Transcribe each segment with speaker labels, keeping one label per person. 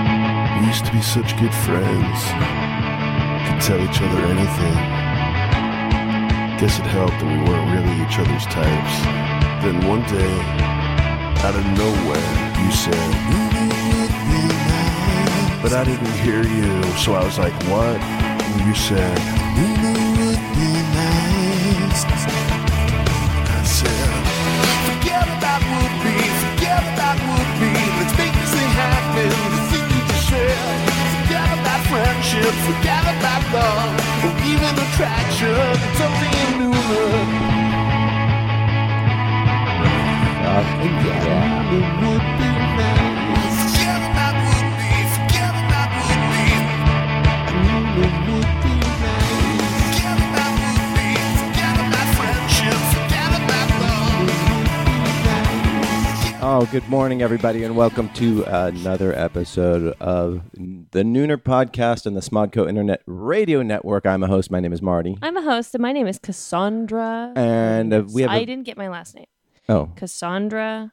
Speaker 1: We used to be such good friends. Could tell each other anything. Guess it helped that we weren't really each other's types. Then one day, out of nowhere, you said, But I didn't hear you, so I was like, What? And you said, I said, Forget about would be, forget about would be. Let's make this thing happen. The thing you just said. Forget about friendship, forget about love, or even attraction. It's something inhuman.
Speaker 2: Yeah.
Speaker 1: It would be nice. Forget about would be, forget about would be. It would be nice. Forget about would be, forget about friendship, forget about love.
Speaker 2: Oh, good morning, everybody, and welcome to another episode of the Nooner Podcast and the Smodco Internet Radio Network. I'm a host. My name is Marty.
Speaker 3: I'm a host, and my name is Cassandra.
Speaker 2: And, uh, we have
Speaker 3: I
Speaker 2: a-
Speaker 3: didn't get my last name.
Speaker 2: Oh,
Speaker 3: Cassandra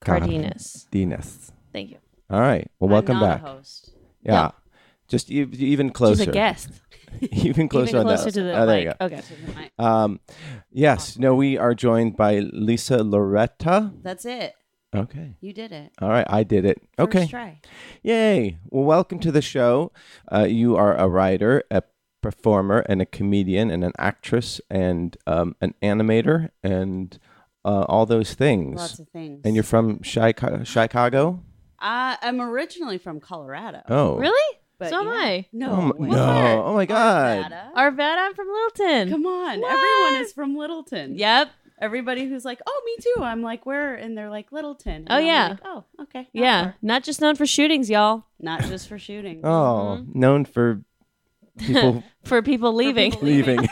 Speaker 3: Cardenas.
Speaker 2: Dinas.
Speaker 3: Thank you.
Speaker 2: All right. Well,
Speaker 4: I'm
Speaker 2: welcome
Speaker 4: not
Speaker 2: back.
Speaker 4: A host.
Speaker 2: Yeah. Just e- even closer.
Speaker 3: She's a guest.
Speaker 2: even closer
Speaker 3: Even
Speaker 2: on that.
Speaker 3: closer to the
Speaker 2: oh, there you
Speaker 3: mic. Oh.
Speaker 2: go.
Speaker 3: Okay.
Speaker 4: I-
Speaker 2: Um, yes. No, we are joined by Lisa Loretta.
Speaker 4: That's it.
Speaker 2: Okay.
Speaker 4: You did it.
Speaker 2: All right. I did it.
Speaker 4: First
Speaker 2: okay.
Speaker 4: try.
Speaker 2: Yay! Well, welcome to the show. Uh, you are a writer, a performer, and a comedian, and an actress, and um, an animator, and uh, all those things.
Speaker 4: Lots of things.
Speaker 2: and you're from Chica- Chicago?
Speaker 4: I, I'm originally from Colorado.
Speaker 2: Oh,
Speaker 3: Really?
Speaker 4: But
Speaker 3: so am
Speaker 4: yeah.
Speaker 3: I.
Speaker 4: No.
Speaker 2: Oh my,
Speaker 4: way.
Speaker 2: no! Oh my God!
Speaker 4: Nevada.
Speaker 3: Arvada, I'm from Littleton.
Speaker 4: Come on.
Speaker 3: What?
Speaker 4: Everyone is from Littleton.
Speaker 3: Yep.
Speaker 4: Everybody who's like, oh, me too. I'm like, where? And they're like, Littleton. And
Speaker 3: Oh,
Speaker 4: I'm
Speaker 3: yeah.
Speaker 4: like, oh, okay. not
Speaker 3: Yeah.
Speaker 4: far.
Speaker 3: Not just known for shootings, y'all.
Speaker 4: Not just for shooting.
Speaker 2: Oh,
Speaker 3: Mm-hmm.
Speaker 2: known for people
Speaker 3: For people leaving.
Speaker 4: people
Speaker 2: leaving.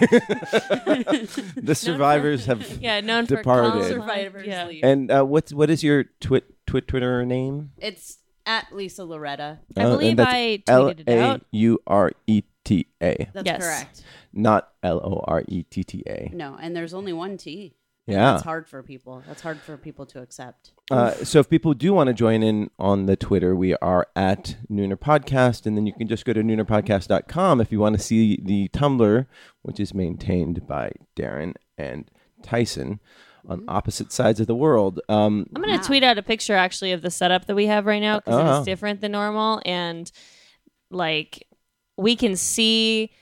Speaker 2: the survivors have.
Speaker 3: yeah, known
Speaker 2: Departed.
Speaker 3: for
Speaker 2: All
Speaker 3: Colin.
Speaker 4: Survivors
Speaker 3: Yeah.
Speaker 4: leave.
Speaker 2: And uh, what's what is your twit twit Twitter name?
Speaker 4: It's at Lisa Loretta.
Speaker 3: I
Speaker 2: Uh, and
Speaker 3: believe
Speaker 2: that's
Speaker 3: I tweeted it out.
Speaker 2: L A U R E T A.
Speaker 4: That's
Speaker 3: Yes.
Speaker 4: correct.
Speaker 2: not L O R E T T A.
Speaker 4: No. And there's only one T.
Speaker 2: Yeah.
Speaker 4: That's hard for people. That's hard for people to accept.
Speaker 2: Uh, so if people do want to join in on the Twitter, we are at Nooner Podcast, and then you can just go to noonerpodcast.com if you want to see the Tumblr, which is maintained by Darren and Tyson on opposite sides of the world. Um,
Speaker 3: I'm gonna tweet out a picture actually of the setup that we have right now because
Speaker 2: Uh-huh.
Speaker 3: it's different than normal, and like we can see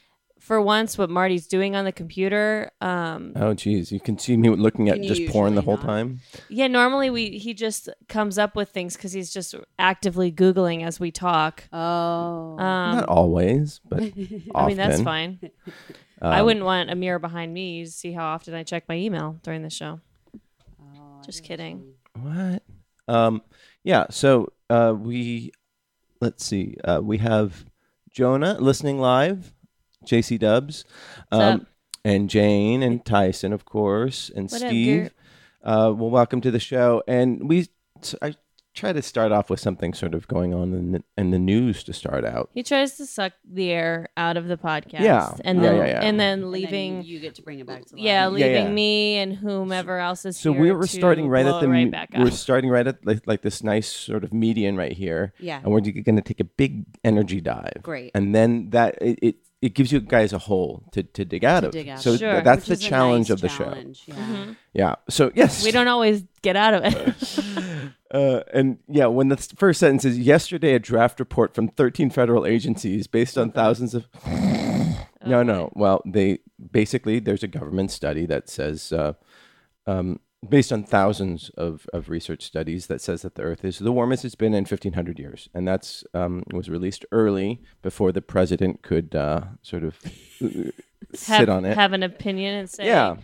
Speaker 3: for once what Marty's doing on the computer. Um,
Speaker 2: oh, geez, you can see me looking at
Speaker 4: Can you
Speaker 2: just porn the whole
Speaker 4: usually not?
Speaker 2: time.
Speaker 3: yeah, normally we he just comes up with things because he's just actively googling as we talk.
Speaker 4: Oh.
Speaker 3: Um,
Speaker 2: not always, but often. Um,
Speaker 3: I mean that's fine. I wouldn't want a mirror behind me. You see how often I check my email during the show. just kidding.
Speaker 2: What? Um, yeah. So uh, we let's see. Uh, we have Jonah listening live, JC Dubs, um,
Speaker 3: up?
Speaker 2: and Jane and Tyson, of course, and
Speaker 3: What up,
Speaker 2: Steve.
Speaker 3: Gert?
Speaker 2: uh, well, welcome to the show, and we. I try to start off with something sort of going on in the, in the news to start out.
Speaker 3: He tries to suck the air out of the podcast,
Speaker 2: Yeah.
Speaker 3: and
Speaker 2: Yeah,
Speaker 3: then
Speaker 2: yeah, yeah.
Speaker 3: and then
Speaker 4: And then
Speaker 3: leaving.
Speaker 4: you get to bring it back to life.
Speaker 3: yeah,
Speaker 2: Yeah,
Speaker 3: leaving
Speaker 2: yeah.
Speaker 3: me and whomever else is
Speaker 2: So
Speaker 3: here
Speaker 2: we were
Speaker 3: to
Speaker 2: starting right
Speaker 3: blow
Speaker 2: at
Speaker 3: it
Speaker 2: the
Speaker 3: right
Speaker 2: me-
Speaker 3: back
Speaker 2: we're
Speaker 3: up.
Speaker 2: starting right at like, like this nice sort of median right here.
Speaker 4: Yeah.
Speaker 2: And we're going to take a big energy dive.
Speaker 4: Great.
Speaker 2: And then that it it, it gives you guys a hole to, to dig out of.
Speaker 4: dig out
Speaker 2: So
Speaker 4: of.
Speaker 3: Sure.
Speaker 2: that's
Speaker 4: Which
Speaker 2: the
Speaker 4: is a
Speaker 2: challenge
Speaker 4: nice
Speaker 2: of the
Speaker 4: challenge, Yeah.
Speaker 2: show. Yeah. So yes.
Speaker 3: we don't always get out of it.
Speaker 2: Uh, and yeah, when the s- first sentence is yesterday, a draft report from 13 federal agencies based on thousands of. no, no. Well, they basically there's a government study that says, uh, um, based on thousands of, of research studies, that says that the Earth is the warmest it's been in 1500 years, and that's um, was released early before the president could uh, sort of uh,
Speaker 3: have,
Speaker 2: sit on it.
Speaker 3: have an opinion and say,
Speaker 2: yeah,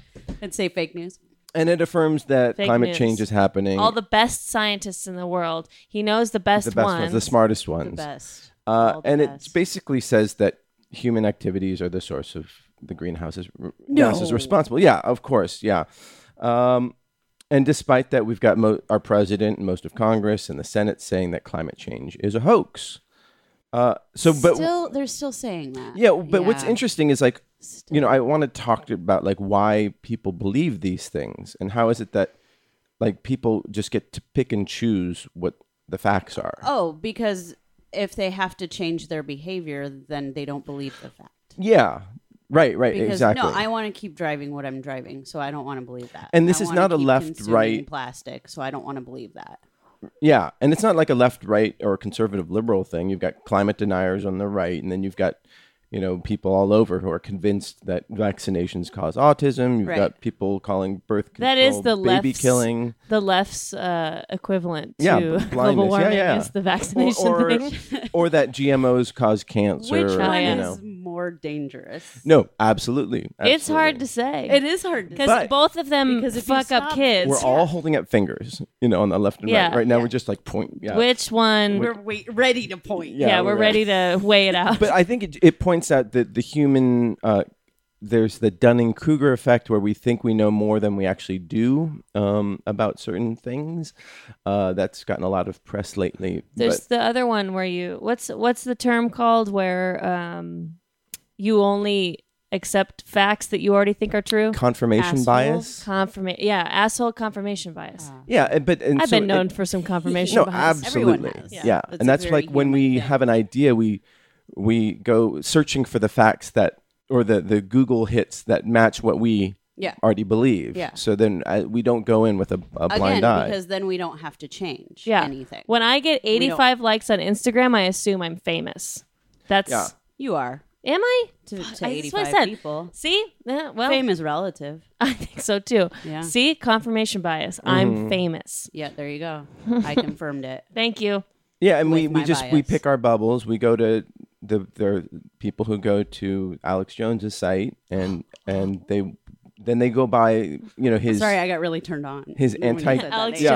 Speaker 4: I'd say fake news.
Speaker 2: and it affirms that
Speaker 3: Fake
Speaker 2: climate
Speaker 3: news.
Speaker 2: change is happening.
Speaker 3: all the best scientists in the world. He knows the best,
Speaker 2: the best ones,
Speaker 3: ones.
Speaker 2: the smartest ones,
Speaker 4: The best.
Speaker 2: Uh,
Speaker 4: All the
Speaker 2: and it
Speaker 4: best.
Speaker 2: basically says that human activities are the source of the greenhouses
Speaker 4: No.
Speaker 2: gases responsible. Yeah, of course. Yeah. Um, and despite that, we've got mo- our president and most of Congress and the Senate saying that climate change is a hoax. Uh, so, but
Speaker 4: still, they're still saying that.
Speaker 2: yeah, but what's
Speaker 4: Yeah.
Speaker 2: interesting is like, you know, I want to talk to- about like why people believe these things and how is it that like people just get to pick and choose what the facts are.
Speaker 4: Oh, because if they have to change their behavior, then they don't believe the fact.
Speaker 2: Yeah. Right, right,
Speaker 4: Because
Speaker 2: exactly.
Speaker 4: no, I want to keep driving what I'm driving, so I don't want to believe that.
Speaker 2: And this
Speaker 4: I
Speaker 2: is
Speaker 4: wanna
Speaker 2: not a
Speaker 4: keep
Speaker 2: left,
Speaker 4: consuming
Speaker 2: right-
Speaker 4: plastic, so I don't want to believe that.
Speaker 2: Yeah, and it's not like a left, right, or conservative liberal thing. You've got climate deniers on the right, and then you've got you know people all over who are convinced that vaccinations cause autism. You've
Speaker 4: Right.
Speaker 2: got people calling birth control
Speaker 3: That is the
Speaker 2: baby
Speaker 3: left's
Speaker 2: killing.
Speaker 3: the left's uh, equivalent to
Speaker 2: Yeah, b-
Speaker 3: global
Speaker 2: blindness. Yeah,
Speaker 3: warming
Speaker 2: yeah.
Speaker 3: is the
Speaker 2: Or,
Speaker 3: vaccination
Speaker 2: or,
Speaker 3: thing.
Speaker 2: or that GMOs cause cancer.
Speaker 4: Which
Speaker 2: or,
Speaker 4: one
Speaker 2: you
Speaker 3: yeah.
Speaker 2: know.
Speaker 4: is more dangerous?
Speaker 2: No, absolutely,
Speaker 3: It's hard to
Speaker 2: absolutely.
Speaker 3: say.
Speaker 4: It is hard to
Speaker 3: because
Speaker 2: But-
Speaker 3: both of them
Speaker 4: Because if you
Speaker 3: fuck up
Speaker 4: stop-
Speaker 3: kids.
Speaker 2: We're all holding up fingers, you know, on the left and
Speaker 3: Yeah,
Speaker 2: right. Right now,
Speaker 4: yeah.
Speaker 2: we're just like point. Yeah,
Speaker 3: Which one?
Speaker 4: We're wait, ready to point.
Speaker 2: Yeah,
Speaker 3: yeah,
Speaker 2: we're
Speaker 3: we're, ready to weigh it out.
Speaker 2: but I think it, it points out that the human uh, there's the Dunning Kruger effect where we think we know more than we actually do um, about certain things. Uh, that's gotten a lot of press lately.
Speaker 3: There's
Speaker 2: but
Speaker 3: the other one where you what's what's the term called where um, you only accept facts that you already think are true.
Speaker 2: confirmation
Speaker 3: Asshole
Speaker 2: bias.
Speaker 3: Confirma- yeah, asshole confirmation bias.
Speaker 4: Ah.
Speaker 2: yeah, and- but and
Speaker 3: I've
Speaker 2: so
Speaker 3: been known
Speaker 2: it-
Speaker 3: for some confirmation
Speaker 2: no,
Speaker 3: bias.
Speaker 4: Everyone
Speaker 2: absolutely,
Speaker 4: has.
Speaker 2: yeah,
Speaker 4: Yeah. That's
Speaker 2: and
Speaker 4: a
Speaker 2: that's
Speaker 4: very
Speaker 2: like when
Speaker 4: human
Speaker 2: we
Speaker 4: thing.
Speaker 2: have an idea, we we go searching for the facts that or the the Google hits that match what we
Speaker 4: Yeah.
Speaker 2: already believe.
Speaker 4: Yeah.
Speaker 2: So then uh, we don't go in with a, a
Speaker 4: Again,
Speaker 2: blind eye.
Speaker 4: because then we don't have to change
Speaker 3: yeah.
Speaker 4: anything.
Speaker 3: When I get
Speaker 4: don't-
Speaker 3: 85 likes on Instagram, I assume I'm famous. That's
Speaker 2: Yeah.
Speaker 4: you are
Speaker 3: Am I?
Speaker 4: to,
Speaker 3: Fuck, I-
Speaker 4: to
Speaker 3: that's what I
Speaker 4: 85
Speaker 3: said.
Speaker 4: people.
Speaker 3: See? Yeah, well,
Speaker 4: Fame is relative.
Speaker 3: I think so too.
Speaker 4: Yeah.
Speaker 3: See, confirmation bias.
Speaker 2: Mm-hmm.
Speaker 3: I'm famous.
Speaker 4: Yeah, there you go. I confirmed it.
Speaker 3: Thank you.
Speaker 2: Yeah, and we,
Speaker 4: with
Speaker 2: we
Speaker 4: my
Speaker 2: just we
Speaker 4: bias.
Speaker 2: pick our bubbles. We go to the there are people who go to Alex Jones's site and and they then they go by you know his
Speaker 4: Sorry, I got really turned on.
Speaker 2: His
Speaker 4: when you
Speaker 2: anti-
Speaker 4: said that
Speaker 3: Alex
Speaker 4: name.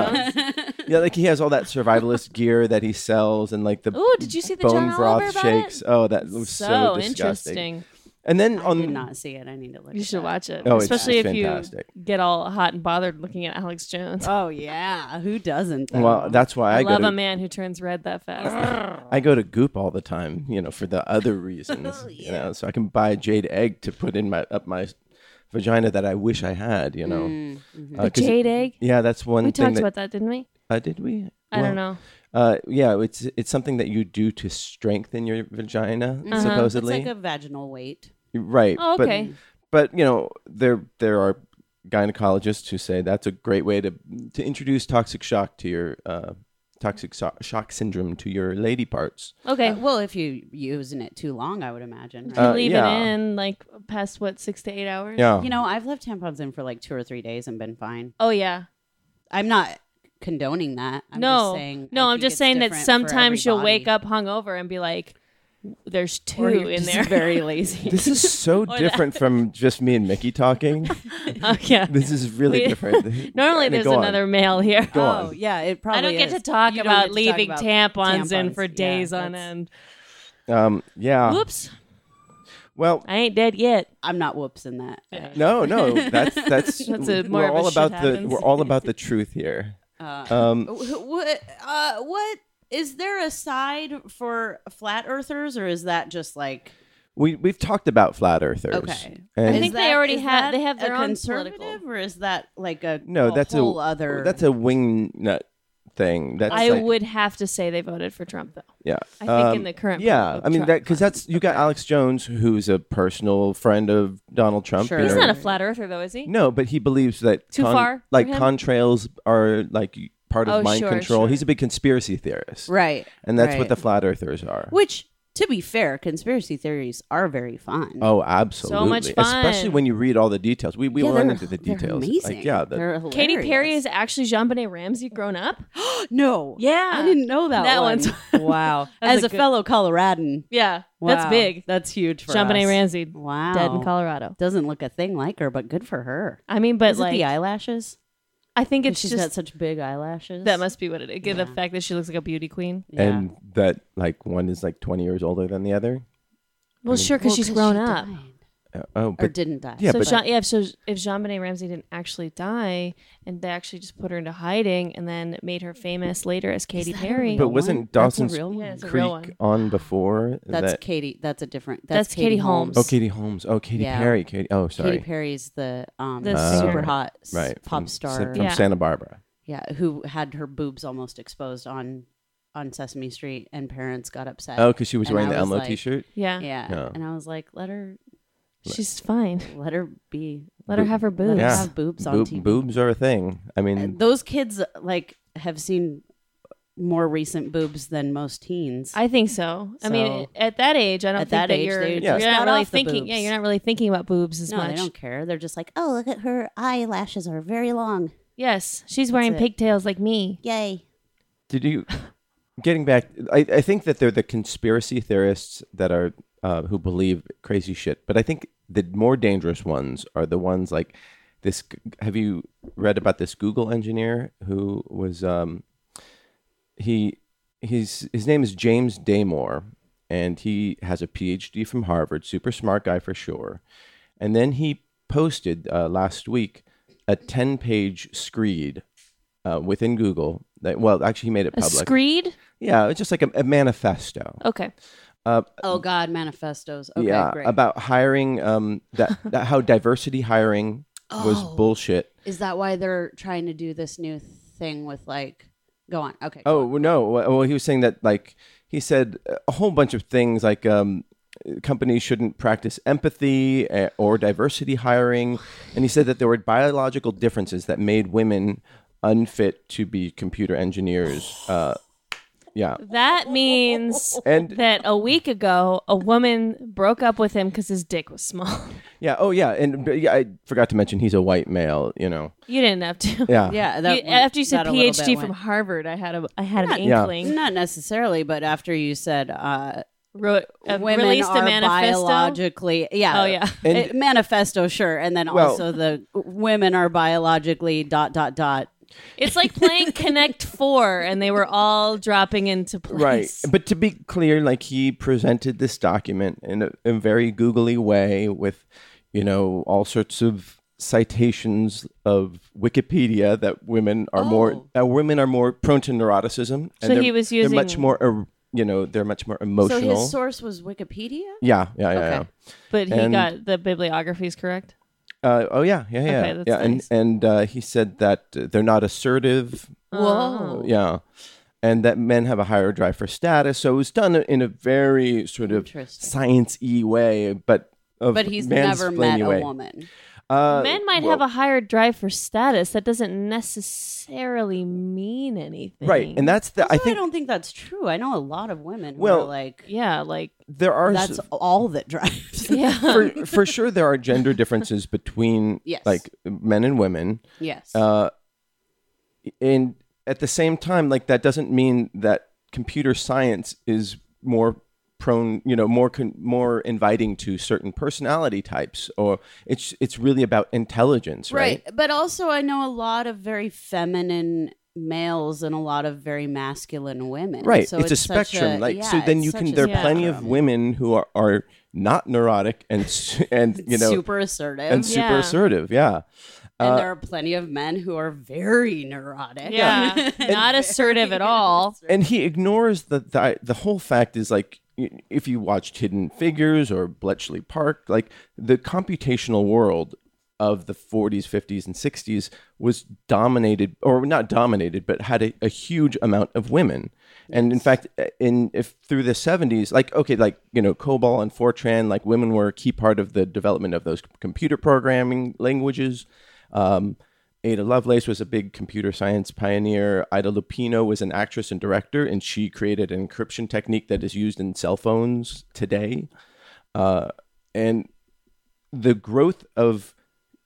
Speaker 2: Yeah. yeah like he has all that survivalist gear that he sells and like the
Speaker 3: Ooh, did you see the
Speaker 2: bone
Speaker 3: John
Speaker 2: broth
Speaker 3: Oliver about
Speaker 2: shakes.
Speaker 3: It?
Speaker 2: Oh, that was so,
Speaker 3: so
Speaker 2: disgusting.
Speaker 3: interesting.
Speaker 2: And then
Speaker 4: I
Speaker 2: on
Speaker 4: did not see it. I need to look.
Speaker 3: You
Speaker 4: at
Speaker 3: should
Speaker 4: that.
Speaker 3: watch it,
Speaker 2: Oh, it's-
Speaker 3: especially
Speaker 2: it's
Speaker 3: if
Speaker 2: fantastic.
Speaker 3: you get all hot and bothered looking at Alex Jones.
Speaker 4: Oh yeah, who doesn't? though?
Speaker 2: well, that's why I,
Speaker 3: I,
Speaker 2: go
Speaker 3: love
Speaker 2: to,
Speaker 3: a man who turns red that fast.
Speaker 2: I go to Goop all the time, you know, for the other reasons, you know, so I can buy a jade egg to put in my up my vagina that I wish I had, you know. Uh, 'cause-
Speaker 3: Jade egg.
Speaker 2: Yeah, that's one
Speaker 3: We
Speaker 2: thing
Speaker 3: talked
Speaker 2: that
Speaker 3: about that, didn't we?
Speaker 2: uh, did we?
Speaker 3: I don't
Speaker 2: Well,
Speaker 3: know.
Speaker 2: Uh, yeah, it's it's something that you do to strengthen your
Speaker 3: Uh-huh.
Speaker 2: vagina,
Speaker 4: it's
Speaker 2: supposedly.
Speaker 4: like a vaginal weight.
Speaker 2: right.
Speaker 3: Oh,
Speaker 2: but-
Speaker 3: okay.
Speaker 2: But, you know, there there are gynecologists who say that's a great way to to introduce toxic shock to your uh, toxic so- shock syndrome to your lady parts.
Speaker 3: Okay.
Speaker 4: Uh, well, if you using it too long, I would imagine.
Speaker 3: you
Speaker 4: Right?
Speaker 2: Uh,
Speaker 3: leave
Speaker 2: yeah.
Speaker 3: it in like past what six to eight hours.
Speaker 2: Yeah.
Speaker 4: you know, I've left tampons in for like two or three days and been fine.
Speaker 3: Oh yeah.
Speaker 4: I'm not condoning that. I'm
Speaker 3: no.
Speaker 4: just saying.
Speaker 3: no,
Speaker 4: I
Speaker 3: I'm
Speaker 4: think
Speaker 3: just
Speaker 4: it's
Speaker 3: saying that
Speaker 4: different for
Speaker 3: sometimes you'll
Speaker 4: everybody.
Speaker 3: wake up hungover and be like, "There's two
Speaker 4: Or you're
Speaker 3: in
Speaker 4: just
Speaker 3: there."
Speaker 4: Very lazy.
Speaker 2: This is so different from just me and Mickey talking.
Speaker 3: oh, yeah.
Speaker 2: This is really
Speaker 3: We-
Speaker 2: different.
Speaker 3: Normally,
Speaker 2: Anna,
Speaker 3: there's
Speaker 2: go on.
Speaker 3: another male here.
Speaker 2: Go on.
Speaker 4: Oh yeah, it probably.
Speaker 3: I don't get
Speaker 4: is.
Speaker 3: to talk
Speaker 4: You don't
Speaker 3: about
Speaker 4: get to talk
Speaker 3: leaving
Speaker 4: about
Speaker 3: tampons, in for
Speaker 4: tampons. Yeah,
Speaker 3: days on
Speaker 4: that's-
Speaker 3: end.
Speaker 2: Um, yeah.
Speaker 3: Whoops,
Speaker 2: Well,
Speaker 3: I ain't dead yet.
Speaker 4: I'm not whoops in that. Uh,
Speaker 2: No, no, that's that's,
Speaker 3: That's a- more
Speaker 2: we're
Speaker 3: of a
Speaker 2: all
Speaker 3: shit
Speaker 2: about the
Speaker 3: happens.
Speaker 2: we're all about the truth here.
Speaker 4: wh-
Speaker 2: Um,
Speaker 4: wh- what, uh, what is there a side for flat earthers, or is that just like
Speaker 2: we we've talked about flat earthers.
Speaker 4: okay?
Speaker 2: and
Speaker 3: I think
Speaker 4: Is
Speaker 3: they already
Speaker 4: is
Speaker 3: have-
Speaker 4: that
Speaker 3: they have their
Speaker 4: a
Speaker 3: own
Speaker 4: conservative,
Speaker 3: political-
Speaker 4: or is that like a
Speaker 2: no,
Speaker 4: a
Speaker 2: that's
Speaker 4: whole
Speaker 2: a
Speaker 4: other
Speaker 2: that's a wingnut thing. That's
Speaker 3: I
Speaker 2: like-
Speaker 3: would have to say they voted for Trump though.
Speaker 2: Yeah,
Speaker 3: I think in the current
Speaker 2: Yeah,
Speaker 3: political
Speaker 2: I mean
Speaker 3: tru-
Speaker 2: that because that's you got Alex Jones, who's a personal friend of Donald Trump.
Speaker 4: Sure.
Speaker 2: you
Speaker 4: He's
Speaker 3: He's
Speaker 2: know.
Speaker 3: not a flat earther though, is he?
Speaker 2: no, but he believes that
Speaker 3: Too far for
Speaker 2: like
Speaker 3: him?
Speaker 2: contrails are like part of
Speaker 3: Oh,
Speaker 2: mind
Speaker 3: sure,
Speaker 2: control.
Speaker 3: sure.
Speaker 2: He's a big conspiracy theorist,
Speaker 4: right,
Speaker 2: and that's
Speaker 4: right.
Speaker 2: what the flat earthers are.
Speaker 4: Which, to be fair, conspiracy theories are very fun.
Speaker 2: Oh, absolutely!
Speaker 3: much
Speaker 2: Especially
Speaker 3: fun.
Speaker 2: when you read all the details. We we
Speaker 4: Yeah,
Speaker 2: run
Speaker 4: they're-
Speaker 2: into the
Speaker 4: they're
Speaker 2: details.
Speaker 4: Amazing.
Speaker 2: Like, yeah, the-
Speaker 4: they're
Speaker 3: Katy Perry
Speaker 4: hilarious.
Speaker 3: is actually Jean Bonnet Ramsey grown up.
Speaker 4: no.
Speaker 3: Yeah.
Speaker 4: I didn't know that.
Speaker 3: That
Speaker 4: one.
Speaker 3: one's-
Speaker 4: wow.
Speaker 3: That's
Speaker 4: As
Speaker 3: a
Speaker 4: a
Speaker 3: good-
Speaker 4: fellow Coloradan,
Speaker 3: Yeah,
Speaker 4: Wow.
Speaker 3: that's big.
Speaker 4: That's huge for
Speaker 3: Jean Bonnet
Speaker 4: us.
Speaker 3: Ramsey,
Speaker 4: Wow.
Speaker 3: dead in Colorado.
Speaker 4: Doesn't look a thing like her, but good for her.
Speaker 3: I mean, but
Speaker 4: Is it
Speaker 3: like,
Speaker 4: the eyelashes?
Speaker 3: I think
Speaker 4: It's
Speaker 3: it's
Speaker 4: she's
Speaker 3: just
Speaker 4: got such big eyelashes.
Speaker 3: that must be what it. Again, the fact that she looks like a beauty queen.
Speaker 4: Yeah.
Speaker 2: and that like one is like 20 years older than the other
Speaker 3: Well, sure, because
Speaker 4: Well,
Speaker 3: she's
Speaker 4: 'cause
Speaker 3: grown
Speaker 4: she
Speaker 3: up.
Speaker 4: died.
Speaker 2: Uh, oh
Speaker 4: or
Speaker 2: but
Speaker 4: didn't die.
Speaker 2: Yeah,
Speaker 3: so
Speaker 2: but-
Speaker 3: Jean, yeah, so if Jean Bonnet Ramsey didn't actually die, and they actually just put her into hiding, and then made her famous later as Katy
Speaker 4: that a
Speaker 3: Perry.
Speaker 2: but
Speaker 4: one?
Speaker 2: wasn't
Speaker 4: That's a
Speaker 2: dawson's
Speaker 4: real one.
Speaker 3: Yeah, it's a real
Speaker 2: creek
Speaker 3: one.
Speaker 2: on before
Speaker 4: That's
Speaker 2: that
Speaker 4: Katie. That's a different.
Speaker 3: That's Katie Holmes.
Speaker 2: oh katie holmes oh katie
Speaker 4: Yeah.
Speaker 2: perry katie oh sorry Uh,
Speaker 4: Katy Perry's the um
Speaker 3: The
Speaker 4: super
Speaker 3: singer.
Speaker 4: hot s-
Speaker 2: right
Speaker 4: pop
Speaker 2: from,
Speaker 4: star.
Speaker 2: from
Speaker 3: Yeah.
Speaker 2: santa barbara
Speaker 4: Yeah, who had her boobs almost exposed on on Sesame Street, and parents got upset.
Speaker 2: Oh, because she was
Speaker 4: And
Speaker 2: wearing
Speaker 4: I
Speaker 2: the
Speaker 4: was
Speaker 2: Elmo
Speaker 4: like-
Speaker 2: T-shirt.
Speaker 3: Yeah.
Speaker 4: Yeah.
Speaker 2: Yeah.
Speaker 4: and I was like, let her,
Speaker 3: She's fine.
Speaker 4: let her be.
Speaker 3: Let her have her
Speaker 4: Let
Speaker 3: boobs.
Speaker 4: her
Speaker 2: Yeah.
Speaker 4: have boobs on
Speaker 2: Boob-
Speaker 4: TV.
Speaker 2: boobs are a thing. I mean,
Speaker 4: Those kids like have seen more recent boobs than most teens.
Speaker 3: I think so. I mean,
Speaker 4: So-
Speaker 3: at that age, I don't
Speaker 4: At
Speaker 3: think
Speaker 4: that
Speaker 3: that
Speaker 4: age,
Speaker 3: you're,
Speaker 4: they just
Speaker 3: you're
Speaker 4: got
Speaker 3: not really
Speaker 4: off the
Speaker 3: thinking. Yeah,
Speaker 4: boobs.
Speaker 3: you're not really thinking about boobs as
Speaker 4: no,
Speaker 3: much.
Speaker 4: they don't care. They're just like, oh, look at her eyelashes are very long.
Speaker 3: Yes, she's wearing
Speaker 4: it.
Speaker 3: pigtails like me.
Speaker 4: Yay.
Speaker 2: did you? Getting back, I, I think that they're the conspiracy theorists that are uh, who believe crazy shit. But I think the more dangerous ones are the ones like this. g- Have you read about this Google engineer who was um, he he's his name is James Damore, and he has a PhD from Harvard. Super smart guy for sure. And then he posted uh, last week a ten-page screed uh, within Google. That well, actually, he made it
Speaker 3: A
Speaker 2: public.
Speaker 3: screed?
Speaker 2: yeah, it's just like a, a manifesto.
Speaker 3: Okay.
Speaker 4: Oh God, manifestos. Okay,
Speaker 2: yeah,
Speaker 4: great.
Speaker 2: about hiring um, that, that how diversity hiring was
Speaker 4: Oh.
Speaker 2: bullshit.
Speaker 4: Is that why they're trying to do this new thing with like? Go on. Okay.
Speaker 2: Oh well, no! Well, he was saying that like he said a whole bunch of things like um, companies shouldn't practice empathy eh, or diversity hiring, and he said that there were biological differences that made women unfit to be computer engineers. Uh, yeah,
Speaker 3: That means
Speaker 2: and
Speaker 3: that a week ago, a woman broke up with him because his dick was small.
Speaker 2: yeah, oh yeah, and but, yeah, I forgot to mention he's a white male. You know,
Speaker 3: You didn't have to.
Speaker 2: yeah,
Speaker 4: Yeah.
Speaker 3: You- after you said
Speaker 4: that a little bit
Speaker 3: PhD from
Speaker 4: went-
Speaker 3: Harvard, I had a I had an
Speaker 2: Yeah.
Speaker 3: inkling.
Speaker 4: Not necessarily, but after you said uh,
Speaker 3: Wrote, uh,
Speaker 4: women
Speaker 3: released
Speaker 4: are
Speaker 3: a manifesto.
Speaker 4: biologically, yeah,
Speaker 3: Oh, yeah.
Speaker 2: And-
Speaker 4: It- manifesto, sure, and then
Speaker 2: Well-
Speaker 4: also the women are biologically dot dot dot.
Speaker 3: It's like playing Connect Four, and they were all dropping into place.
Speaker 2: Right. But to be clear, like he presented this document in a, a very googly way with, you know, all sorts of citations of Wikipedia that women are more uh, women are more prone to neuroticism.
Speaker 3: Oh. So
Speaker 2: they're-
Speaker 3: he was
Speaker 2: they're much
Speaker 3: using-
Speaker 2: more, er, you know, they're much more
Speaker 4: So
Speaker 2: emotional.
Speaker 4: his source was Wikipedia.
Speaker 2: yeah, yeah, yeah, yeah.
Speaker 4: Okay.
Speaker 3: But he
Speaker 2: And-
Speaker 3: got the bibliographies correct.
Speaker 2: Uh, oh yeah, yeah, yeah,
Speaker 3: Okay, that's
Speaker 2: yeah. And
Speaker 3: nice.
Speaker 2: and uh, he said that uh, they're not assertive.
Speaker 4: Whoa.
Speaker 2: Yeah. And that men have a higher drive for status. So it was done in a very sort of
Speaker 4: Interesting.
Speaker 2: science y way, but of
Speaker 4: But he's never met
Speaker 2: mansplaining
Speaker 4: a
Speaker 2: way.
Speaker 4: woman.
Speaker 2: Uh,
Speaker 3: Men might have a higher drive for status. That doesn't necessarily mean anything.
Speaker 2: right. And that's the, I
Speaker 4: I
Speaker 2: think
Speaker 4: don't think that's true. I know a lot of women. who
Speaker 2: Well,
Speaker 4: are like
Speaker 3: yeah, like
Speaker 2: there are,
Speaker 4: that's
Speaker 2: s-
Speaker 4: all that drives.
Speaker 3: yeah.
Speaker 2: for, for sure, there are gender differences between
Speaker 4: Yes.
Speaker 2: like men and women.
Speaker 4: yes.
Speaker 2: Uh, and at the same time, like that doesn't mean that computer science is more prone, you know, more con- more inviting to certain personality types, or it's it's really about intelligence, right?
Speaker 4: But also, I know a lot of very feminine males and a lot of very masculine women.
Speaker 2: Right.
Speaker 4: So
Speaker 2: it's, a
Speaker 4: such
Speaker 2: spectrum. like
Speaker 4: yeah,
Speaker 2: so, then
Speaker 4: it's
Speaker 2: you
Speaker 4: such
Speaker 2: can.
Speaker 4: a
Speaker 2: There are plenty of
Speaker 4: spectrum.
Speaker 2: women who are, are not neurotic and s- and you know
Speaker 4: super assertive,
Speaker 2: and uh, super
Speaker 3: Yeah.
Speaker 2: assertive. Yeah.
Speaker 4: and there are plenty of men who are very neurotic.
Speaker 3: yeah, not assertive at all.
Speaker 2: and he ignores the, the the whole fact is like y- if you watched Hidden Figures or Bletchley Park, like the computational world of the 40s, 50s, and 60s was dominated, or not dominated, but had a, a huge amount of women. And in fact, uh, in if through the 70s, like okay, like you know, COBOL and Fortran, like women were a key part of the development of those computer programming languages. Um, Ada Lovelace was a big computer science pioneer. Ida Lupino was an actress and director, and she created an encryption technique that is used in cell phones today. Uh, and the growth of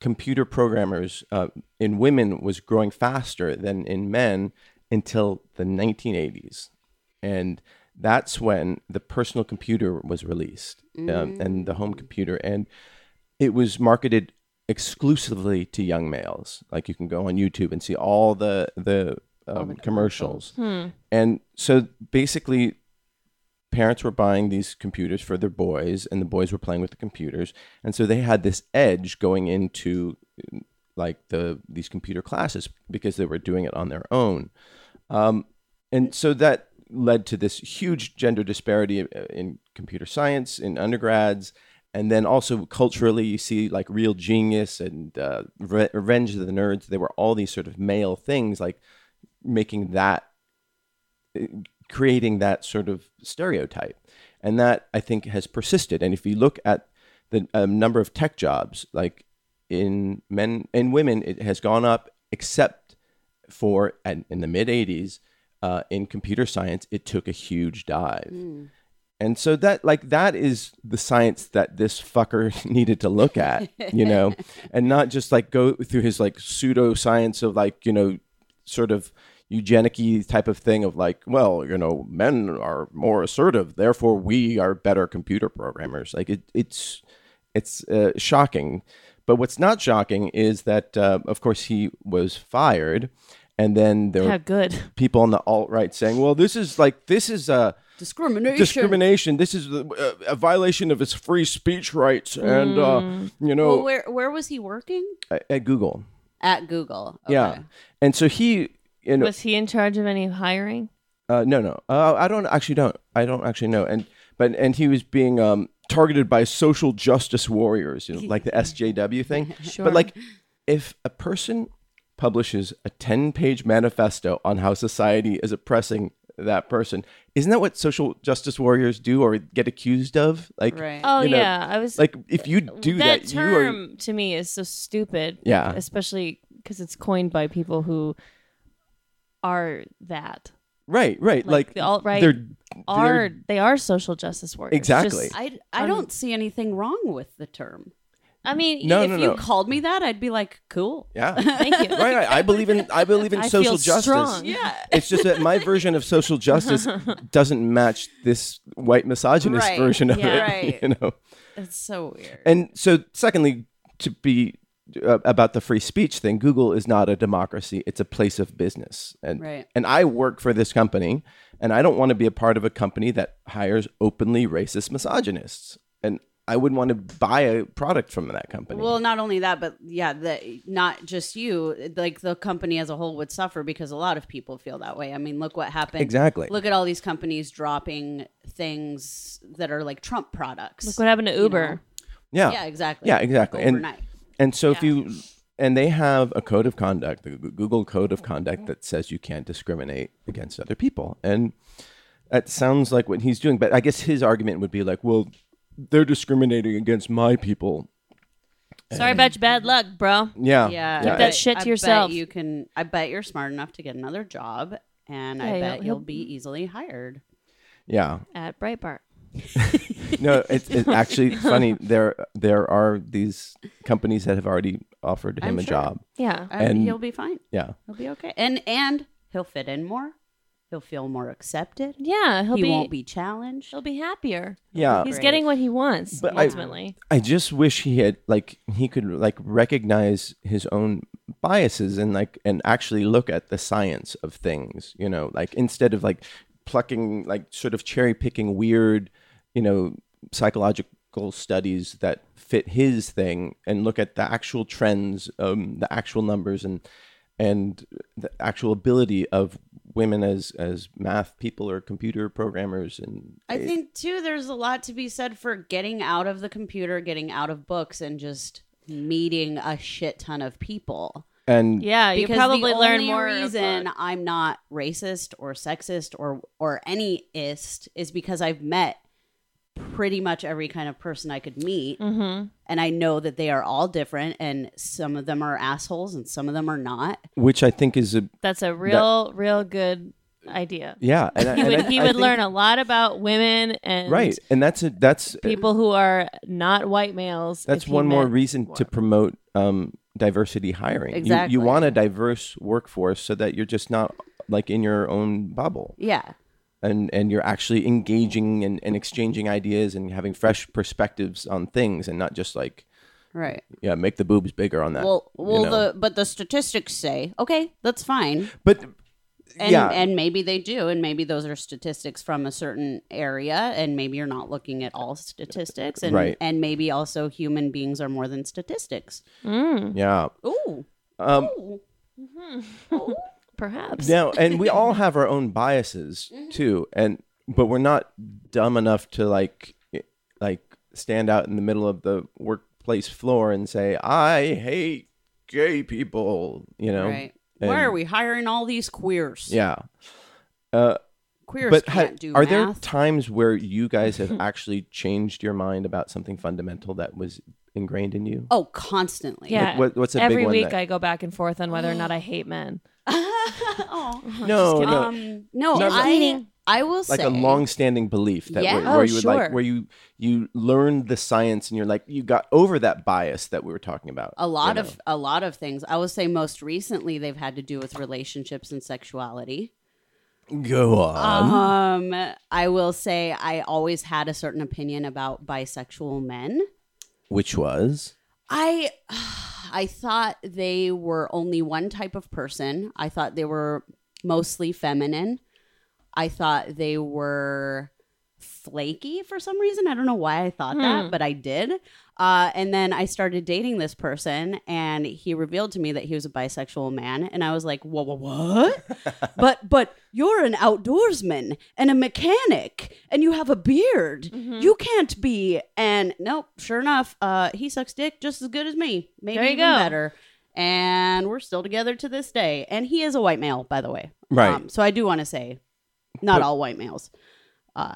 Speaker 2: computer programmers uh, in women was growing faster than in men until the 1980s. And that's when the personal computer was released um, and the home computer. And it was marketed exclusively to young males. Like you can go on YouTube and see all the, the, um, commercials. Hmm. And so basically, parents were buying these computers for their boys and the boys were playing with the computers and so they had this edge going into like the these computer classes because they were doing it on their own um, and so that led to this huge gender disparity uh, in computer science in undergrads and then also culturally you see like real genius and uh, Re- revenge of the nerds there were all these sort of male things like making that uh, creating that sort of stereotype. And that I think has persisted. And if you look at the um, number of tech jobs, like in men and women, it has gone up, except for and in the mid 80s, uh, in computer science, it took a huge dive. And so that like that is the science that this fucker needed to look at, you know, and not just like go through his like pseudoscience of like, you know, sort of eugenicy type of thing of like, well, you know, men are more assertive, therefore we are better computer programmers. Like it, it's it's uh, shocking. But what's not shocking is that uh, of course he was fired and then there
Speaker 3: How
Speaker 2: were
Speaker 3: good.
Speaker 2: people on the alt right saying, "Well, this is like this is a
Speaker 4: Discrimination.
Speaker 2: discrimination. This is a, a violation of his free speech rights, and uh, you
Speaker 4: Mm. Well,
Speaker 2: know,
Speaker 4: where where was he working?
Speaker 2: at, at Google,
Speaker 4: At Google. Okay.
Speaker 2: yeah." And so he, you know,
Speaker 3: Was he in charge of any hiring?
Speaker 2: uh, no, no, uh, I don't actually don't, I don't actually know, and but and he was being um, targeted by social justice warriors, you know, like the SJW thing.
Speaker 3: Sure.
Speaker 2: But like, if a person publishes a ten-page manifesto on how society is oppressing that person, isn't that what social justice warriors do or get accused of? Like,
Speaker 4: Right.
Speaker 3: Oh
Speaker 2: you know,
Speaker 3: yeah, I was
Speaker 2: like if you do that,
Speaker 3: that,
Speaker 2: you are
Speaker 3: term to me is so stupid.
Speaker 2: Yeah.
Speaker 3: especially because it's coined by people who are that
Speaker 2: right, right.
Speaker 3: like,
Speaker 2: Like,
Speaker 3: the alt-right
Speaker 2: they're,
Speaker 3: are
Speaker 2: they're-
Speaker 3: they are social justice warriors. It's
Speaker 2: Exactly.
Speaker 3: just-
Speaker 4: I,
Speaker 2: Um,
Speaker 4: I don't see anything wrong with the term.
Speaker 3: I mean,
Speaker 2: No,
Speaker 3: if
Speaker 2: no,
Speaker 3: you
Speaker 4: You
Speaker 2: no.
Speaker 4: called me that, I'd be like, cool.
Speaker 2: yeah,
Speaker 3: thank you.
Speaker 2: right, right. I believe in I believe in
Speaker 3: I
Speaker 2: social
Speaker 3: feel
Speaker 2: justice.
Speaker 3: strong.
Speaker 4: Yeah.
Speaker 2: It's just that my version of social justice doesn't match this white misogynist
Speaker 4: Right,
Speaker 2: version of
Speaker 3: yeah.
Speaker 2: it,
Speaker 4: right.
Speaker 2: you know.
Speaker 4: It's so weird.
Speaker 2: And so, secondly, to be uh, about the free speech thing, Google is not a democracy; it's a place of business. And
Speaker 4: Right.
Speaker 2: and I work for this company, and I don't want to be a part of a company that hires openly racist misogynists. And I wouldn't want to buy a product from that company.
Speaker 4: Well, not only that, but yeah, the, not just you, like the company as a whole would suffer because a lot of people feel that way. I mean, look what happened.
Speaker 2: Exactly.
Speaker 4: Look at all these companies dropping things that are like Trump products.
Speaker 3: Look what happened to Uber.
Speaker 2: yeah,
Speaker 4: yeah, exactly.
Speaker 2: yeah, exactly. And
Speaker 4: Overnight.
Speaker 2: and so if you and they have a code of conduct, the Goo- Google code of conduct that says you can't discriminate against other people, and that sounds like what he's doing. But I guess his argument would be like, well, they're discriminating against my people.
Speaker 3: Sorry about your bad luck, bro.
Speaker 2: Yeah,
Speaker 4: yeah.
Speaker 3: Keep
Speaker 4: I
Speaker 3: that
Speaker 4: bet-
Speaker 3: shit to
Speaker 4: I bet
Speaker 3: yourself.
Speaker 4: you can. I bet you're smart enough to get another job, and
Speaker 3: Yeah,
Speaker 4: I
Speaker 3: he'll-
Speaker 4: bet
Speaker 3: he'll-
Speaker 4: you'll be easily hired.
Speaker 2: yeah.
Speaker 3: At Breitbart.
Speaker 2: No, it's, it's actually funny. There, there are these companies that have already offered him
Speaker 4: I'm
Speaker 2: a
Speaker 4: sure.
Speaker 2: job.
Speaker 3: Yeah.
Speaker 4: I-
Speaker 2: And-
Speaker 4: he'll be fine.
Speaker 2: Yeah,
Speaker 4: He'll be okay. And and he'll fit in more. He'll feel more accepted.
Speaker 3: Yeah. He'll
Speaker 4: he
Speaker 3: be,
Speaker 4: won't be challenged.
Speaker 3: he'll be happier.
Speaker 2: yeah.
Speaker 3: He's
Speaker 4: Great.
Speaker 3: getting what he wants
Speaker 2: But I-
Speaker 3: ultimately.
Speaker 2: I just wish he had like he could like recognize his own biases and like and actually look at the science of things, you know, like instead of like plucking like sort of cherry picking weird, you know, psychological studies that fit his thing and look at the actual trends, um, the actual numbers and and the actual ability of women as as math people or computer programmers and
Speaker 4: I think too there's a lot to be said for getting out of the computer, getting out of books and just meeting a shit ton of people.
Speaker 2: and
Speaker 3: yeah. You
Speaker 4: Because
Speaker 3: probably
Speaker 4: the
Speaker 3: learn
Speaker 4: only
Speaker 3: more.
Speaker 4: reason
Speaker 3: about-
Speaker 4: I'm not racist or sexist or or any ist is because I've met pretty much every kind of person I could meet
Speaker 3: Mm-hmm.
Speaker 4: and I know that they are all different and some of them are assholes and some of them are not.
Speaker 2: which I think is a
Speaker 3: That's a real, real good idea.
Speaker 2: Yeah, and I,
Speaker 3: He would,
Speaker 2: and I-
Speaker 3: he
Speaker 2: I
Speaker 3: would
Speaker 2: think-
Speaker 3: learn a lot about women and
Speaker 2: right, and that's a, that's
Speaker 3: people who are not white males.
Speaker 2: that's
Speaker 3: if he
Speaker 2: one more
Speaker 3: met-
Speaker 2: reason to promote um, diversity hiring. You-
Speaker 4: Exactly.
Speaker 2: You, want a diverse workforce so that you're just not like in your own bubble,
Speaker 4: Yeah.
Speaker 2: and and you're actually engaging and, and exchanging ideas and having fresh perspectives on things, and not just like
Speaker 4: Right.
Speaker 2: yeah, make the boobs bigger on that.
Speaker 4: Well,
Speaker 2: you
Speaker 4: well,
Speaker 2: know.
Speaker 4: the but the statistics say okay, that's fine,
Speaker 2: but
Speaker 4: and
Speaker 2: yeah,
Speaker 4: and maybe they do, and maybe those are statistics from a certain area, and maybe you're not looking at all statistics, and
Speaker 2: Right.
Speaker 4: and maybe also human beings are more than statistics.
Speaker 2: yeah.
Speaker 4: Ooh,
Speaker 2: Um,
Speaker 3: perhaps.
Speaker 2: Now, and we all have our own biases
Speaker 4: Mm-hmm.
Speaker 2: too, and but we're not dumb enough to like i- like stand out in the middle of the workplace floor and say, "I hate gay people," you know?
Speaker 4: right?
Speaker 2: and-
Speaker 4: Why are we hiring all these queers?
Speaker 2: Yeah. Uh,
Speaker 4: Queers
Speaker 2: but ha-
Speaker 4: can't do
Speaker 2: are there
Speaker 4: math.
Speaker 2: times where you guys have actually changed your mind about something fundamental that was ingrained in you?
Speaker 4: oh, constantly.
Speaker 3: Yeah.
Speaker 2: what- what's a big
Speaker 3: Every
Speaker 2: one
Speaker 3: week
Speaker 2: that-
Speaker 3: I go back and forth on whether or not I hate men.
Speaker 4: oh.
Speaker 2: no, no,
Speaker 4: Um, no,
Speaker 2: Not-
Speaker 4: I, I will
Speaker 2: like
Speaker 4: say
Speaker 2: a long-standing belief that
Speaker 4: Yeah.
Speaker 2: where,
Speaker 3: Oh,
Speaker 2: where you would
Speaker 3: sure.
Speaker 2: like where you you learned the science and you're like you got over that bias that we were talking about.
Speaker 4: a lot
Speaker 2: you
Speaker 4: of a lot of things. I will say most recently they've had to do with relationships and sexuality.
Speaker 2: know. go on.
Speaker 4: Um, I will say I always had a certain opinion about bisexual men.
Speaker 2: Which was
Speaker 4: I I thought they were only one type of person. I thought they were mostly feminine. I thought they were flaky for some reason. I don't know why I thought
Speaker 3: Hmm.
Speaker 4: that, but I did. Uh, and then I started dating this person, and he revealed to me that he was a bisexual man, and I was like, "Whoa, whoa, what?" but but you're an outdoorsman and a mechanic, and you have a beard.
Speaker 3: Mm-hmm.
Speaker 4: You can't be. And nope, sure enough, uh, he sucks dick just as good as me, maybe
Speaker 3: There you
Speaker 4: even
Speaker 3: go.
Speaker 4: better. And we're still together to this day. And he is a white male, by the way. Um,
Speaker 2: Right.
Speaker 4: so I do want to say, not all white males. Uh,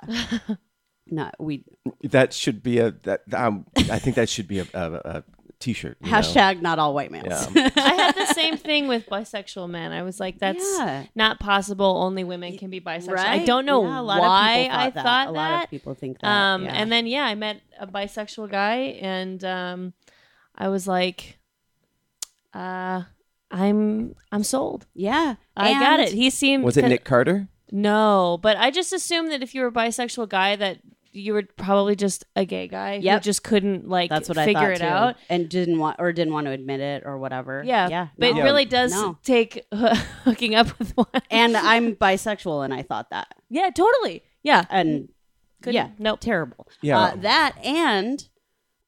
Speaker 4: not we
Speaker 2: that should be a that um, I think that should be a, a, a t-shirt. you know?
Speaker 4: Hashtag not all white males.
Speaker 2: Yeah.
Speaker 3: I had the same thing with bisexual men. I was like, that's
Speaker 4: Yeah.
Speaker 3: not possible. Only women can be bisexual. I don't know
Speaker 4: Yeah, a lot of
Speaker 3: why
Speaker 4: people
Speaker 3: I
Speaker 4: that.
Speaker 3: thought
Speaker 4: A
Speaker 3: that.
Speaker 4: lot of people think that.
Speaker 3: um,
Speaker 4: yeah.
Speaker 3: And then, yeah, I met a bisexual guy, and um, I was like, uh, I'm I'm sold.
Speaker 4: yeah,
Speaker 3: I got
Speaker 4: And-
Speaker 3: it. He seemed
Speaker 2: Was it
Speaker 3: 'cause-
Speaker 2: Nick Carter?
Speaker 3: No, but I just assumed that if you were a bisexual guy, that you were probably just a gay guy who
Speaker 4: Yep.
Speaker 3: just couldn't like
Speaker 4: That's what
Speaker 3: figure
Speaker 4: I thought
Speaker 3: it
Speaker 4: too.
Speaker 3: out.
Speaker 4: and didn't want or didn't want to admit it or whatever.
Speaker 3: Yeah,
Speaker 4: yeah,
Speaker 3: but
Speaker 4: no.
Speaker 3: it really does
Speaker 4: No.
Speaker 3: take hooking up with one.
Speaker 4: and I'm bisexual, and I thought that,
Speaker 3: yeah, totally. Yeah,
Speaker 4: and
Speaker 3: Couldn't-
Speaker 4: yeah,
Speaker 3: Mm. nope.
Speaker 4: terrible.
Speaker 2: Yeah.
Speaker 4: uh, that and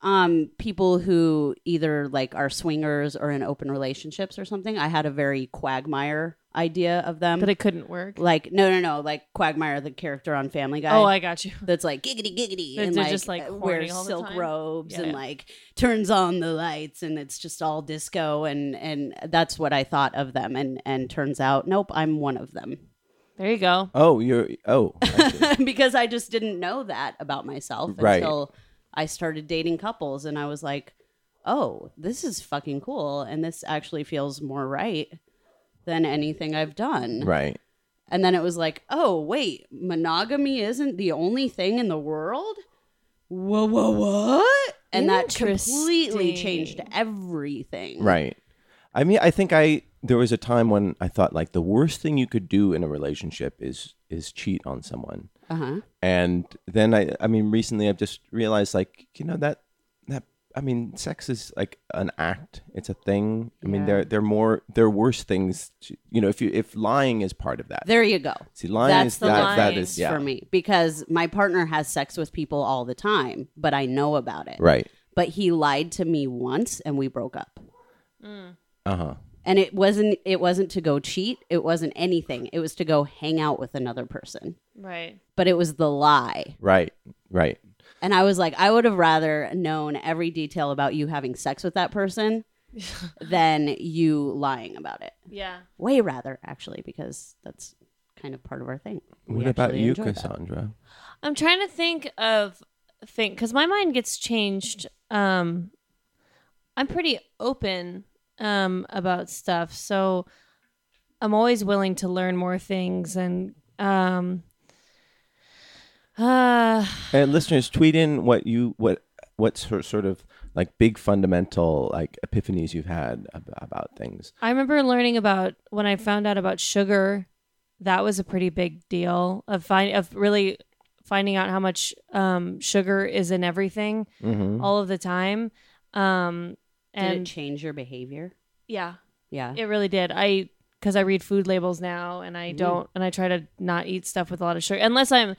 Speaker 4: um people who either like are swingers or in open relationships or something. I had a very quagmire idea of them.
Speaker 3: but it couldn't work.
Speaker 4: like no, no, no, like Quagmire, the character on Family Guy.
Speaker 3: oh, I got you.
Speaker 4: that's like giggity giggity
Speaker 3: That
Speaker 4: and
Speaker 3: they're
Speaker 4: like,
Speaker 3: just, like,
Speaker 4: uh,
Speaker 3: horny
Speaker 4: wears
Speaker 3: all the
Speaker 4: silk
Speaker 3: time?
Speaker 4: robes
Speaker 3: Yeah.
Speaker 4: and like turns on the lights and it's just all disco and and that's what I thought of them and and turns out nope I'm one of them
Speaker 3: There you go.
Speaker 2: Oh, you're oh. I see.
Speaker 4: because I just didn't know that about myself
Speaker 2: Right.
Speaker 4: until I started dating couples and I was like oh this is fucking cool and this actually feels more right than anything I've done
Speaker 2: right.
Speaker 4: and then it was like, oh, wait, monogamy isn't the only thing in the world? Whoa, whoa, what? And that completely changed
Speaker 3: Interesting.
Speaker 4: everything.
Speaker 2: Right. I mean, I think I there was a time when I thought like the worst thing you could do in a relationship is is cheat on someone.
Speaker 4: Uh huh.
Speaker 2: And then I I mean recently I've just realized like, you know, that that I mean, sex is like an act. It's a thing. I mean, there there are more there are worse things, to, you know, if you if lying is part of that.
Speaker 4: There you go.
Speaker 2: See, lying
Speaker 4: That's
Speaker 2: is
Speaker 4: the
Speaker 2: that that
Speaker 3: lying
Speaker 2: is yeah.
Speaker 4: For me, because my partner has sex with people all the time, but I know about it.
Speaker 2: Right.
Speaker 4: But he lied to me once and we broke up.
Speaker 2: Uh-huh.
Speaker 4: And it wasn't it wasn't to go cheat, it wasn't anything. It was to go hang out with another person.
Speaker 3: Right.
Speaker 4: But it was the lie.
Speaker 2: Right. Right.
Speaker 4: And I was like, I would have rather known every detail about you having sex with that person than you lying about it.
Speaker 3: Yeah.
Speaker 4: Way rather, actually, because that's kind of part of our thing. We
Speaker 2: What about
Speaker 4: actually
Speaker 2: you,
Speaker 4: enjoy that.
Speaker 2: Cassandra?
Speaker 3: I'm trying to think of think because my mind gets changed. Um, I'm pretty open um, about stuff, so I'm always willing to learn more things and um, uh,
Speaker 2: And listeners, tweet in what you what what sor- sort of like big fundamental like epiphanies you've had ab- about things.
Speaker 3: I remember learning about when I found out about sugar. That was a pretty big deal of find of really finding out how much um, sugar is in everything
Speaker 2: Mm-hmm.
Speaker 3: all of the time. Um,
Speaker 4: Did
Speaker 3: and
Speaker 4: it change your behavior?
Speaker 3: yeah,
Speaker 4: Yeah.
Speaker 3: it really did. I because I read food labels now, and I don't, and I try to not eat stuff with a lot of sugar unless I'm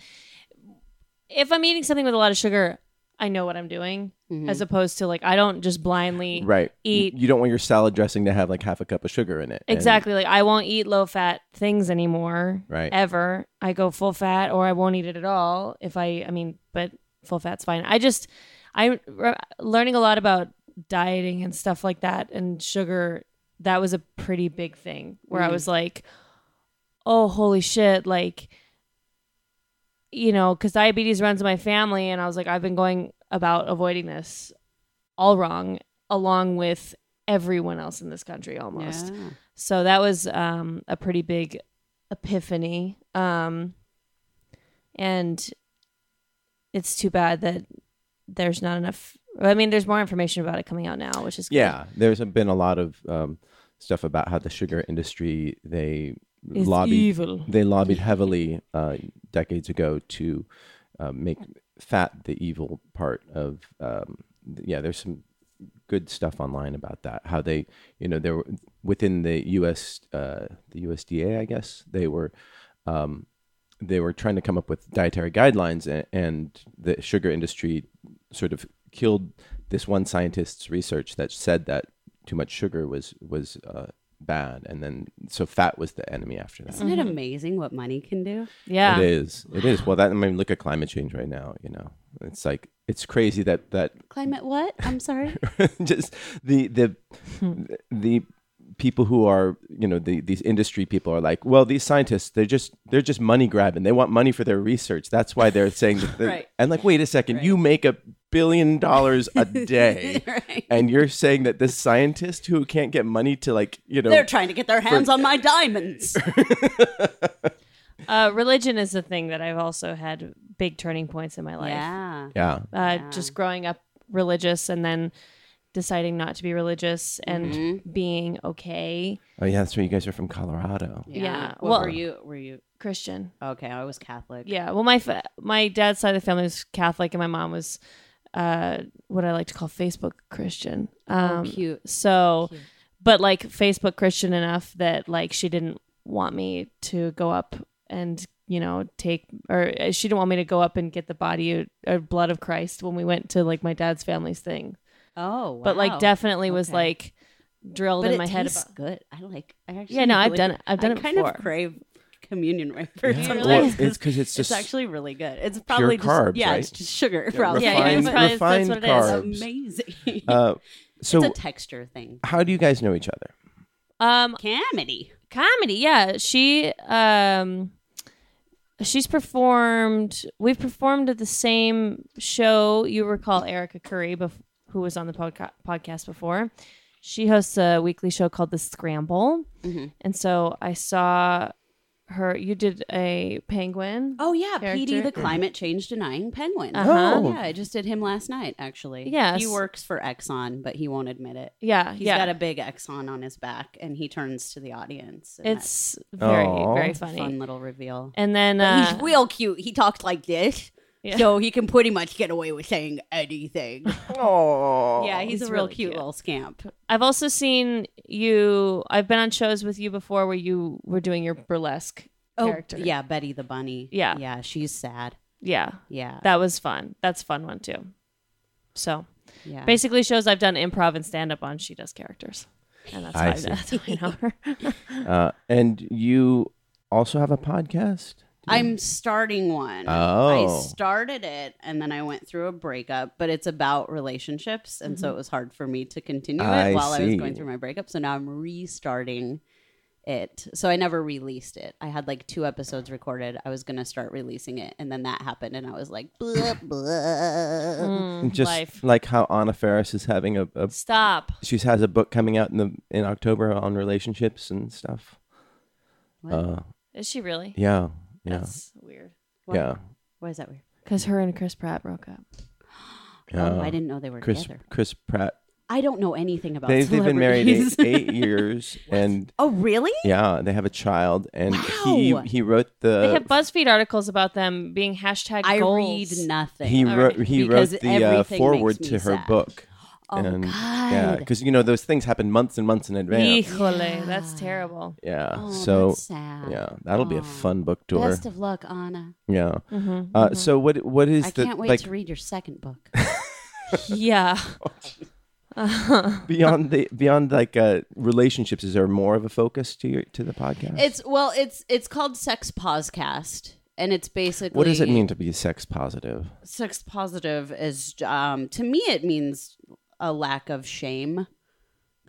Speaker 3: if I'm eating something with a lot of sugar. I know what I'm doing,
Speaker 4: Mm-hmm.
Speaker 3: as opposed to like I don't just blindly
Speaker 2: Right.
Speaker 3: eat
Speaker 2: You don't want your salad dressing to have like half a cup of sugar in it. And-
Speaker 3: Exactly. Like I won't eat low fat things anymore.
Speaker 2: Right.
Speaker 3: Ever. I go full fat or I won't eat it at all if I I mean, but full fat's fine. I just I re- learning a lot about dieting and stuff like that and sugar that was a
Speaker 2: Mm.
Speaker 3: pretty big thing where I was like, "Oh, holy shit, like you know, because diabetes runs in my family, and I was like, I've been going about avoiding this all wrong, along with everyone else in this country almost.
Speaker 4: Yeah.
Speaker 3: So that was um, a pretty big epiphany. Um, and it's too bad that there's not enough. I mean, there's more information about it coming out now, which is good.
Speaker 2: Yeah, there's been a lot of um, stuff about how the sugar industry they
Speaker 3: It's
Speaker 2: lobbied
Speaker 3: evil.
Speaker 2: they lobbied heavily uh, decades ago to uh, make fat the evil part of. Um, th- yeah, there's some good stuff online about that. How they, you know, they were within the U.S. Uh, the USDA, I guess they were. Um, they were trying to come up with dietary guidelines, and, and the sugar industry sort of killed this one scientist's research that said that too much sugar was was uh, bad, and then so fat was the enemy after that.
Speaker 4: Isn't
Speaker 3: Mm-hmm.
Speaker 4: it amazing what money can do?
Speaker 3: Yeah.
Speaker 2: It is. It is. Well, that I mean, look at climate change right now. You know, it's like it's crazy that that
Speaker 4: Climate what? I'm sorry.
Speaker 2: just the the the people who are you know the, these industry people are like, well, these scientists they're just they're just money grabbing. They want money for their research. That's why they're saying. That they're-
Speaker 4: Right.
Speaker 2: And like, wait a second, you make a billion dollars a day.
Speaker 4: Right.
Speaker 2: And you're saying that this scientist who can't get money to like you know
Speaker 4: They're trying to get their hands on my diamonds.
Speaker 3: Uh, religion is a thing that I've also had big turning points in my life.
Speaker 4: yeah.
Speaker 2: yeah
Speaker 3: Uh, Just growing up religious and then deciding not to be religious and being okay
Speaker 2: oh yeah that's right you guys are from Colorado
Speaker 3: Yeah.
Speaker 4: What
Speaker 3: Well-
Speaker 4: were you? Were you?
Speaker 3: Christian.
Speaker 4: Okay, I was Catholic.
Speaker 3: Yeah. Well, my fa- my dad's side of the family was Catholic, and my mom was uh, what I like to call Facebook Christian. Um,
Speaker 4: Oh, cute.
Speaker 3: So, but like Facebook Christian enough that like she didn't want me to go up and you know take or uh, she didn't want me to go up and get the body or, or blood of Christ when we went to like my dad's family's thing.
Speaker 4: Oh, wow.
Speaker 3: But like definitely was
Speaker 4: Okay.
Speaker 3: like drilled
Speaker 4: but
Speaker 3: in
Speaker 4: it
Speaker 3: my head.
Speaker 4: tastes
Speaker 3: about-
Speaker 4: good. I like. I actually
Speaker 3: Yeah, no, I've
Speaker 4: really-
Speaker 3: done it- I've done
Speaker 4: I
Speaker 3: it
Speaker 4: kind
Speaker 3: before.
Speaker 4: of crave communion wafers.
Speaker 2: Yeah.
Speaker 4: sometimes
Speaker 2: Well, it's 'cause it's just-
Speaker 4: actually really good. It's probably just,
Speaker 2: carbs,
Speaker 4: Yeah,
Speaker 2: right?
Speaker 4: it's just sugar. probably.
Speaker 3: yeah,
Speaker 2: refined,
Speaker 3: it's probably- that's
Speaker 2: refined
Speaker 3: what it is.
Speaker 2: carbs.
Speaker 4: amazing.
Speaker 2: Uh, so
Speaker 4: it's a texture thing.
Speaker 2: how do you guys know each other?
Speaker 3: um,
Speaker 4: Comedy.
Speaker 3: comedy yeah she um she's performed we've performed at the same show you recall erica curry bef- who was on the podca- podcast before she hosts a weekly show called the scramble
Speaker 4: Mm-hmm.
Speaker 3: and so i saw her you did a penguin
Speaker 4: Oh yeah,
Speaker 3: Character.
Speaker 4: PD the climate change denying penguin.
Speaker 3: Uh-huh.
Speaker 2: Oh.
Speaker 4: Yeah, I just did him last night actually.
Speaker 3: Yes.
Speaker 4: He works for Exxon, but he won't admit it.
Speaker 3: yeah
Speaker 4: He's
Speaker 3: yeah
Speaker 4: got a big Exxon on his back and he turns to the audience. and that's
Speaker 3: it's very
Speaker 2: Aw.
Speaker 3: very
Speaker 4: a
Speaker 3: funny
Speaker 4: fun little reveal.
Speaker 3: and then
Speaker 4: But
Speaker 3: uh,
Speaker 4: he's real cute. He talks like this.
Speaker 3: Yeah.
Speaker 4: So he can pretty much get away with saying anything.
Speaker 2: Oh,
Speaker 4: yeah, he's,
Speaker 3: he's
Speaker 4: a real
Speaker 3: really
Speaker 4: cute,
Speaker 3: cute.
Speaker 4: little scamp.
Speaker 3: I've also seen you. I've been on shows with you before where you were doing your burlesque
Speaker 4: Oh,
Speaker 3: character.
Speaker 4: yeah, Betty the bunny.
Speaker 3: Yeah.
Speaker 4: yeah, she's sad.
Speaker 3: yeah,
Speaker 4: Yeah,
Speaker 3: that was fun. That's a fun one too. So
Speaker 4: yeah.
Speaker 3: basically, shows I've done improv and stand up on. She does characters, and that's how
Speaker 2: I
Speaker 3: I,
Speaker 2: see.
Speaker 3: that's how I know her.
Speaker 2: Uh, and you also have a podcast?
Speaker 4: I'm starting one.
Speaker 2: Oh.
Speaker 4: I started it and then I went through a breakup, but it's about relationships. And so it was hard for me to continue it
Speaker 2: Mm-hmm. I
Speaker 4: while I was
Speaker 2: see.
Speaker 4: going through my breakup. So now I'm restarting it. So I never released it. I had like two episodes recorded. I was going to start releasing it. And then that happened. And I was like, blah, blah.
Speaker 2: Just
Speaker 3: life.
Speaker 2: like how Anna Ferris is having a, a
Speaker 3: Stop.
Speaker 2: she has a book coming out in the in October on relationships and stuff. Uh,
Speaker 3: Is she really?
Speaker 2: Yeah, yeah,
Speaker 3: That's weird.
Speaker 4: What?
Speaker 2: yeah.
Speaker 4: Why is that weird?
Speaker 3: Because her and Chris Pratt broke up.
Speaker 4: oh, I didn't know they were
Speaker 2: Chris
Speaker 4: together.
Speaker 2: Chris Pratt.
Speaker 4: I don't know anything about
Speaker 2: They, they've been married eight,
Speaker 4: celebrities.
Speaker 2: eight years, and
Speaker 4: oh, really?
Speaker 2: yeah, they have a child. And he
Speaker 4: Wow.
Speaker 2: he wrote
Speaker 3: They have
Speaker 2: the
Speaker 3: BuzzFeed articles about them being hashtag
Speaker 4: I
Speaker 3: goals.
Speaker 4: read nothing. Oh,
Speaker 2: he
Speaker 3: All
Speaker 2: wrote
Speaker 3: right.
Speaker 2: he
Speaker 4: Because
Speaker 2: wrote the uh,
Speaker 4: everything makes
Speaker 2: forward
Speaker 4: me
Speaker 2: to her
Speaker 4: sad.
Speaker 2: book.
Speaker 4: Oh,
Speaker 2: and yeah,
Speaker 4: God.
Speaker 2: because you know those things happen months and months in advance.
Speaker 3: Híjole, that's terrible.
Speaker 2: Yeah.
Speaker 4: Oh,
Speaker 2: so
Speaker 4: that's sad.
Speaker 2: yeah, that'll be a fun book tour.
Speaker 4: Best of luck, Anna.
Speaker 2: yeah. uh, So what what is
Speaker 4: Mm-hmm, I
Speaker 2: the
Speaker 4: can't wait
Speaker 2: like
Speaker 4: to read your second book.
Speaker 3: Yeah.
Speaker 2: beyond the beyond like uh, relationships? Is there more of a focus to your to the podcast?
Speaker 4: it's well, it's it's called Sex Poscast, and it's basically
Speaker 2: what does it mean to be sex positive?
Speaker 4: Sex positive is um, to me it means a lack of shame,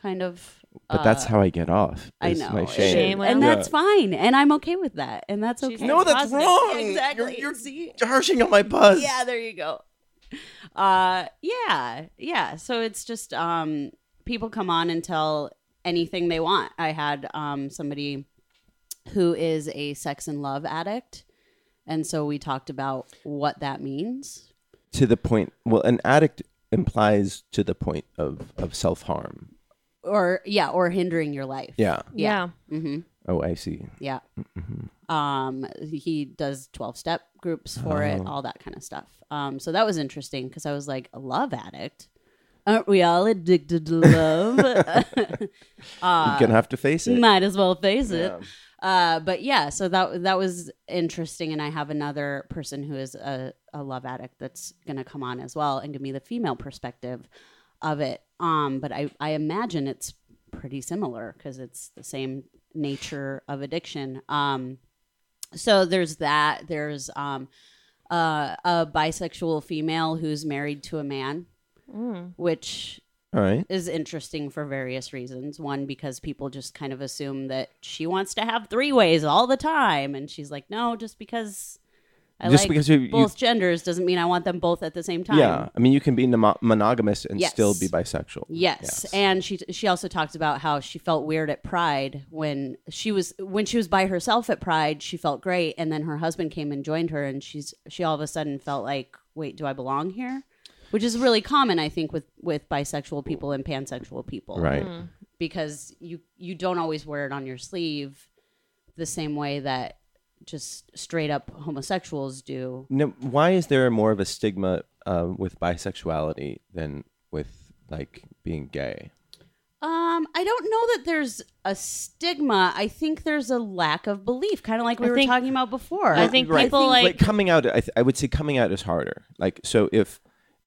Speaker 4: kind of.
Speaker 2: But that's how I get off.
Speaker 4: I
Speaker 2: is
Speaker 4: know.
Speaker 2: My
Speaker 4: it
Speaker 2: shame.
Speaker 3: Shame
Speaker 4: is. And
Speaker 2: Yeah.
Speaker 4: that's fine. And I'm okay with that. And that's
Speaker 3: She's
Speaker 4: okay.
Speaker 3: No, that's Positive. wrong.
Speaker 4: Exactly.
Speaker 2: You're,
Speaker 4: See?
Speaker 2: harshing on my buzz.
Speaker 4: Yeah, there you go. Uh yeah. Yeah. So it's just um people come on and tell anything they want. I had um somebody who is a sex and love addict. And so we talked about what that means.
Speaker 2: To the point. Well, an addict implies to the point of, of self harm.
Speaker 4: Or yeah, or hindering your life.
Speaker 2: Yeah.
Speaker 3: Yeah.
Speaker 4: Mm-hmm.
Speaker 2: Oh, I see.
Speaker 4: Yeah. Um, he does 12 step groups for it, all that kind of stuff. Um, so that was interesting because I was like, a love addict. Aren't we all addicted to love? Uh,
Speaker 2: You're gonna have to face it.
Speaker 4: Might as well face it. Uh, but yeah, so that that was interesting, and I have another person who is a, a love addict that's gonna come on as well and give me the female perspective of it. Um, but I I imagine it's pretty similar because it's the same nature of addiction. Um, so there's that. There's um, uh, a bisexual female who's married to a man, which
Speaker 2: All right.
Speaker 4: is interesting for various reasons. One, because people just kind of assume that she wants to have three ways all the time, and she's like, no, just because I
Speaker 2: Just
Speaker 4: like
Speaker 2: because you- you-
Speaker 4: both genders doesn't mean I want them both at the same time.
Speaker 2: Yeah. I mean, you can be mono- monogamous and
Speaker 4: Yes.
Speaker 2: still be bisexual.
Speaker 4: Yes. and she she also talked about how she felt weird at Pride when she was when she was by herself at Pride. She felt great, and then her husband came and joined her, and she's she all of a sudden felt like, wait, do I belong here? Which is really common, I think, with with bisexual people and pansexual people,
Speaker 2: Right.
Speaker 4: because you you don't always wear it on your sleeve the same way that just straight up homosexuals do.
Speaker 2: Now, why is there more of a stigma uh, with bisexuality than with like being gay?
Speaker 4: Um, I don't know that there's a stigma. I think there's a lack of belief, kind of like we
Speaker 3: I
Speaker 4: were
Speaker 3: think-
Speaker 4: talking about before.
Speaker 3: I think
Speaker 2: Right.
Speaker 3: people like,
Speaker 2: coming out, I, th- I would say coming out is harder. Like, so if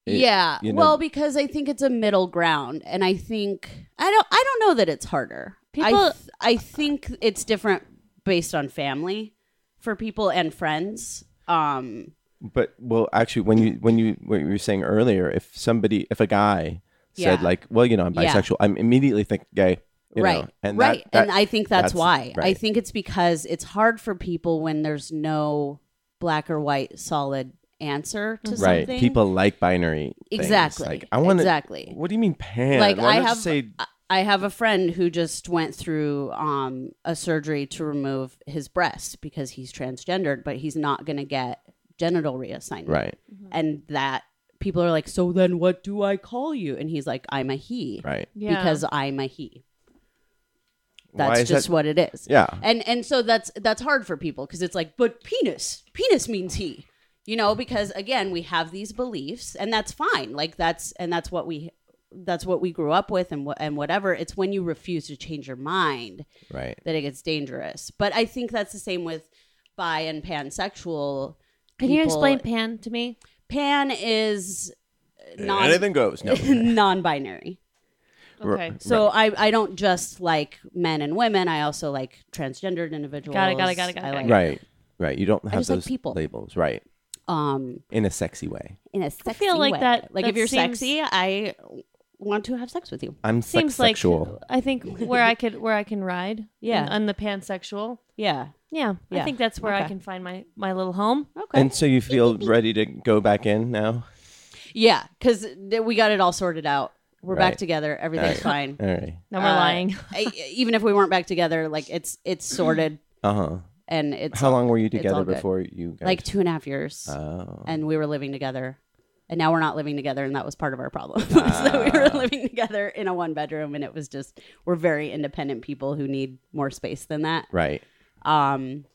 Speaker 2: it-
Speaker 4: yeah.
Speaker 2: you know-
Speaker 4: well, because I think it's a middle ground, and I think I don't. I don't know that it's harder. I,
Speaker 3: People-
Speaker 4: th- I think it's different based on family for people and friends. Um,
Speaker 2: But well, actually, when you when you what you were saying earlier, if somebody, if a guy said
Speaker 4: Yeah.
Speaker 2: like, "Well, you know, I'm
Speaker 4: Yeah.
Speaker 2: bisexual," I'm immediately think gay. You
Speaker 4: right.
Speaker 2: Know? And
Speaker 4: right.
Speaker 2: That, that,
Speaker 4: and I think that's,
Speaker 2: that's-
Speaker 4: why. I
Speaker 2: right.
Speaker 4: think it's because it's hard for people when there's no black or white solid answer to
Speaker 2: right.
Speaker 4: something.
Speaker 2: People like binary. things.
Speaker 4: Exactly.
Speaker 2: Like I want
Speaker 4: Exactly.
Speaker 2: What do you mean pan?
Speaker 4: like
Speaker 2: Why
Speaker 4: I
Speaker 2: not just
Speaker 4: have
Speaker 2: say
Speaker 4: I- I have a friend who just went through um, a surgery to remove his breast because he's transgendered, but he's not going to get genital reassignment.
Speaker 2: right,
Speaker 4: And that people are like, so then what do I call you? And he's like, I'm a he
Speaker 2: right.
Speaker 3: yeah.
Speaker 4: because I'm a he.
Speaker 2: Why
Speaker 4: That's
Speaker 2: is
Speaker 4: just
Speaker 2: that-
Speaker 4: what it is.
Speaker 2: Yeah.
Speaker 4: And and so that's that's hard for people because it's like, but penis, penis means he. You know, because again, we have these beliefs and that's fine. Like that's and that's what we that's what we grew up with and what and whatever. It's when you refuse to change your mind
Speaker 2: Right.
Speaker 4: that it gets dangerous. But I think that's the same with bi and pansexual.
Speaker 3: Can you
Speaker 4: people.
Speaker 3: explain pan to me?
Speaker 4: pan is non
Speaker 2: Anything goes. No.
Speaker 4: non-binary.
Speaker 3: Okay.
Speaker 4: So I, I don't just like men and women. I also like transgendered individuals.
Speaker 3: Got it, got it, got it, got it,
Speaker 4: I
Speaker 3: got it.
Speaker 4: like,
Speaker 2: Right. Right. You don't have
Speaker 4: just like
Speaker 2: those
Speaker 4: people.
Speaker 2: labels. Right.
Speaker 4: Um,
Speaker 2: In a sexy way.
Speaker 4: in a sexy
Speaker 3: feel like
Speaker 4: way.
Speaker 3: that-
Speaker 4: Like if
Speaker 3: that
Speaker 4: you're
Speaker 3: seems-
Speaker 4: sexy, I want to have sex with you.
Speaker 2: I'm sex-
Speaker 3: Seems like
Speaker 2: sexual.
Speaker 3: I think where I could where I can ride.
Speaker 4: Yeah.
Speaker 3: And, and the pansexual.
Speaker 4: Yeah.
Speaker 3: Yeah,
Speaker 4: Yeah.
Speaker 3: I think that's where I
Speaker 4: Okay.
Speaker 3: can find my my little home.
Speaker 4: Okay.
Speaker 2: And so you feel ready to go back in now.
Speaker 4: yeah, because we got it all sorted out. We're
Speaker 2: Right.
Speaker 4: back together. Everything's fine.
Speaker 2: All right.
Speaker 3: No more
Speaker 4: Uh,
Speaker 3: lying.
Speaker 4: I, even if we weren't back together, like it's it's sorted
Speaker 2: Uh huh.
Speaker 4: and it's
Speaker 2: How long were you
Speaker 4: it's all
Speaker 2: together
Speaker 4: good.
Speaker 2: before you guys?
Speaker 4: like two and a half years,
Speaker 2: Oh.
Speaker 4: and we were living together. And now we're not living together, and that was part of our problem.
Speaker 2: Ah.
Speaker 4: was that we were living together in a one bedroom, and it was just we're very independent people who need more space than that.
Speaker 2: Right.
Speaker 4: Um,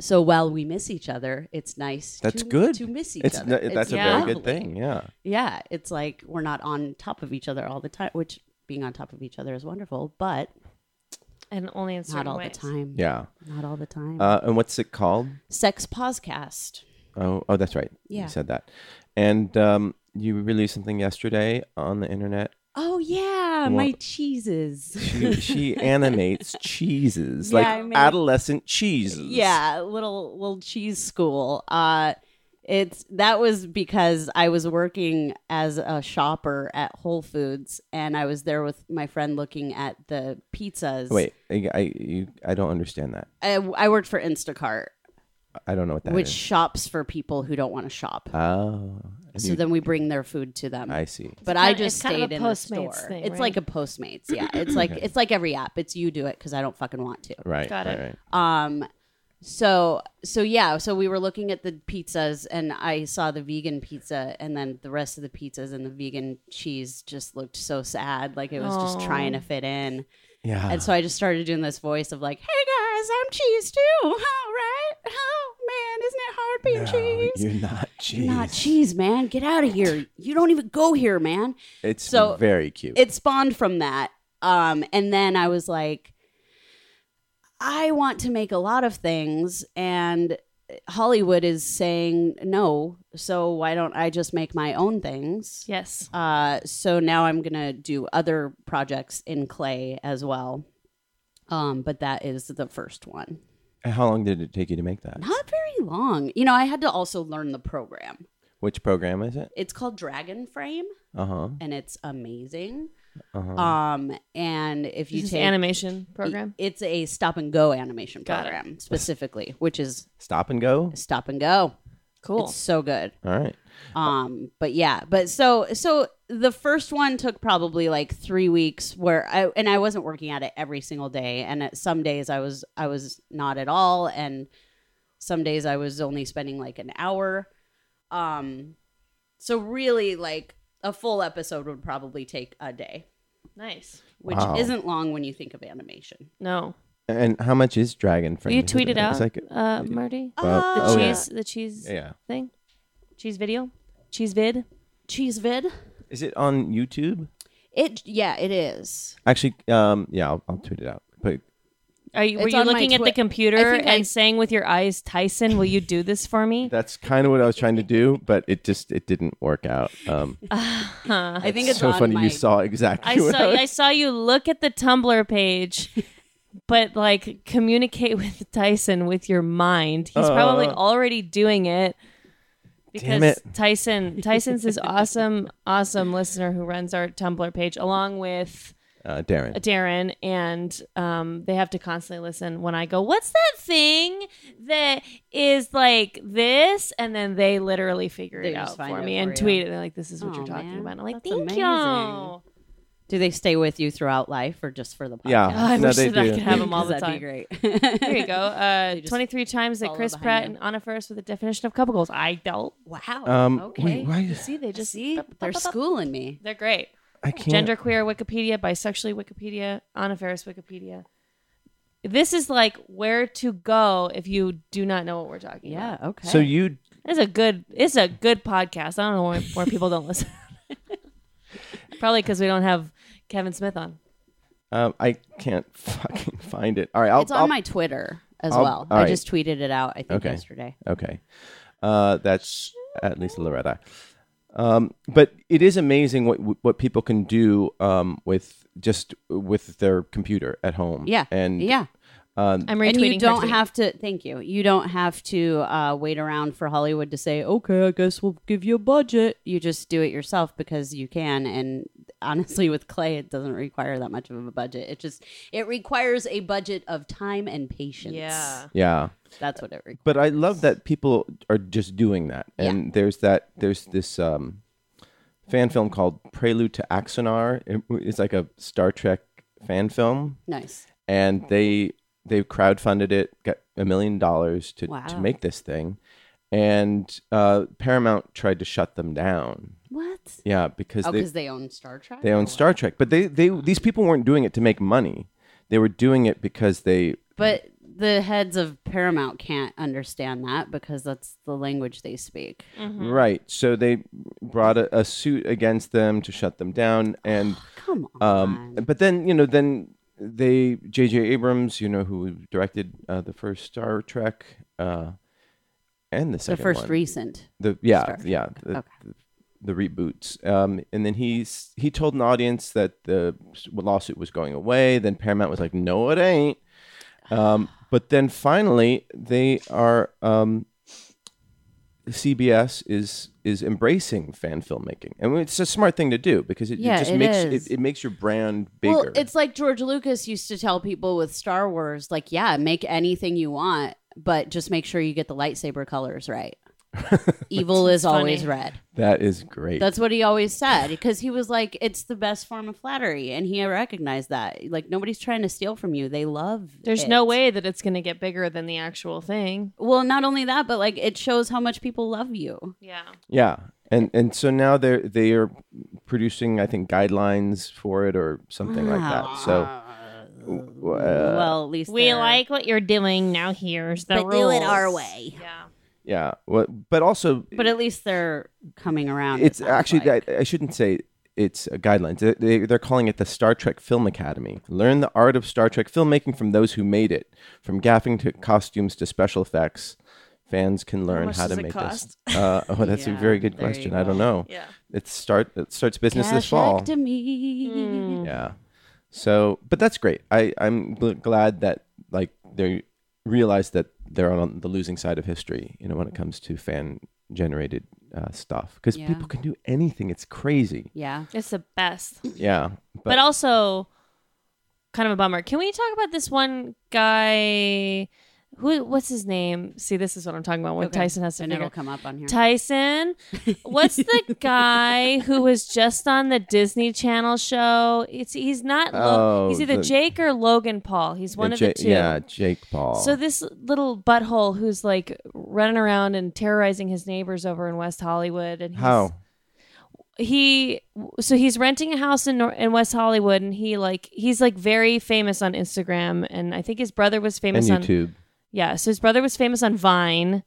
Speaker 4: so while we miss each other, it's nice.
Speaker 2: That's
Speaker 4: to,
Speaker 2: good.
Speaker 4: to miss each
Speaker 2: It's
Speaker 4: other.
Speaker 2: th- that's
Speaker 4: It's
Speaker 2: a very
Speaker 4: lovely.
Speaker 2: good thing. Yeah.
Speaker 4: Yeah, it's like we're not on top of each other all the time, which being on top of each other is wonderful, but
Speaker 3: and only in certain
Speaker 4: not all
Speaker 3: ways.
Speaker 4: the time.
Speaker 2: Yeah.
Speaker 4: not all the time.
Speaker 2: Uh, and what's it called?
Speaker 4: Sex podcast.
Speaker 2: Oh, oh, that's right.
Speaker 4: Yeah.
Speaker 2: You said that. And um, you released something yesterday on the internet.
Speaker 4: Oh yeah, my cheeses.
Speaker 2: She, she animates cheeses,
Speaker 4: Yeah,
Speaker 2: like
Speaker 4: I made-
Speaker 2: adolescent cheeses.
Speaker 4: yeah, little little cheese school. Uh, It's that was because I was working as a shopper at Whole Foods and I was there with my friend looking at the pizzas.
Speaker 2: Wait, I I, you, I don't understand that.
Speaker 4: I, I worked for Instacart,
Speaker 2: I don't know what that is.
Speaker 4: which shops for people who don't want to shop.
Speaker 2: Oh, and
Speaker 4: so
Speaker 2: you-
Speaker 4: then we bring their food to them.
Speaker 2: I see.
Speaker 4: but
Speaker 3: It's
Speaker 4: I
Speaker 3: kind of-
Speaker 4: just
Speaker 3: it's kind
Speaker 4: stayed
Speaker 3: of a
Speaker 4: in the store.
Speaker 3: Postmates thing,
Speaker 4: it's
Speaker 3: right?
Speaker 4: like a Postmates, yeah. It's like it's like every app. It's you do it because I don't fucking want to.
Speaker 2: Right.
Speaker 3: Got
Speaker 2: right,
Speaker 3: it.
Speaker 2: right.
Speaker 4: Um, so so yeah, so we were looking at the pizzas, and I saw the vegan pizza, and then the rest of the pizzas and the vegan cheese just looked so sad, like it was just
Speaker 3: Aw.
Speaker 4: trying to fit in.
Speaker 2: Yeah.
Speaker 4: And so I just started doing this voice of like, "Hey guys, I'm cheese too. All right, oh man, isn't it hard being
Speaker 2: No,
Speaker 4: cheese?"
Speaker 2: You're not cheese.
Speaker 4: Not cheese, man. Get out of here. You don't even go here, man
Speaker 2: It's
Speaker 4: So,
Speaker 2: very cute.
Speaker 4: it spawned from that um and then i was like i want to make a lot of things and hollywood is saying no so why don't i just make my own things
Speaker 3: Yes.
Speaker 4: uh so now i'm gonna do other projects in clay as well um but that is the first one
Speaker 2: How long did it take you to make that?
Speaker 4: not very long you know i had to also learn the program
Speaker 2: Which program is it?
Speaker 4: it's called dragon frame
Speaker 2: Uh huh.
Speaker 4: and it's amazing
Speaker 2: Uh huh.
Speaker 4: um and if you
Speaker 3: Uh-huh. This is
Speaker 4: take
Speaker 3: animation program.
Speaker 4: It's a stop and go animation
Speaker 3: Got it.
Speaker 4: program specifically, which is
Speaker 2: Stop and go.
Speaker 4: stop and go.
Speaker 3: Cool.
Speaker 4: It's so good.
Speaker 2: All right.
Speaker 4: Um, but yeah, but so so the first one took probably like three weeks where I and I wasn't working at it every single day, and at some days I was I was not at all, and some days I was only spending like an hour. Um, so really like a full episode would probably take a day,
Speaker 3: nice.
Speaker 4: which
Speaker 2: Wow.
Speaker 4: isn't long when you think of animation.
Speaker 3: No.
Speaker 2: And how much is Dragon Friend?
Speaker 3: Will you tweet it
Speaker 2: It's
Speaker 3: out,
Speaker 2: like a-
Speaker 3: uh, Marty?
Speaker 2: Well,
Speaker 3: The
Speaker 2: oh, yeah.
Speaker 3: cheese, the cheese
Speaker 2: yeah.
Speaker 3: thing, cheese video, cheese vid.
Speaker 4: cheese vid.
Speaker 2: Is it on YouTube?
Speaker 4: It yeah, it is.
Speaker 2: Actually, um, yeah, I'll, I'll tweet it out. But
Speaker 3: Are you, were
Speaker 4: It's
Speaker 3: you
Speaker 4: on my
Speaker 3: looking at the
Speaker 4: Twi-
Speaker 3: computer
Speaker 4: I think
Speaker 3: and
Speaker 4: I-
Speaker 3: saying with your eyes, Tyson, will you do this for me?
Speaker 2: that's kind of what I was trying to do, but it just it didn't work out. Um,
Speaker 4: I think it's
Speaker 2: so
Speaker 4: on
Speaker 2: funny
Speaker 4: My,
Speaker 2: you saw exactly.
Speaker 3: I
Speaker 2: what
Speaker 3: saw
Speaker 2: was-
Speaker 3: I saw you look at the Tumblr page, but like communicate with Tyson with your mind. He's probably
Speaker 2: Uh.
Speaker 3: already doing it
Speaker 2: Damn
Speaker 3: because
Speaker 2: it.
Speaker 3: Tyson Tyson's this awesome awesome listener who runs our Tumblr page along with
Speaker 2: uh, Darren.
Speaker 3: Darren and um, they have to constantly listen when I go, "What's that thing that is like this?" and then they literally figure
Speaker 4: They
Speaker 3: it
Speaker 4: just
Speaker 3: out
Speaker 4: find
Speaker 3: for
Speaker 4: it
Speaker 3: me
Speaker 4: for
Speaker 3: and
Speaker 4: you.
Speaker 3: tweet it. They're like, "This is what
Speaker 4: Aw,
Speaker 3: you're talking
Speaker 4: man.
Speaker 3: about." And I'm like,
Speaker 4: That's
Speaker 3: "Thank you."
Speaker 4: amazing. Do they stay with you throughout life or just for the podcast?
Speaker 2: Yeah.
Speaker 3: Oh, I
Speaker 2: No,
Speaker 3: wish
Speaker 2: they
Speaker 3: that I
Speaker 2: do.
Speaker 3: could have them all the
Speaker 4: Because
Speaker 3: time.
Speaker 4: That'd be
Speaker 3: There
Speaker 4: great.
Speaker 3: you go. Uh,
Speaker 4: just
Speaker 3: 23 times that
Speaker 4: follow
Speaker 3: Chris
Speaker 4: behind
Speaker 3: Pratt
Speaker 4: you.
Speaker 3: and Anna Faris with the definition of couple goals. I don't.
Speaker 4: wow.
Speaker 2: Um,
Speaker 4: okay.
Speaker 2: wait, why is-
Speaker 3: See, they just
Speaker 4: See,
Speaker 3: bup, bup,
Speaker 4: they're
Speaker 3: bup, bup.
Speaker 4: schooling me.
Speaker 3: They're great.
Speaker 2: I can't.
Speaker 3: Genderqueer Wikipedia, bisexually Wikipedia, Anna Faris Wikipedia. This is like where to go if you do not know what we're talking
Speaker 4: Yeah.
Speaker 3: about.
Speaker 4: Okay.
Speaker 2: So you
Speaker 3: It's a good it's a good podcast. I don't know why more people don't listen. Probably because we don't have Kevin Smith on.
Speaker 2: Um, I can't fucking find it. All right, I'll.
Speaker 4: it's on
Speaker 2: I'll-
Speaker 4: my Twitter as
Speaker 2: I'll-
Speaker 4: well.
Speaker 2: all
Speaker 4: I
Speaker 2: right.
Speaker 4: just tweeted it out. I think
Speaker 2: Okay.
Speaker 4: yesterday.
Speaker 2: Okay, uh, that's at least Loretta. Um, but it is amazing what what people can do um, with just with their computer at home.
Speaker 4: Yeah.
Speaker 2: and
Speaker 4: yeah.
Speaker 2: um,
Speaker 3: I'm retweeting
Speaker 4: And you
Speaker 3: her
Speaker 4: don't
Speaker 3: tweet.
Speaker 4: have to. Thank you. You don't have to uh, wait around for Hollywood to say, "Okay, I guess we'll give you a budget." You just do it yourself because you can. And honestly, with clay, it doesn't require that much of a budget. It just it requires a budget of time and patience.
Speaker 3: Yeah.
Speaker 2: yeah.
Speaker 4: that's what it requires.
Speaker 2: But I love that people are just doing that, and there's that there's this um, fan film called Prelude to Axonar. It- It's like a Star Trek fan film.
Speaker 4: Nice.
Speaker 2: and they they crowdfunded it, got a million dollars to
Speaker 4: Wow.
Speaker 2: to make this thing, and uh, Paramount tried to shut them down.
Speaker 4: What?
Speaker 2: Yeah, because
Speaker 4: Oh,
Speaker 2: they
Speaker 4: because they, own Star Trek.
Speaker 2: they own Star Trek, but they they these people weren't doing it to make money. They were doing it because they
Speaker 4: But the heads of Paramount can't understand that because that's the language they speak.
Speaker 2: right. So they brought a, a suit against them to shut them
Speaker 4: Oh,
Speaker 2: down, and
Speaker 4: Come on.
Speaker 2: um, but then you know then they J.J. Abrams, you know who directed uh, the first Star Trek. Uh, and the
Speaker 4: the
Speaker 2: second
Speaker 4: first
Speaker 2: one.
Speaker 4: recent.
Speaker 2: the yeah
Speaker 4: Star
Speaker 2: yeah the,
Speaker 4: Okay.
Speaker 2: the, the reboots um and then he's he told an audience that the lawsuit was going away then paramount was like no it ain't um but then finally they are um CBS is is embracing fan filmmaking, and it's a smart thing to do because it, it
Speaker 4: Yeah,
Speaker 2: just
Speaker 4: it
Speaker 2: makes
Speaker 4: is.
Speaker 2: It, it makes your brand bigger.
Speaker 4: Well, it's like George Lucas used to tell people with Star Wars, like, yeah, make anything you want, but just make sure you get the lightsaber colors right. Evil is always
Speaker 3: funny.
Speaker 4: red.
Speaker 2: that is great.
Speaker 4: That's what he always said because he was like, it's the best form of flattery. And he recognized that. Like, nobody's trying to steal from you. They love
Speaker 3: There's
Speaker 4: it.
Speaker 3: no way that it's going to get bigger than the actual thing.
Speaker 4: Well, not only that, but like, it shows how much people love you.
Speaker 3: Yeah.
Speaker 2: yeah, and and so now they're they are producing, I think, guidelines for it or something like that. So. w- uh,
Speaker 4: well, at least
Speaker 3: We
Speaker 4: they're-
Speaker 3: like what you're doing. Now here's the
Speaker 4: but do it our way.
Speaker 3: Yeah.
Speaker 2: yeah, well, but also
Speaker 4: But at least they're coming around. it
Speaker 2: it's
Speaker 4: sounds
Speaker 2: actually
Speaker 4: like.
Speaker 2: I, I shouldn't say it's a guidelines They- they, they're calling it the star trek film academy learn the art of star trek filmmaking from those who made it from gaffing to costumes to special effects fans can learn
Speaker 5: much
Speaker 2: how
Speaker 5: does
Speaker 2: to
Speaker 5: it
Speaker 2: make
Speaker 5: cost?
Speaker 2: this uh, oh that's a
Speaker 4: Yeah,
Speaker 2: very good
Speaker 4: there you
Speaker 2: question i
Speaker 4: go.
Speaker 2: don't know
Speaker 5: Yeah.
Speaker 2: it start it starts business this fall
Speaker 4: Cashectomy.
Speaker 3: Hmm. Mm.
Speaker 2: yeah so but that's great i i'm gl- glad that like they realize that they're on the losing side of history you know when it comes to fan generated uh, stuff because
Speaker 4: Yeah.
Speaker 2: people can do anything it's crazy
Speaker 4: Yeah.
Speaker 3: It's the best.
Speaker 2: yeah but,
Speaker 3: but also kind of a bummer. Can we talk about this one guy? Who? What's his name? See, this is what I'm talking about. When
Speaker 4: Okay.
Speaker 3: Tyson has to
Speaker 4: And
Speaker 3: figure.
Speaker 4: it'll come up on here.
Speaker 3: Tyson, what's the guy who was just on the Disney Channel show? It's he's not. Lo-
Speaker 2: Oh,
Speaker 3: he's either
Speaker 2: the-
Speaker 3: Jake or Logan Paul. He's one
Speaker 2: uh,
Speaker 3: of the
Speaker 2: Ja-
Speaker 3: two.
Speaker 2: yeah jake paul
Speaker 3: So this little butthole who's like running around and terrorizing his neighbors over in West Hollywood, and he's,
Speaker 2: how
Speaker 3: he so he's renting a house in Nor- in West Hollywood and he like he's like very famous on Instagram and I think his brother was
Speaker 2: and
Speaker 3: famous on
Speaker 2: youtube
Speaker 3: yeah so his brother was famous on Vine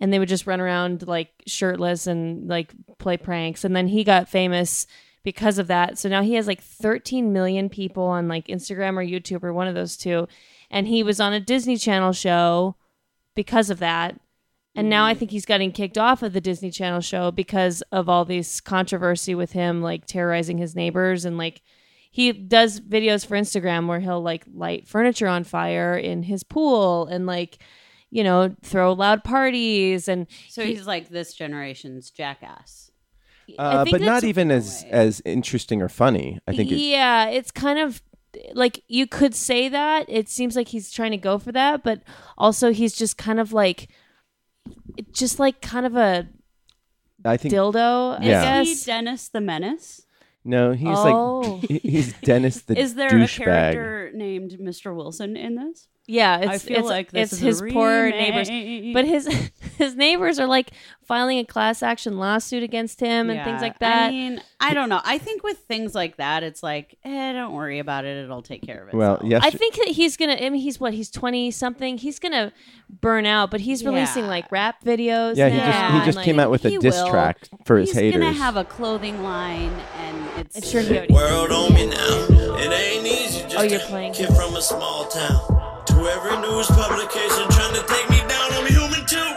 Speaker 3: and they would just run around like shirtless and like play pranks and then he got famous because of that so now he has like 13 million people on like Instagram or YouTube or one of those two and he was on a Disney Channel show because of that and now
Speaker 4: Mm.
Speaker 3: I think he's getting kicked off of the Disney Channel show because of all this controversy with him like terrorizing his neighbors and like he does videos for Instagram where he'll like light furniture on fire in his pool and like you know throw loud parties and
Speaker 4: So he's like this generation's jackass.
Speaker 2: uh,
Speaker 3: think
Speaker 2: but not
Speaker 3: that's-
Speaker 2: even as as interesting or funny i think it,
Speaker 3: yeah, it's kind of like you could say that. It seems like he's trying to go for that, but also he's just kind of like just like kind of a
Speaker 2: i think
Speaker 3: dildo, I
Speaker 2: Yeah.
Speaker 4: Is he
Speaker 3: guess.
Speaker 4: Dennis the Menace?
Speaker 2: no he's
Speaker 3: Oh.
Speaker 2: like he- he's dennis the
Speaker 4: Is there
Speaker 2: douchebag.
Speaker 4: a character named Mr. Wilson in this?
Speaker 3: Yeah, it's
Speaker 4: I feel
Speaker 3: it's,
Speaker 4: like this
Speaker 3: it's
Speaker 4: is a
Speaker 3: his poor
Speaker 4: remake.
Speaker 3: neighbors. But his his neighbors are like filing a class action lawsuit against him and things
Speaker 4: Yeah,
Speaker 3: like that.
Speaker 4: I mean, I don't know. I think with things like that, it's like, eh, don't worry about it. It'll take care of itself.
Speaker 2: well yes
Speaker 3: I think that he's gonna. I mean, he's what? He's twenty something. He's gonna burn out, but he's releasing
Speaker 4: Yeah.
Speaker 3: like rap videos.
Speaker 2: yeah he
Speaker 3: now
Speaker 2: just he
Speaker 3: and,
Speaker 2: just
Speaker 3: like-
Speaker 2: came out with
Speaker 4: he
Speaker 2: a diss
Speaker 4: will.
Speaker 2: track for
Speaker 4: He's
Speaker 2: his haters
Speaker 4: gonna have a clothing line, and it's
Speaker 3: I'm sure he already.
Speaker 6: World on me now. It ain't easy just
Speaker 3: Oh, you're
Speaker 6: a
Speaker 3: playing.
Speaker 6: kid from a small town. To every news publication trying to take me down, I'm human too.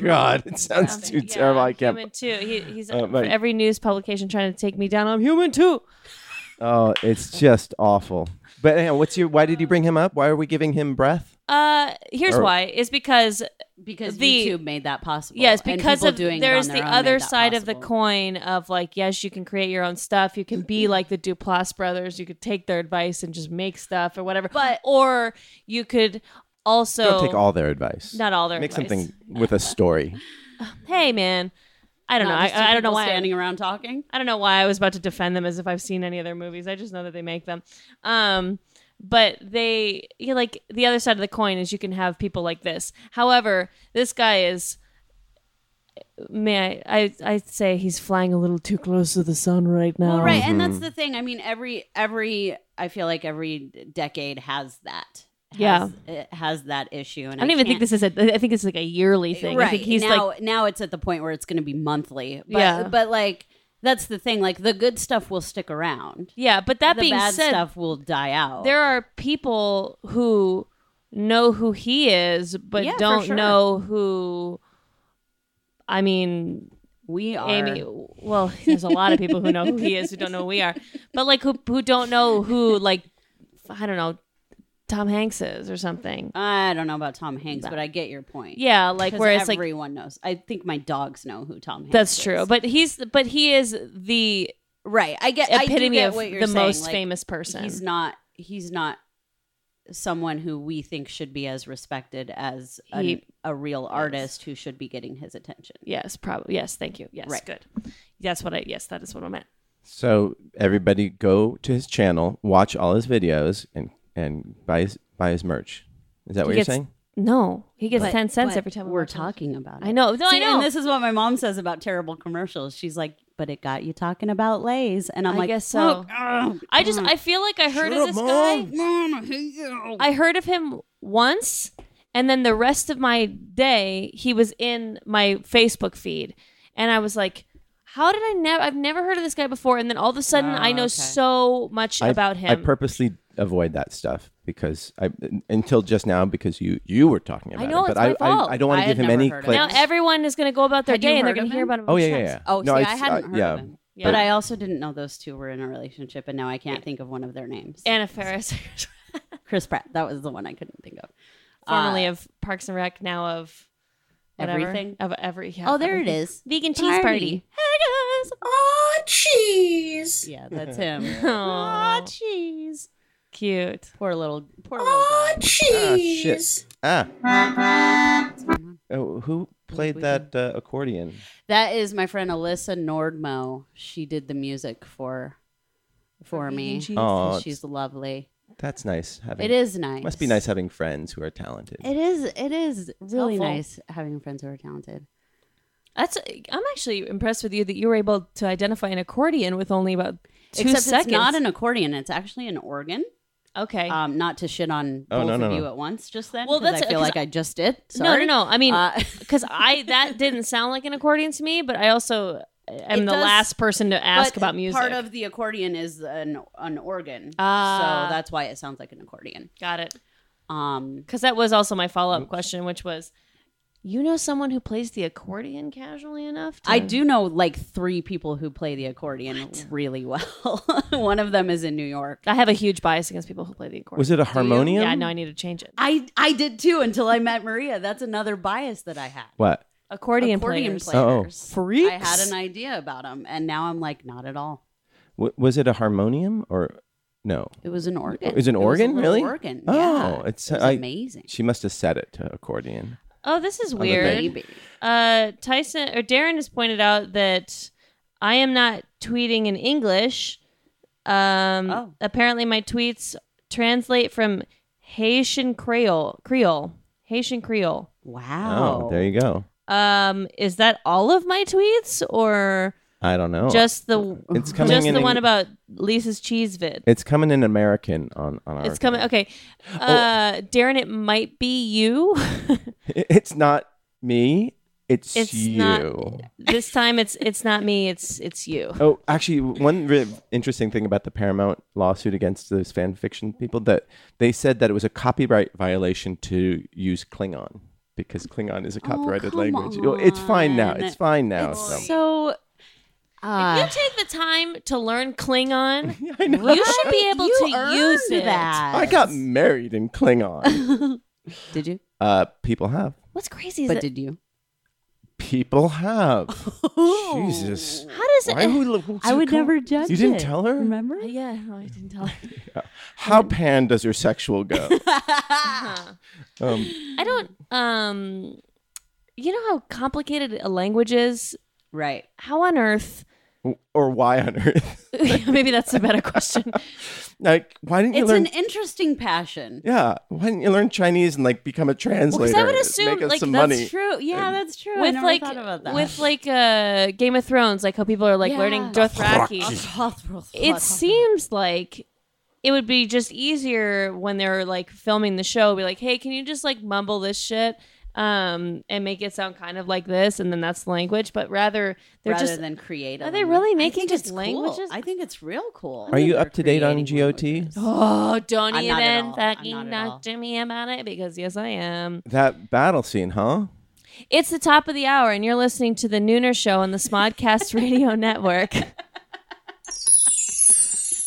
Speaker 2: god it sounds too
Speaker 3: Yeah,
Speaker 2: terrible
Speaker 3: I'm
Speaker 2: i can't
Speaker 3: Human too. He, he's
Speaker 2: Uh,
Speaker 3: for
Speaker 2: like-
Speaker 3: every news publication trying to take me down. I'm human too.
Speaker 2: oh it's just awful but anyhow, what's your why did you bring him up why are we giving him breath
Speaker 3: Uh, here's
Speaker 2: Or-
Speaker 3: why: is because
Speaker 4: because
Speaker 3: the-
Speaker 4: YouTube made that possible.
Speaker 3: Yes,
Speaker 4: and
Speaker 3: because
Speaker 4: people
Speaker 3: of
Speaker 4: doing it
Speaker 3: there's
Speaker 4: on
Speaker 3: the
Speaker 4: their own
Speaker 3: other
Speaker 4: made that
Speaker 3: side of the
Speaker 4: possible.
Speaker 3: coin
Speaker 4: Mm-hmm.
Speaker 3: of like, yes, you can create your own stuff. You can be like the Duplass brothers. You could take their advice and just make stuff or whatever. But or you could also
Speaker 2: don't take all their advice
Speaker 3: Oh, not all their
Speaker 2: make
Speaker 3: advice.
Speaker 2: something with a story
Speaker 3: Hey, man, I don't know.
Speaker 4: Not just two
Speaker 3: I, I don't know
Speaker 4: people
Speaker 3: why.
Speaker 4: standing around talking.
Speaker 3: I don't know why I was about to defend them as if I've seen any of their movies. I just know that they make them. Um, but they, you like the other side of the coin is you can have people like this. However, this guy is, may I, I, I'd say he's flying a little too close to the sun right now.
Speaker 4: Well, right, and that's the thing. I mean, every every I feel like every decade has that. Has,
Speaker 3: Yeah.
Speaker 4: it has that issue. And
Speaker 3: I don't even think
Speaker 4: can't-
Speaker 3: this is a. I think it's like a yearly thing.
Speaker 4: Right
Speaker 3: I think he's
Speaker 4: now,
Speaker 3: like,
Speaker 4: now it's at the point where it's going to be monthly. But,
Speaker 3: Yeah.
Speaker 4: but like that's the thing. Like the good stuff will stick around.
Speaker 3: yeah. But that
Speaker 4: the
Speaker 3: being
Speaker 4: bad
Speaker 3: said,
Speaker 4: stuff will die out.
Speaker 3: there are people who know who he is, but
Speaker 4: Yeah, for
Speaker 3: don't
Speaker 4: sure.
Speaker 3: know who. I mean,
Speaker 4: we are.
Speaker 3: Amy. Well, there's a lot of people who know who he is who don't know who we are, but like who who don't know who like I don't know Tom Hanks is or something.
Speaker 4: I don't know about Tom Hanks, but I get your point.
Speaker 3: Yeah, like
Speaker 4: 'Cause
Speaker 3: where it's like
Speaker 4: everyone knows. I think my dogs know who Tom Hanks
Speaker 3: that's
Speaker 4: is.
Speaker 3: true. But he's but he is the
Speaker 4: right. I get I do
Speaker 3: epitome
Speaker 4: get
Speaker 3: of
Speaker 4: what you're
Speaker 3: the
Speaker 4: saying,
Speaker 3: most
Speaker 4: like,
Speaker 3: famous person.
Speaker 4: He's not. He's not someone who we think should be as respected as an-
Speaker 3: He-
Speaker 4: a real artist who should be getting his attention.
Speaker 3: yes, probably. Yes, thank you. Yes,
Speaker 4: Right.
Speaker 3: good. That's what I. Yes, that is what I meant.
Speaker 2: So everybody go to his channel, watch all his videos, and and buy his buy his merch. Is that what
Speaker 3: He
Speaker 2: you're
Speaker 3: gets-
Speaker 2: saying?
Speaker 3: No, he gets ten cents
Speaker 4: But
Speaker 3: every time we
Speaker 4: we're
Speaker 3: watch him.
Speaker 4: talking about it.
Speaker 3: I know. No, I
Speaker 4: See,
Speaker 3: know.
Speaker 4: And this is what my mom says about terrible commercials. She's like, "But it got you talking about Lay's," and I'm
Speaker 3: I
Speaker 4: like,
Speaker 3: guess so. I
Speaker 4: Hmm.
Speaker 3: just I feel like I heard of this guy. I heard of him once, and then the rest of my day he was in my Facebook feed, and I was like, "How did I never? I've never heard of this guy before." And then all of a sudden,
Speaker 4: Ah,
Speaker 3: I know so much
Speaker 2: I-
Speaker 3: about him.
Speaker 2: I purposely avoid that stuff because I until just now because you you were talking about
Speaker 3: know,
Speaker 2: it,
Speaker 3: it's
Speaker 2: but I,
Speaker 3: my fault.
Speaker 2: I I don't want
Speaker 4: I
Speaker 2: to give
Speaker 4: had
Speaker 2: him any
Speaker 4: never heard of
Speaker 2: clicks.
Speaker 3: now everyone is going to go about their
Speaker 4: Had you
Speaker 3: day, and they're
Speaker 4: heard
Speaker 3: going
Speaker 4: of
Speaker 3: to hear
Speaker 4: him?
Speaker 3: about him.
Speaker 2: oh
Speaker 3: on
Speaker 2: yeah, yeah,
Speaker 3: Snapchat.
Speaker 2: yeah.
Speaker 4: Oh, see, I,
Speaker 2: s-
Speaker 4: hadn't heard
Speaker 2: yeah.
Speaker 4: of him.
Speaker 3: Yeah.
Speaker 4: But I also didn't know those two were in a relationship, and now I can't think of one of their names.
Speaker 3: Anna Faris,
Speaker 4: Chris Pratt, that was the one I couldn't think of. Uh,
Speaker 3: formerly of Parks and Rec, now of whatever,
Speaker 4: Ah. Everything?
Speaker 3: of every. yeah,
Speaker 4: Oh, there it
Speaker 3: everything.
Speaker 4: is.
Speaker 3: Vegan cheese party.
Speaker 4: Hey guys. Oh, cheese. Yeah, that's him.
Speaker 3: Aw.
Speaker 4: Aw, cheese.
Speaker 3: Cute.
Speaker 4: Poor little, poor little guy.
Speaker 2: Ah, shit. Ah. Oh, who played that uh, accordion?
Speaker 4: That is my friend Alyssa Nordmo. She did the music for for me.
Speaker 2: Aw,
Speaker 4: And She's lovely.
Speaker 2: That's nice. Having,
Speaker 4: It is nice.
Speaker 2: Must be nice having friends who are talented.
Speaker 4: It is. It is really
Speaker 3: helpful.
Speaker 4: nice having friends who are talented.
Speaker 3: That's. I'm actually impressed with you that you were able to identify an accordion with only about two
Speaker 4: Except
Speaker 3: seconds.
Speaker 4: it's not an accordion. It's actually an organ.
Speaker 3: okay.
Speaker 4: Um, not to shit on
Speaker 2: Oh,
Speaker 4: both
Speaker 2: no, no,
Speaker 4: of you
Speaker 2: no.
Speaker 4: at once. Just then.
Speaker 3: Well,
Speaker 4: 'cause
Speaker 3: that's-
Speaker 4: I feel
Speaker 3: 'cause
Speaker 4: like I just did.
Speaker 3: no, no,
Speaker 4: Sorry.
Speaker 3: no. I mean,
Speaker 4: Uh,
Speaker 3: because I that didn't sound like an accordion to me, but I also uh, am
Speaker 4: It
Speaker 3: the
Speaker 4: does-
Speaker 3: last person to ask
Speaker 4: But
Speaker 3: about music.
Speaker 4: Part of the accordion is an an organ,
Speaker 3: Ah.
Speaker 4: so that's why it sounds like an accordion.
Speaker 3: got it
Speaker 4: Um,
Speaker 3: because that was also my follow up question, which was, you know, someone who plays the accordion casually enough. To-
Speaker 4: I do know like three people who play the accordion really well. One of them is in New York.
Speaker 3: I have a huge bias against people who play the accordion.
Speaker 2: Was it a harmonium?
Speaker 3: Yeah, no, I need to change it.
Speaker 4: I I did too until I met Maria. That's another bias that I had.
Speaker 2: What?
Speaker 3: Accordion,
Speaker 4: accordion
Speaker 3: players.
Speaker 2: Oh.
Speaker 4: players. I
Speaker 2: Freaks?
Speaker 4: had an idea about them, and now I'm like, not at all.
Speaker 2: W- was it a harmonium or no?
Speaker 4: It was an organ.
Speaker 2: It was an
Speaker 4: a
Speaker 2: organ?
Speaker 4: little
Speaker 2: Really?
Speaker 4: Organ.
Speaker 2: Oh,
Speaker 4: yeah.
Speaker 2: it's-
Speaker 4: it was
Speaker 2: I-
Speaker 4: amazing.
Speaker 2: She must have said it to accordion.
Speaker 3: Oh, this is
Speaker 2: the
Speaker 3: weird.
Speaker 2: baby.
Speaker 4: Maybe.
Speaker 3: Uh, Tyson or Darren has pointed out that I am not tweeting in English. Um,
Speaker 4: Oh.
Speaker 3: apparently my tweets translate from Haitian Creole. Creole. Haitian Creole.
Speaker 4: Wow.
Speaker 2: Oh, there you go.
Speaker 3: Um, is that all of my tweets or
Speaker 2: I don't know.
Speaker 3: just the
Speaker 2: Oh. It's coming
Speaker 3: just
Speaker 2: in
Speaker 3: the
Speaker 2: Eng-
Speaker 3: one about Lisa's cheese vid?
Speaker 2: it's coming in American on on our.
Speaker 3: It's coming. Okay,
Speaker 2: Oh.
Speaker 3: uh, Darren, it might be you.
Speaker 2: It's not me. It's,
Speaker 3: It's
Speaker 2: you.
Speaker 3: not- this time, it's it's not me. It's it's you.
Speaker 2: Oh, actually, one really interesting thing about the Paramount lawsuit against those fan fiction people that they said that it was a copyright violation to use Klingon because Klingon is a copyrighted
Speaker 4: come
Speaker 2: language. Oh, It's fine now. It's fine now. So-
Speaker 3: So
Speaker 4: Ah.
Speaker 3: you take the time to learn Klingon,
Speaker 2: I, know.
Speaker 3: you should be able
Speaker 4: Uh, You
Speaker 3: to use
Speaker 4: earned
Speaker 3: it.
Speaker 4: that.
Speaker 2: I got married in Klingon.
Speaker 4: Did you?
Speaker 2: uh, people have.
Speaker 3: What's crazy is
Speaker 4: But
Speaker 3: that
Speaker 4: did you?
Speaker 2: People have. Jesus.
Speaker 3: how does it?
Speaker 2: Why who, who-
Speaker 4: I would
Speaker 2: come-
Speaker 4: never judge.
Speaker 2: You didn't
Speaker 4: it.
Speaker 2: tell her?
Speaker 4: Remember?
Speaker 3: Yeah, no, I didn't tell her.
Speaker 2: How pan does your sexual go? um,
Speaker 3: I don't. Um, you know how complicated a language is.
Speaker 4: Right.
Speaker 3: How on earth?
Speaker 2: or why on earth?
Speaker 3: maybe that's a better question.
Speaker 2: Like, why didn't you
Speaker 4: It's
Speaker 2: learn?
Speaker 4: an interesting passion.
Speaker 2: Yeah, why didn't you learn Chinese and like become a translator?
Speaker 3: Because I would assume
Speaker 2: make us
Speaker 3: like
Speaker 2: some
Speaker 3: that's
Speaker 2: money.
Speaker 4: True. Yeah, that's true.
Speaker 3: with like
Speaker 4: thought about that.
Speaker 3: with like uh Game of Thrones, like how people are like
Speaker 4: Yeah.
Speaker 3: learning Dothraki. it seems like it would be just easier when they're like filming the show be like hey can you just like mumble this shit um and make it sound kind of like this and then that's the language but rather they're
Speaker 4: rather
Speaker 3: just
Speaker 4: than creative.
Speaker 3: Are they
Speaker 4: and-
Speaker 3: really
Speaker 4: I
Speaker 3: making
Speaker 4: think
Speaker 3: just
Speaker 4: it's
Speaker 3: languages?
Speaker 4: Cool. I think it's real cool.
Speaker 2: Are you
Speaker 4: They're
Speaker 2: up to date on
Speaker 4: creating
Speaker 2: GOT?
Speaker 4: languages.
Speaker 3: oh don't
Speaker 4: I'm not at all.
Speaker 3: even
Speaker 4: I'm
Speaker 3: fucking
Speaker 4: not at all.
Speaker 3: talk to me about it because yes i am
Speaker 2: That battle scene, huh?
Speaker 3: it's the top of the hour and you're listening to the nooner show on the smodcast radio network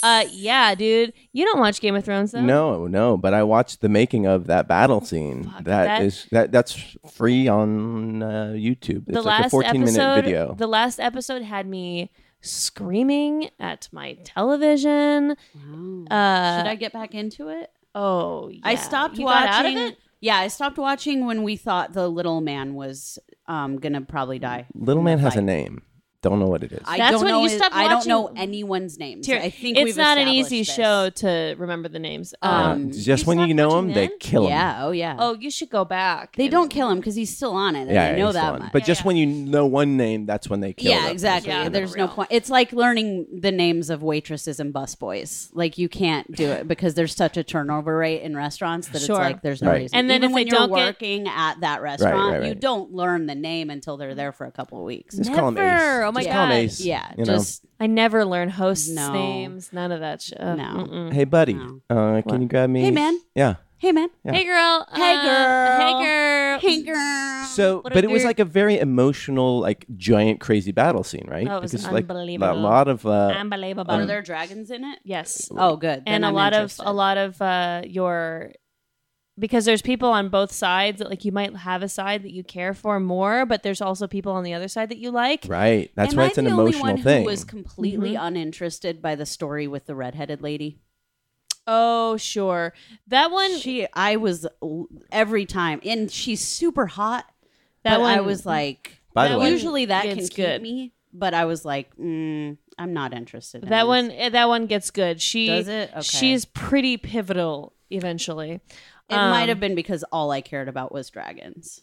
Speaker 3: Uh, yeah, dude. You don't watch Game of Thrones though.
Speaker 2: No, no, but I watched the making of that battle scene.
Speaker 3: that-
Speaker 2: that is that that's free on uh, YouTube.
Speaker 3: the
Speaker 2: it's
Speaker 3: last
Speaker 2: like a 14
Speaker 3: episode,
Speaker 2: minute video.
Speaker 3: The last episode had me screaming at my television. Uh,
Speaker 4: Should I get back into it?
Speaker 3: oh, yeah.
Speaker 4: I stopped
Speaker 3: you
Speaker 4: watching.
Speaker 3: Got out of it?
Speaker 4: Yeah, I stopped watching when we thought the little man was um, gonna probably die.
Speaker 2: Little man has a
Speaker 4: fight.
Speaker 2: name. Don't know what it is.
Speaker 4: I
Speaker 3: That's
Speaker 4: don't
Speaker 3: when
Speaker 4: know.
Speaker 3: you
Speaker 4: his-
Speaker 3: stopped
Speaker 4: I don't know
Speaker 3: watching-
Speaker 4: anyone's names.
Speaker 3: Here,
Speaker 4: I think
Speaker 3: it's
Speaker 4: we've
Speaker 3: not an
Speaker 4: established
Speaker 3: easy
Speaker 4: this.
Speaker 3: show to remember the names.
Speaker 2: Uh,
Speaker 3: Um,
Speaker 2: just
Speaker 3: you
Speaker 2: when you
Speaker 3: stopped
Speaker 2: know
Speaker 3: watching
Speaker 2: him, they
Speaker 3: then?
Speaker 2: kill him.
Speaker 4: Yeah. Oh yeah.
Speaker 3: Oh, you should go back.
Speaker 4: they
Speaker 3: and-
Speaker 4: don't kill him because he's still on it. and
Speaker 2: Yeah,
Speaker 4: I know
Speaker 2: he's the
Speaker 4: that
Speaker 2: one.
Speaker 4: much.
Speaker 2: But just when you know one name, that's when they kill.
Speaker 4: yeah,
Speaker 2: that
Speaker 4: exactly.
Speaker 3: Yeah,
Speaker 4: There's
Speaker 3: for
Speaker 4: no
Speaker 3: real.
Speaker 4: point. It's like learning the names of waitresses and busboys. Like you can't do it because there's such a turnover rate in restaurants that
Speaker 3: Sure.
Speaker 4: it's like there's no
Speaker 2: Right.
Speaker 4: reason.
Speaker 3: And then
Speaker 4: Even
Speaker 3: if
Speaker 4: when
Speaker 3: they
Speaker 4: you're
Speaker 3: don't get-
Speaker 4: working at that restaurant, you
Speaker 2: right.
Speaker 4: don't learn the name until they're there for a couple of weeks.
Speaker 2: Just call him Ace.
Speaker 3: Never. Oh my
Speaker 2: Just call him
Speaker 3: God.
Speaker 2: Ace,
Speaker 4: Yeah,
Speaker 2: you know?
Speaker 4: just
Speaker 3: I never learn hosts'
Speaker 4: No.
Speaker 3: names. None of that shit.
Speaker 4: No.
Speaker 3: Mm-mm.
Speaker 2: Hey buddy, uh, can you grab me?
Speaker 4: Hey, man.
Speaker 2: Yeah.
Speaker 4: hey man,
Speaker 2: Yeah.
Speaker 3: Hey girl.
Speaker 4: Hey,
Speaker 3: Uh,
Speaker 4: girl.
Speaker 3: Hey girl.
Speaker 4: hey girl.
Speaker 2: So,
Speaker 3: What a
Speaker 2: but it was
Speaker 3: weird-
Speaker 2: like a very emotional, like giant, crazy battle scene, right?
Speaker 3: Oh, it was
Speaker 2: like
Speaker 3: unbelievable.
Speaker 2: a lot of uh,
Speaker 3: Unbelievable.
Speaker 4: Are there dragons in it?
Speaker 3: yes.
Speaker 4: Oh, good. Then
Speaker 3: and a
Speaker 4: I'm
Speaker 3: lot
Speaker 4: interested.
Speaker 3: of a lot of uh your because there's people on both sides that like you might have a side that you care for more but there's also people on the other side that you like
Speaker 2: right. That's
Speaker 4: Am
Speaker 2: why
Speaker 4: I
Speaker 2: it's an
Speaker 4: the only
Speaker 2: emotional
Speaker 4: one
Speaker 2: thing.
Speaker 4: Who was completely uninterested by the story with the redheaded lady.
Speaker 3: oh sure that one
Speaker 4: She, I was l- every time, and she's super hot.
Speaker 3: That
Speaker 4: That
Speaker 3: one-
Speaker 4: I was like,
Speaker 2: By
Speaker 3: that
Speaker 2: the
Speaker 3: one-
Speaker 2: way,
Speaker 4: usually that can
Speaker 3: It's
Speaker 4: keep
Speaker 3: good.
Speaker 4: me, but I was like, mm, I'm not interested. in
Speaker 3: that
Speaker 4: this.
Speaker 3: one eh, that one gets good she
Speaker 4: Does it? Okay.
Speaker 3: she's pretty pivotal eventually
Speaker 4: It
Speaker 3: um,
Speaker 4: might have been because all I cared about was dragons.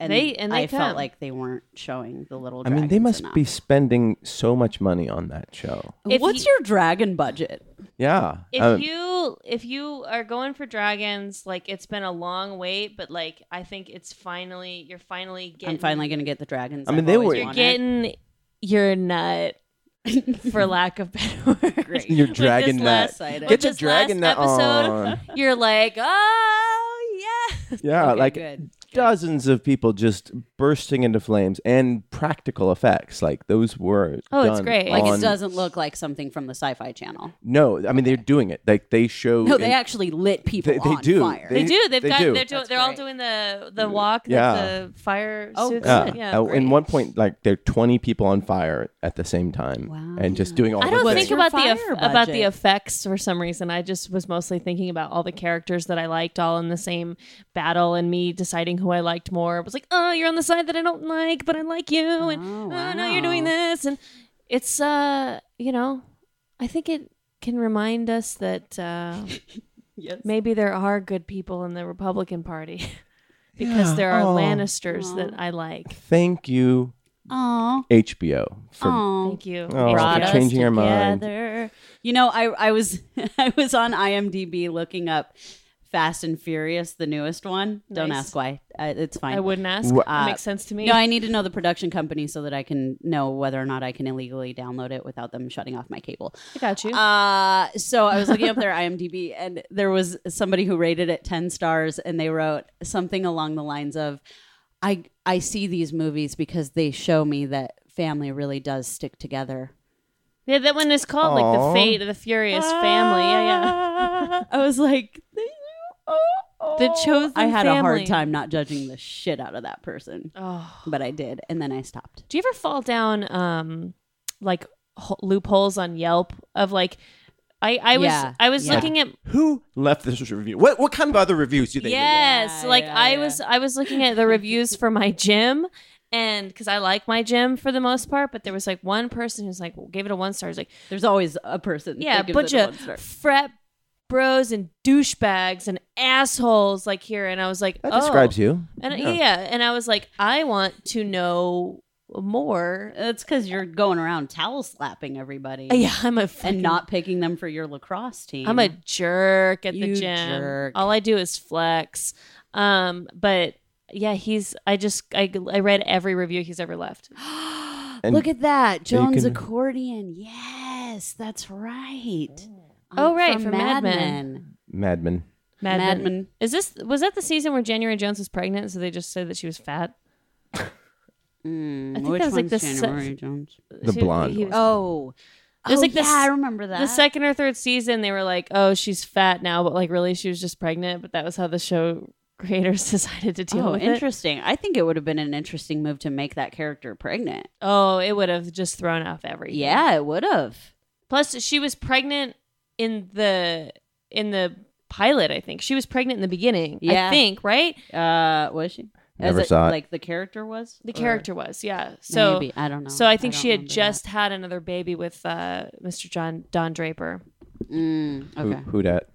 Speaker 4: And
Speaker 3: They- and they
Speaker 4: I felt
Speaker 3: come.
Speaker 4: like they weren't showing the little.
Speaker 2: I mean, they
Speaker 4: dragons
Speaker 2: must
Speaker 4: enough.
Speaker 2: be spending so much money on that show.
Speaker 3: If
Speaker 4: What's
Speaker 3: you-
Speaker 4: your dragon budget?
Speaker 2: Yeah.
Speaker 3: if
Speaker 2: Um,
Speaker 3: you if you are going for dragons like it's been a long wait but like i think it's finally you're finally getting
Speaker 4: I'm finally gonna get the dragons.
Speaker 2: I mean,
Speaker 4: I've
Speaker 2: they
Speaker 4: always
Speaker 2: were-
Speaker 3: you're
Speaker 4: wanted.
Speaker 3: getting your nut for lack of better word
Speaker 4: Great.
Speaker 2: your
Speaker 3: With this
Speaker 2: dragon nut.
Speaker 3: last-
Speaker 4: Excited.
Speaker 3: with
Speaker 2: Get your
Speaker 3: this
Speaker 2: dragon
Speaker 3: last
Speaker 2: nut on.
Speaker 3: You're like, oh yeah.
Speaker 2: Yeah,
Speaker 4: Okay,
Speaker 2: like
Speaker 4: good.
Speaker 2: dozens of people just bursting into flames and practical effects. Like those were
Speaker 3: Oh, it's
Speaker 2: done
Speaker 3: great.
Speaker 4: Like
Speaker 2: on-
Speaker 4: it doesn't look like something from the Sci-Fi Channel.
Speaker 2: No, I mean they're doing it. Like they show.
Speaker 4: No, they
Speaker 2: in-
Speaker 4: actually lit people
Speaker 2: They- they
Speaker 4: on
Speaker 2: do.
Speaker 4: fire.
Speaker 3: They
Speaker 2: They-
Speaker 3: do. They've
Speaker 2: they
Speaker 3: got.
Speaker 2: do.
Speaker 3: They're, do,
Speaker 4: That's
Speaker 3: they're all
Speaker 4: great.
Speaker 3: doing the the walk.
Speaker 2: Yeah.
Speaker 3: That the fire
Speaker 4: Oh,
Speaker 3: suits.
Speaker 2: Yeah.
Speaker 3: in. yeah.
Speaker 2: Uh,
Speaker 3: great.
Speaker 2: in one point, like there are 20 people on fire at the same time
Speaker 4: Wow.
Speaker 2: and just doing all
Speaker 3: I
Speaker 2: the
Speaker 3: don't
Speaker 2: things.
Speaker 3: think
Speaker 4: your
Speaker 3: about the
Speaker 4: fire
Speaker 3: eff- about the
Speaker 4: budget?
Speaker 3: effects for some reason. I just was mostly thinking about all the characters that I liked, all in the same battle, and me deciding who I liked more. It was like, oh, you're on the side that I don't like, but I like you, and oh,
Speaker 4: Oh,
Speaker 3: no, you're doing
Speaker 4: wow.
Speaker 3: this, and it's uh, you know, I think it can remind us that uh,
Speaker 4: Yes.
Speaker 3: maybe there are good people in the Republican Party because
Speaker 2: Yeah.
Speaker 3: there are
Speaker 4: Oh.
Speaker 2: Aw.
Speaker 3: Lannisters that I like.
Speaker 2: Thank you,
Speaker 4: Aw.
Speaker 2: HBO, for
Speaker 4: Aw.
Speaker 3: Thank you.
Speaker 2: Oh,
Speaker 4: brought
Speaker 2: for
Speaker 4: us
Speaker 2: changing our mind.
Speaker 3: together.
Speaker 4: You know, I I was I was on IMDb looking up Fast and Furious, the newest one. Don't
Speaker 3: Nice.
Speaker 4: ask why. I, it's fine.
Speaker 3: I wouldn't ask.
Speaker 2: Wha-
Speaker 3: That makes sense to me.
Speaker 4: No, I need to know the production company so that I can know whether or not I can illegally download it without them shutting off my cable.
Speaker 3: I got you.
Speaker 4: Uh, so I was looking up their IMDb, and there was somebody who rated it ten stars, and they wrote something along the lines of, "I I see these movies because they show me that family really does stick together."
Speaker 3: Yeah, that one is called like the
Speaker 2: Aw.
Speaker 3: Fate of the Furious Family. Yeah,
Speaker 4: I was like,
Speaker 3: yeah. Ah. The chosen.
Speaker 4: I had a
Speaker 3: family.
Speaker 4: hard time not judging the shit out of that person,
Speaker 3: Oh.
Speaker 4: but I did, and then I stopped.
Speaker 3: Do you ever fall down um like ho- loopholes on Yelp of like? I I was
Speaker 4: Yeah,
Speaker 3: I was
Speaker 4: yeah.
Speaker 3: looking at
Speaker 2: who left this review. What what kind of other reviews do they read?
Speaker 3: yes,
Speaker 4: Yeah,
Speaker 3: like
Speaker 4: yeah,
Speaker 3: I
Speaker 4: yeah.
Speaker 3: was I was looking at the reviews for my gym. And because I like my gym for the most part, but there was like one person who's like gave it a one star. He's like,
Speaker 4: There's always a person.
Speaker 3: yeah,
Speaker 4: that
Speaker 3: a
Speaker 4: gives
Speaker 3: bunch
Speaker 4: it a
Speaker 3: of
Speaker 4: one star.
Speaker 3: frat bros and douchebags and assholes like here. And I was like,
Speaker 2: That
Speaker 3: oh.
Speaker 2: describes you.
Speaker 3: And yeah. and I was like, I want to know more.
Speaker 4: It's because you're going around towel slapping everybody.
Speaker 3: Yeah, I'm a fucking-
Speaker 4: and not picking them for your lacrosse team.
Speaker 3: I'm a jerk at the
Speaker 4: You
Speaker 3: gym.
Speaker 4: jerk.
Speaker 3: All I do is flex. Um, but yeah, he's. I just I, I read every review he's ever left.
Speaker 2: And-
Speaker 4: look at that
Speaker 2: you
Speaker 4: Jones
Speaker 2: can-
Speaker 4: accordion. Yes, that's right.
Speaker 3: Oh,
Speaker 4: I'm
Speaker 3: right, from Mad Men.
Speaker 2: Mad Men.
Speaker 3: Mad,
Speaker 4: Mad
Speaker 3: Men.
Speaker 4: Men.
Speaker 3: Is this was that the season where January Jones was pregnant? So they just said that she was fat.
Speaker 4: Mm,
Speaker 3: I think
Speaker 4: which
Speaker 3: that was like
Speaker 4: Mm, one's
Speaker 3: the se-
Speaker 4: January Jones.
Speaker 2: The
Speaker 3: She-
Speaker 2: blonde
Speaker 3: he
Speaker 2: one.
Speaker 3: was-
Speaker 4: Oh,
Speaker 3: It was
Speaker 4: Oh,
Speaker 3: like
Speaker 4: yeah,
Speaker 3: this.
Speaker 4: I remember that.
Speaker 3: the second or third season they were like oh she's fat now but like really she was just pregnant but that was how the show creators decided to deal
Speaker 4: Oh,
Speaker 3: with it
Speaker 4: interesting. I think it would have been an interesting move to make that character pregnant.
Speaker 3: oh it would have just thrown off everything
Speaker 4: Yeah, it would have.
Speaker 3: plus she was pregnant in the in the pilot i think she was pregnant in the beginning i
Speaker 4: Yeah.
Speaker 3: think right
Speaker 4: Uh, was she?
Speaker 2: Never saw it.
Speaker 4: Like the character was
Speaker 3: the
Speaker 4: Or-
Speaker 3: character was yeah so
Speaker 4: Maybe. I don't know.
Speaker 3: so i think
Speaker 4: don't
Speaker 3: she had
Speaker 4: remember
Speaker 3: just had another baby with uh mr john don draper
Speaker 4: that. Mm,
Speaker 2: Who,
Speaker 4: okay.
Speaker 2: who dat?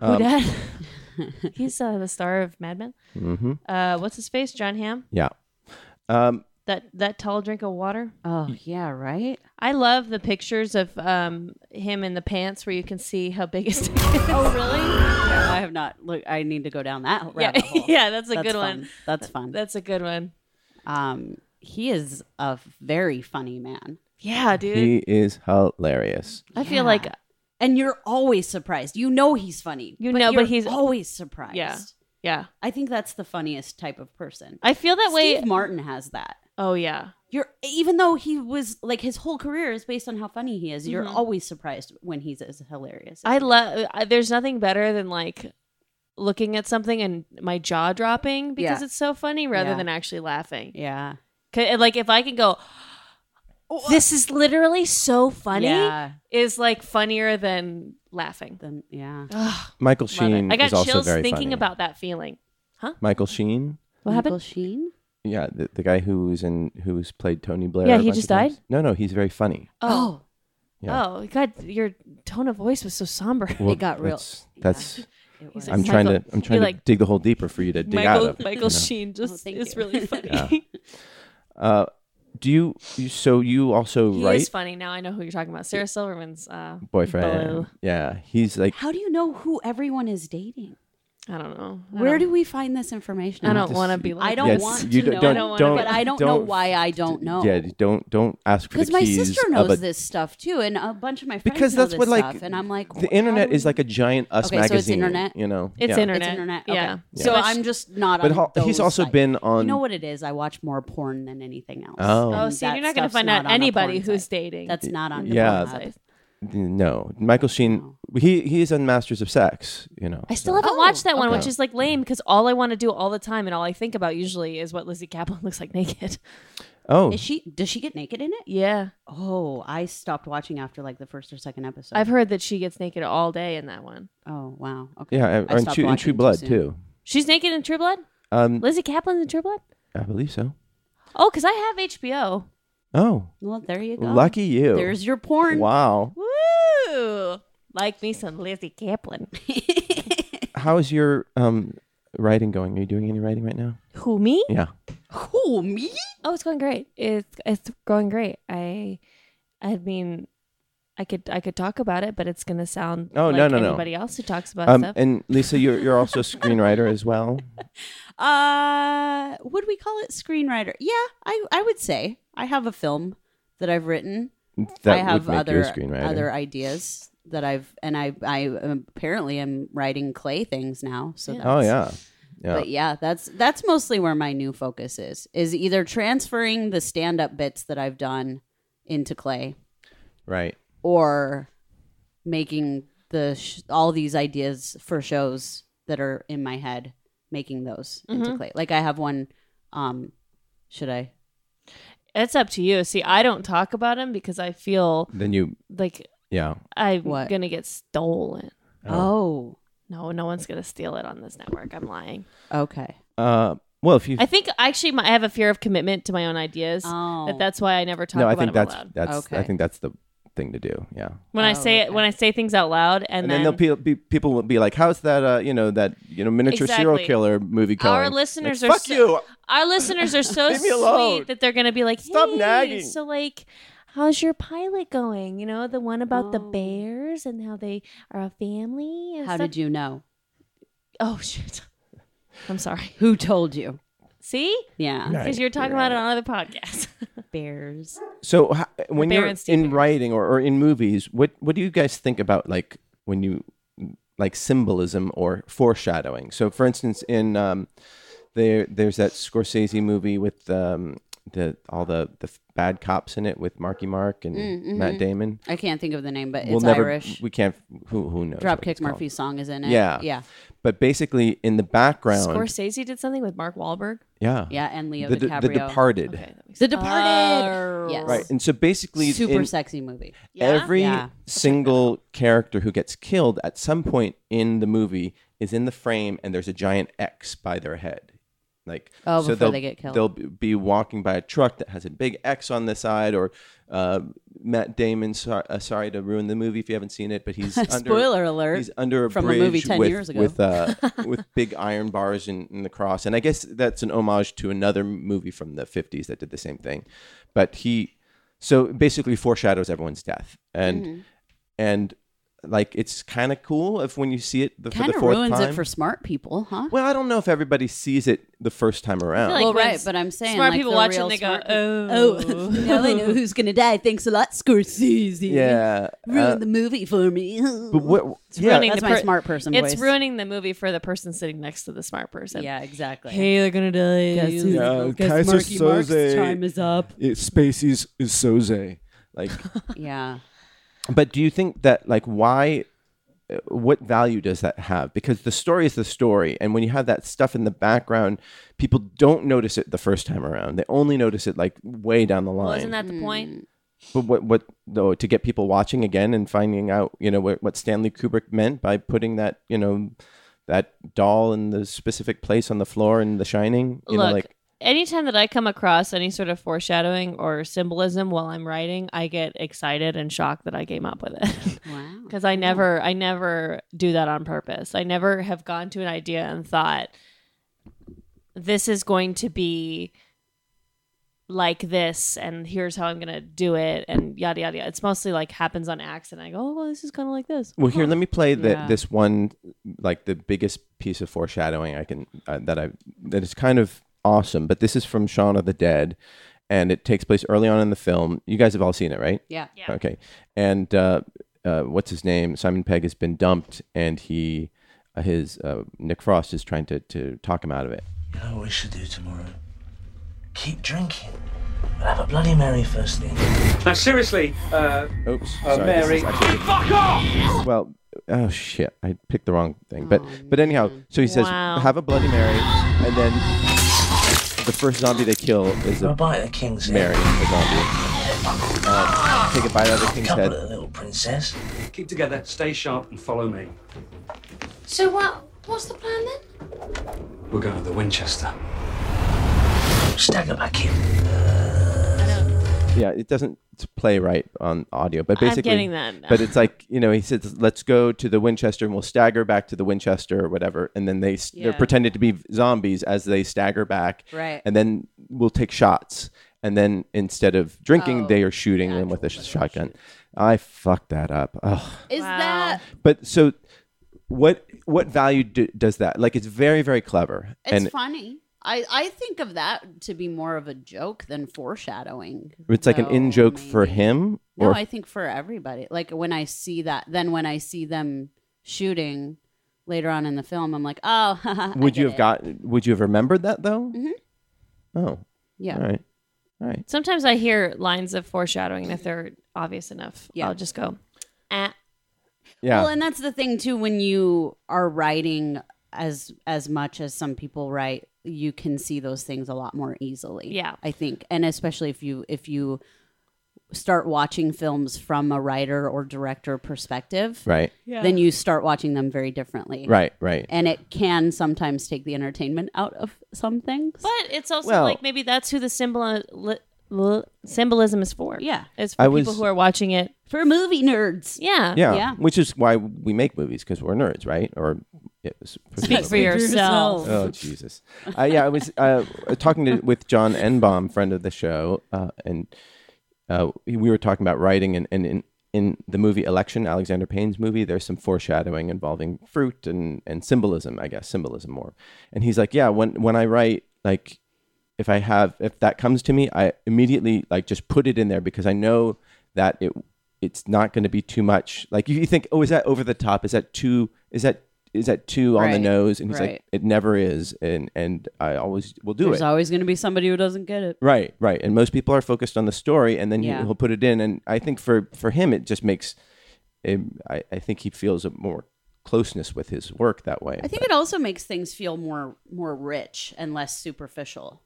Speaker 3: who dad he's uh, the star of mad men
Speaker 2: Mm-hmm.
Speaker 3: uh what's his face john Hamm.
Speaker 2: Yeah. Um,
Speaker 3: that that tall drink of water
Speaker 4: Oh yeah, right.
Speaker 3: I love the pictures of um, him in the pants where you can see how big his dick is.
Speaker 4: Oh really? No, I have not. Look, I need to go down that
Speaker 3: yeah,
Speaker 4: rabbit hole.
Speaker 3: yeah, that's a
Speaker 4: That's
Speaker 3: good
Speaker 4: fun.
Speaker 3: one.
Speaker 4: That's fun.
Speaker 3: That's a good one.
Speaker 4: Um, he is a very funny man,
Speaker 3: Yeah, dude.
Speaker 2: he is hilarious.
Speaker 3: I feel like
Speaker 4: Yeah. and you're always surprised. You know he's funny.
Speaker 3: You know, but
Speaker 4: you're
Speaker 3: he's-
Speaker 4: always surprised.
Speaker 3: Yeah. yeah.
Speaker 4: I think that's the funniest type of person.
Speaker 3: I feel that way.
Speaker 4: Steve Martin has that.
Speaker 3: oh yeah.
Speaker 4: You're even though he was like his whole career is based on how funny he is. You're always surprised when he's as hilarious.
Speaker 3: Mm-hmm. I love. I- There's nothing better than like looking at something and my jaw dropping because
Speaker 4: Yeah.
Speaker 3: it's so funny rather
Speaker 4: Yeah.
Speaker 3: than actually laughing.
Speaker 4: yeah.
Speaker 3: 'Cause, and, like if I can go, this is literally so funny.
Speaker 4: Yeah.
Speaker 3: Is like funnier than laughing.
Speaker 4: Then yeah.
Speaker 2: Michael
Speaker 3: Love it.
Speaker 2: Sheen
Speaker 3: I
Speaker 2: is
Speaker 3: got
Speaker 2: also
Speaker 3: chills
Speaker 2: very
Speaker 3: thinking
Speaker 2: funny.
Speaker 3: about that feeling.
Speaker 2: Michael Sheen.
Speaker 3: What
Speaker 4: Michael
Speaker 3: happened?
Speaker 4: Sheen?
Speaker 2: Yeah, the, the guy who's in who's played Tony Blair.
Speaker 3: Yeah,
Speaker 2: a
Speaker 3: he
Speaker 2: bunch
Speaker 3: just
Speaker 2: of times.
Speaker 3: died?
Speaker 2: No, no, he's very funny.
Speaker 4: Oh,
Speaker 2: Yeah.
Speaker 3: Oh God, your tone of voice was so somber.
Speaker 2: Well,
Speaker 4: it got real-
Speaker 2: That's, that's
Speaker 4: it
Speaker 3: Oh. He's
Speaker 4: was.
Speaker 3: like,
Speaker 2: I'm trying to
Speaker 3: Michael-
Speaker 2: I'm trying
Speaker 3: you're
Speaker 2: to
Speaker 3: like-
Speaker 2: dig the hole deeper for you to dig out
Speaker 3: Michael
Speaker 2: of.
Speaker 3: Michael
Speaker 2: you know?
Speaker 3: Sheen just
Speaker 4: thank
Speaker 3: is
Speaker 4: you.
Speaker 3: really funny.
Speaker 2: Yeah. Uh, do you, you so you also
Speaker 3: He
Speaker 2: write
Speaker 3: is funny now. I know who you're talking about. Sarah Silverman's. Uh,
Speaker 2: boyfriend?
Speaker 3: Blue.
Speaker 2: Yeah, he's like
Speaker 4: How do you know who everyone is dating?
Speaker 3: I don't know. I
Speaker 4: Where
Speaker 3: don't-
Speaker 4: do we find this information?
Speaker 3: I don't
Speaker 2: Just-
Speaker 3: want to be like.
Speaker 4: I don't
Speaker 2: yes,
Speaker 4: want
Speaker 2: you
Speaker 4: to
Speaker 2: don't
Speaker 4: know.
Speaker 2: don't,
Speaker 3: I don't wanna-
Speaker 2: don't
Speaker 4: but I don't, know why I don't know.
Speaker 2: Yeah, don't don't ask for the
Speaker 4: because my
Speaker 2: keys
Speaker 4: sister
Speaker 2: of
Speaker 4: knows
Speaker 2: a-
Speaker 4: this stuff too, and a bunch of my friends
Speaker 2: Because
Speaker 4: know
Speaker 2: that's
Speaker 4: this
Speaker 2: what like
Speaker 4: stuff, and I'm like,
Speaker 2: the internet is like a giant us
Speaker 4: Okay, so it's
Speaker 2: magazine.
Speaker 4: internet?
Speaker 2: You know,
Speaker 3: It's
Speaker 2: yeah.
Speaker 3: internet.
Speaker 4: It's internet.
Speaker 3: Yeah.
Speaker 4: Okay.
Speaker 3: Yeah.
Speaker 4: So
Speaker 3: But-
Speaker 4: I'm just not.
Speaker 2: But
Speaker 4: on
Speaker 2: ho- he's
Speaker 4: those
Speaker 2: also
Speaker 4: sites.
Speaker 2: been on.
Speaker 4: You know what it is? I watch more porn than anything else.
Speaker 2: Oh.
Speaker 3: Oh,
Speaker 4: And
Speaker 3: see,
Speaker 4: that
Speaker 3: you're not going to
Speaker 4: stuff's
Speaker 3: find out
Speaker 4: on a
Speaker 3: anybody
Speaker 4: porn
Speaker 3: who's
Speaker 4: site.
Speaker 3: dating.
Speaker 4: That's not on. The
Speaker 2: Yeah.
Speaker 4: Porn
Speaker 3: Sites.
Speaker 4: site.
Speaker 2: No, Michael Sheen. He he is on Masters of Sex. You know,
Speaker 3: I still
Speaker 2: so-
Speaker 3: haven't
Speaker 4: Oh,
Speaker 3: watched that one, which
Speaker 2: okay.
Speaker 3: is like lame because all I want to do all the time and all I think about usually is what Lizzie Kaplan looks like naked.
Speaker 2: Oh,
Speaker 4: Is she? Does she get naked in it?
Speaker 3: Yeah,
Speaker 4: Oh, I stopped watching after like the first or second episode.
Speaker 3: I've heard that she gets naked all day in that one.
Speaker 4: oh wow. Okay.
Speaker 2: yeah, and-
Speaker 4: I
Speaker 2: and
Speaker 4: stopped
Speaker 2: True, in
Speaker 4: watching
Speaker 2: True
Speaker 4: too
Speaker 2: Blood
Speaker 4: soon.
Speaker 2: too.
Speaker 3: She's naked in True Blood.
Speaker 2: Um,
Speaker 3: Lizzie Kaplan's in True Blood.
Speaker 2: I believe so.
Speaker 3: Oh, because I have HBO.
Speaker 2: Oh,
Speaker 4: Well, there you go.
Speaker 2: lucky you.
Speaker 4: There's your porn.
Speaker 2: wow.
Speaker 3: Woo! Like me some Lizzie Kaplan.
Speaker 2: How is your um writing going? Are you doing any writing right now?
Speaker 3: Who me?
Speaker 2: Yeah.
Speaker 4: Who me?
Speaker 3: Oh, it's going great. It's it's going great. I, I mean, I could I could talk about it, but it's gonna sound
Speaker 2: Oh,
Speaker 3: like
Speaker 2: no, no, no.
Speaker 3: anybody else who talks about
Speaker 2: Um,
Speaker 3: stuff.
Speaker 2: and Lisa, you're you're also a screenwriter as well.
Speaker 4: Uh, would we call it screenwriter? Yeah, I I would say I have a film that I've written.
Speaker 2: That
Speaker 4: I
Speaker 2: would
Speaker 4: have
Speaker 2: make
Speaker 4: other
Speaker 2: you a screenwriter.
Speaker 4: other ideas that I've and I I apparently am writing clay things now. So that's,
Speaker 2: oh yeah, yeah.
Speaker 4: But yeah, that's that's mostly where my new focus is is either transferring the stand up bits that I've done into clay
Speaker 2: right.
Speaker 4: or making the sh- all these ideas for shows that are in my head making those into clay like i have one um should i
Speaker 3: it's up to you. See, I don't talk about him because I feel
Speaker 2: Then you,
Speaker 3: like
Speaker 2: yeah.
Speaker 3: I'm
Speaker 4: What?
Speaker 3: gonna get stolen.
Speaker 4: oh,
Speaker 3: No, no one's gonna steal it on this network. I'm lying.
Speaker 4: okay
Speaker 2: Uh, well, if you,
Speaker 3: I think actually my, I have a fear of commitment to my own ideas.
Speaker 4: oh
Speaker 3: That that's why I never talk
Speaker 2: no, I
Speaker 3: about
Speaker 2: think
Speaker 3: them
Speaker 2: that's
Speaker 3: out loud.
Speaker 2: that's I
Speaker 4: Okay.
Speaker 2: think that's the thing to do. Yeah.
Speaker 3: When I
Speaker 4: Oh,
Speaker 3: say it,
Speaker 4: okay.
Speaker 3: when I say things out loud, and,
Speaker 2: And, then, there'll be, be people will be like, "How's that? Uh, you know that you know miniature serial
Speaker 3: Exactly.
Speaker 2: killer movie going?"
Speaker 3: Our
Speaker 2: Like,
Speaker 3: listeners are
Speaker 2: fuck
Speaker 3: so-
Speaker 2: you.
Speaker 3: Our listeners are so
Speaker 2: Leave me alone.
Speaker 3: sweet that they're gonna be like,
Speaker 2: Stop
Speaker 3: "Hey,
Speaker 2: nagging."
Speaker 3: So like, how's your pilot going? You know, the one about the
Speaker 4: Oh.
Speaker 3: bears and how they are a family. And
Speaker 4: how
Speaker 3: stuff.
Speaker 4: did you know
Speaker 3: Oh shit! I'm sorry.
Speaker 4: who told you
Speaker 3: See,
Speaker 4: yeah
Speaker 2: No.
Speaker 3: because
Speaker 2: Right,
Speaker 3: you're talking
Speaker 2: right.
Speaker 3: about it on other podcasts.
Speaker 4: bears
Speaker 2: So h- when you're
Speaker 3: Baron Stevens.
Speaker 2: in writing or, or in movies, what what do you guys think about like when you like symbolism or foreshadowing? So for instance, in um, there there's that Scorsese movie with um, the all the the bad cops in it with Marky Mark and Matt Damon.
Speaker 4: I can't think of the name, but it's
Speaker 2: we'll never.
Speaker 4: Irish.
Speaker 2: We can't. Who who knows? what
Speaker 4: Dropkick
Speaker 2: it's called.
Speaker 4: Murphy's song is in it.
Speaker 2: Yeah.
Speaker 4: yeah,
Speaker 2: But basically, in the background,
Speaker 3: Scorsese did something with Mark Wahlberg.
Speaker 2: yeah,
Speaker 4: yeah, and Leo
Speaker 2: the,
Speaker 4: DiCaprio.
Speaker 2: the Departed,
Speaker 3: Okay, that makes
Speaker 4: The
Speaker 3: sense.
Speaker 4: Departed. yes,
Speaker 2: right? And so basically,
Speaker 4: super
Speaker 2: in-
Speaker 4: sexy movie.
Speaker 2: every
Speaker 4: Yeah.
Speaker 2: single character who gets killed at some point in the movie is in the frame and there's a giant x by their head like
Speaker 4: Oh, before
Speaker 2: they'll-
Speaker 4: they get killed.
Speaker 2: they'll be walking by a truck that has a big x on the side or uh, matt damon sor- uh, sorry to ruin the movie if you haven't seen it but he's under
Speaker 4: Spoiler alert
Speaker 2: he's under a
Speaker 4: from a
Speaker 2: bridge
Speaker 4: movie 10
Speaker 2: with,
Speaker 4: years ago.
Speaker 2: with, uh, with big iron bars and, and the cross and i guess that's an homage to another movie from the 50s that did the same thing but he so it basically foreshadows everyone's death and and like it's kind of cool if when you see it the, for
Speaker 4: Kind
Speaker 2: the
Speaker 4: of
Speaker 2: fourth
Speaker 4: ruins
Speaker 2: time
Speaker 4: it for smart people, huh?
Speaker 2: well i don't know if everybody sees it the first time around
Speaker 3: like
Speaker 4: well,
Speaker 3: when
Speaker 4: right,
Speaker 3: s-
Speaker 4: but I'm saying
Speaker 3: smart
Speaker 4: like,
Speaker 3: people
Speaker 4: the
Speaker 3: watch it
Speaker 4: real
Speaker 3: and they go,
Speaker 4: smart
Speaker 3: "Oh,
Speaker 4: people- now I know who's gonna die. Thanks a lot, Scorsese.
Speaker 2: yeah
Speaker 4: ruined
Speaker 2: uh,
Speaker 4: the movie for me.
Speaker 2: but what
Speaker 3: ruining
Speaker 2: yeah
Speaker 4: That's
Speaker 3: the
Speaker 4: my
Speaker 3: per-
Speaker 4: smart person
Speaker 3: It's
Speaker 4: voice.
Speaker 3: ruining the movie for the person sitting next to the smart person.
Speaker 4: yeah, exactly.
Speaker 3: Hey, they're gonna die.
Speaker 2: Yeah, guess Kaiser Marky Mark's Soze. time
Speaker 4: is up.
Speaker 2: it, spacey's is soze like
Speaker 4: Yeah,
Speaker 2: But do you think that like why uh, what value does that have? Because the story is the story and when you have that stuff in the background, people don't notice it the first time around. They only notice it like way down the line.
Speaker 3: Isn't that the
Speaker 4: Hmm.
Speaker 3: point?
Speaker 2: but what what though to get people watching again and finding out, you know, what, what Stanley Kubrick meant by putting that, you know, that doll in the specific place on the floor in The Shining, you
Speaker 3: Look,
Speaker 2: know, like
Speaker 3: anytime that I come across any sort of foreshadowing or symbolism while I'm writing, I get excited and shocked that I came up with it.
Speaker 4: wow.
Speaker 3: Because I never, I never do that on purpose. I never have gone to an idea and thought, this is going to be like this, and here's how I'm going to do it, and yada, yada, yada. It's mostly like happens on accident. I go, oh, well, this is kind of like this.
Speaker 2: Well, here, let me play the,
Speaker 4: Yeah.
Speaker 2: this one, like the biggest piece of foreshadowing I can uh, that I that is kind of awesome. But this is from Shaun of the Dead, and it takes place early on in the film. You guys have all seen it, right?
Speaker 4: Yeah.
Speaker 3: Yeah.
Speaker 2: Okay. And uh, uh, what's his name? Simon Pegg has been dumped, and he, uh, his uh, Nick Frost is trying to to talk him out of it.
Speaker 6: You know what we should do tomorrow? Keep drinking. We'll have a Bloody Mary first thing.
Speaker 5: Now, seriously, uh,
Speaker 2: Oops. sorry, this
Speaker 5: Mary.
Speaker 2: is actually- Well, oh shit, I picked the wrong thing. But but anyhow, so he says,
Speaker 3: Oh, Wow.
Speaker 2: have a Bloody Mary, and then the first zombie they kill is
Speaker 6: A
Speaker 2: a
Speaker 6: bite of King's
Speaker 2: Mary,
Speaker 6: head.
Speaker 2: a zombie. Uh, take a bite out of the king's
Speaker 6: Couple
Speaker 2: head.
Speaker 6: of little princess.
Speaker 5: keep together, stay sharp, and follow me.
Speaker 7: So what? What's the plan then?
Speaker 5: We're going to the Winchester.
Speaker 6: Stagger back in.
Speaker 2: Yeah, it doesn't play right on audio, but
Speaker 3: I'm
Speaker 2: basically,
Speaker 3: getting that now.
Speaker 2: But it's like you know, he says, "Let's go to the Winchester, and we'll stagger back to the Winchester or whatever." And then they s they're
Speaker 4: Yeah.
Speaker 2: pretended to be zombies as they stagger back,
Speaker 4: Right.
Speaker 2: And then we'll take shots, and then instead of drinking,
Speaker 4: Oh,
Speaker 2: they are shooting them with a sh- shotgun. I fucked that up. Ugh.
Speaker 4: Is
Speaker 3: Wow.
Speaker 4: that?
Speaker 2: But so, what what value do, does that? Like, it's very very clever,
Speaker 4: It's
Speaker 2: and
Speaker 4: funny. I, I think of that to be more of a joke than foreshadowing.
Speaker 2: it's like an
Speaker 4: though,
Speaker 2: in joke for
Speaker 4: maybe.
Speaker 2: him.
Speaker 4: No,
Speaker 2: or
Speaker 4: I think for everybody. Like when I see that, then when I see them shooting later on in the film, I'm like, oh, I
Speaker 2: would you
Speaker 4: get
Speaker 2: have
Speaker 4: it. Mm-hmm.
Speaker 2: gotten would you have remembered that though oh
Speaker 4: Yeah.
Speaker 2: all right all right
Speaker 3: Sometimes I hear lines of foreshadowing, and if they're obvious enough,
Speaker 4: Yeah.
Speaker 3: I'll just go, eh.
Speaker 2: yeah
Speaker 4: Well, and that's the thing too. When you are writing as as much as some people write, you can see those things a lot more easily.
Speaker 3: Yeah.
Speaker 4: I think, and especially if you if you start watching films from a writer or director perspective,
Speaker 2: right
Speaker 4: then you start watching them very differently.
Speaker 2: right right
Speaker 4: And it can sometimes take the entertainment out of some things.
Speaker 3: But it's also
Speaker 2: Well-
Speaker 3: like maybe that's who the symbol li, li- symbolism is for.
Speaker 4: Yeah.
Speaker 3: it's for
Speaker 2: I
Speaker 3: people
Speaker 2: was-
Speaker 3: who are watching it.
Speaker 4: for movie nerds,
Speaker 3: Yeah,
Speaker 2: yeah.
Speaker 4: Yeah.
Speaker 2: which is why we make movies because we're nerds right or yeah, s-
Speaker 3: Speak for yourself.
Speaker 2: Oh Jesus! Uh, yeah, I was uh, talking to, with John Enbaum, friend of the show, uh, and uh, we were talking about writing. And, and in in the movie Election, Alexander Payne's movie, there's some foreshadowing involving fruit and and symbolism, I guess, symbolism more. And he's like, yeah, when when I write, like, if I have if that comes to me, I immediately like just put it in there because I know that it it's not going to be too much. Like you, you think, oh, is that over the top? Is that too? Is that is that too on the
Speaker 4: Right,
Speaker 2: nose? And he's like,
Speaker 4: right.
Speaker 2: it never is, and and I always will do
Speaker 4: There's
Speaker 2: it.
Speaker 4: always going to be somebody who doesn't get it.
Speaker 2: Right, right. And most people are focused on the story, and then he,
Speaker 4: Yeah.
Speaker 2: he'll put it in. And I think for for him, it just makes. him- I I think he feels a more closeness with his work that way.
Speaker 4: I think it also makes things feel more more rich and less superficial,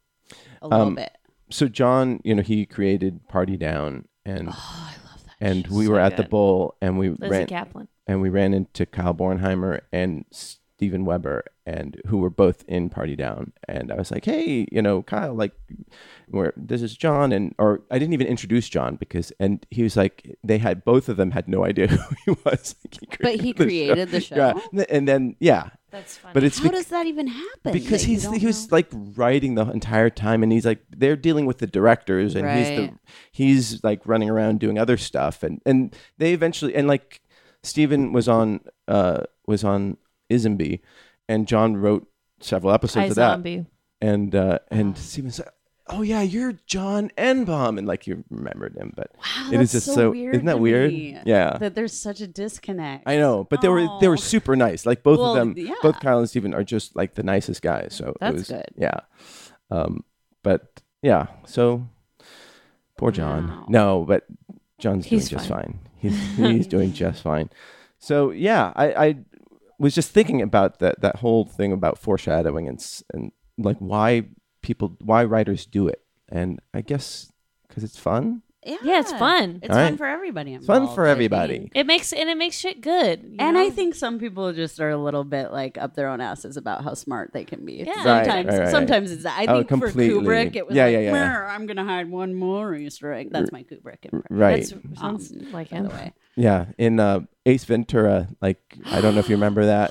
Speaker 4: a little
Speaker 2: Um,
Speaker 4: bit.
Speaker 2: so John, you know, he created Party Down, and
Speaker 4: Oh,
Speaker 2: and we were at the
Speaker 3: good.
Speaker 2: bowl, and we
Speaker 3: Lizzie
Speaker 2: ran
Speaker 3: Kaplan.
Speaker 2: and we ran into Kyle Bornheimer and Steven Weber, and who were both in Party Down. And I was like, hey, you know, Kyle, like, where this is John, and or I didn't even introduce John because, and he was like, they had both of them had no idea who he was. Like, he
Speaker 4: But he created the show?
Speaker 2: Yeah, and then yeah,
Speaker 3: That's funny.
Speaker 2: but it's
Speaker 4: How
Speaker 2: bec-
Speaker 4: does that even happen?
Speaker 2: because
Speaker 4: that you
Speaker 2: he's
Speaker 4: don't
Speaker 2: he was
Speaker 4: know?
Speaker 2: like writing the entire time and he's like they're dealing with the directors and he's the
Speaker 4: Right.
Speaker 2: he's like running around doing other stuff and and they eventually and like Steven was on uh was on Ismby and John wrote several episodes of that
Speaker 3: Zombie.
Speaker 2: and uh and Steven's like oh yeah you're John Enbom and like you remembered him but
Speaker 4: Wow,
Speaker 2: it is
Speaker 4: Ah, that's
Speaker 2: just so,
Speaker 4: weird
Speaker 2: isn't that
Speaker 4: to
Speaker 2: weird
Speaker 4: me
Speaker 2: yeah
Speaker 4: that there's such a disconnect.
Speaker 2: I know, but they were they
Speaker 4: Oh.
Speaker 2: were super nice. Like both
Speaker 4: Well,
Speaker 2: of them,
Speaker 4: yeah.
Speaker 2: both Kyle and Steven are just like the nicest guys. So it
Speaker 4: That's
Speaker 2: was,
Speaker 4: good.
Speaker 2: Yeah, um, but yeah, so poor John. No, but John's
Speaker 3: He's
Speaker 2: doing just fine. He's he's doing just fine. So yeah, I, I was just thinking about that that whole thing about foreshadowing and s- and like why people why writers do it, and I guess because it's fun.
Speaker 4: Yeah,
Speaker 3: Yeah, it's fun.
Speaker 4: It's
Speaker 2: All
Speaker 4: fun
Speaker 2: right.
Speaker 4: for everybody.
Speaker 2: It's fun
Speaker 4: involved,
Speaker 2: for
Speaker 4: I
Speaker 2: everybody.
Speaker 4: think.
Speaker 3: It makes and it makes shit good. you
Speaker 4: And
Speaker 3: know?
Speaker 4: I think some people just are a little bit like up their own asses about how smart they can be.
Speaker 3: Yeah.
Speaker 2: Right,
Speaker 4: Sometimes,
Speaker 2: right, right.
Speaker 4: sometimes it's. I
Speaker 2: Oh,
Speaker 4: think
Speaker 2: completely.
Speaker 4: for Kubrick, it was
Speaker 2: Yeah,
Speaker 4: like,
Speaker 2: yeah, yeah, yeah.
Speaker 4: "Mer, I'm gonna hide one more Easter egg. That's my Kubrick impression.
Speaker 2: Right.
Speaker 3: That's, sounds like
Speaker 4: Um, By the
Speaker 3: him.
Speaker 4: way,
Speaker 2: Yeah, in uh, Ace Ventura, like I don't know if you remember that.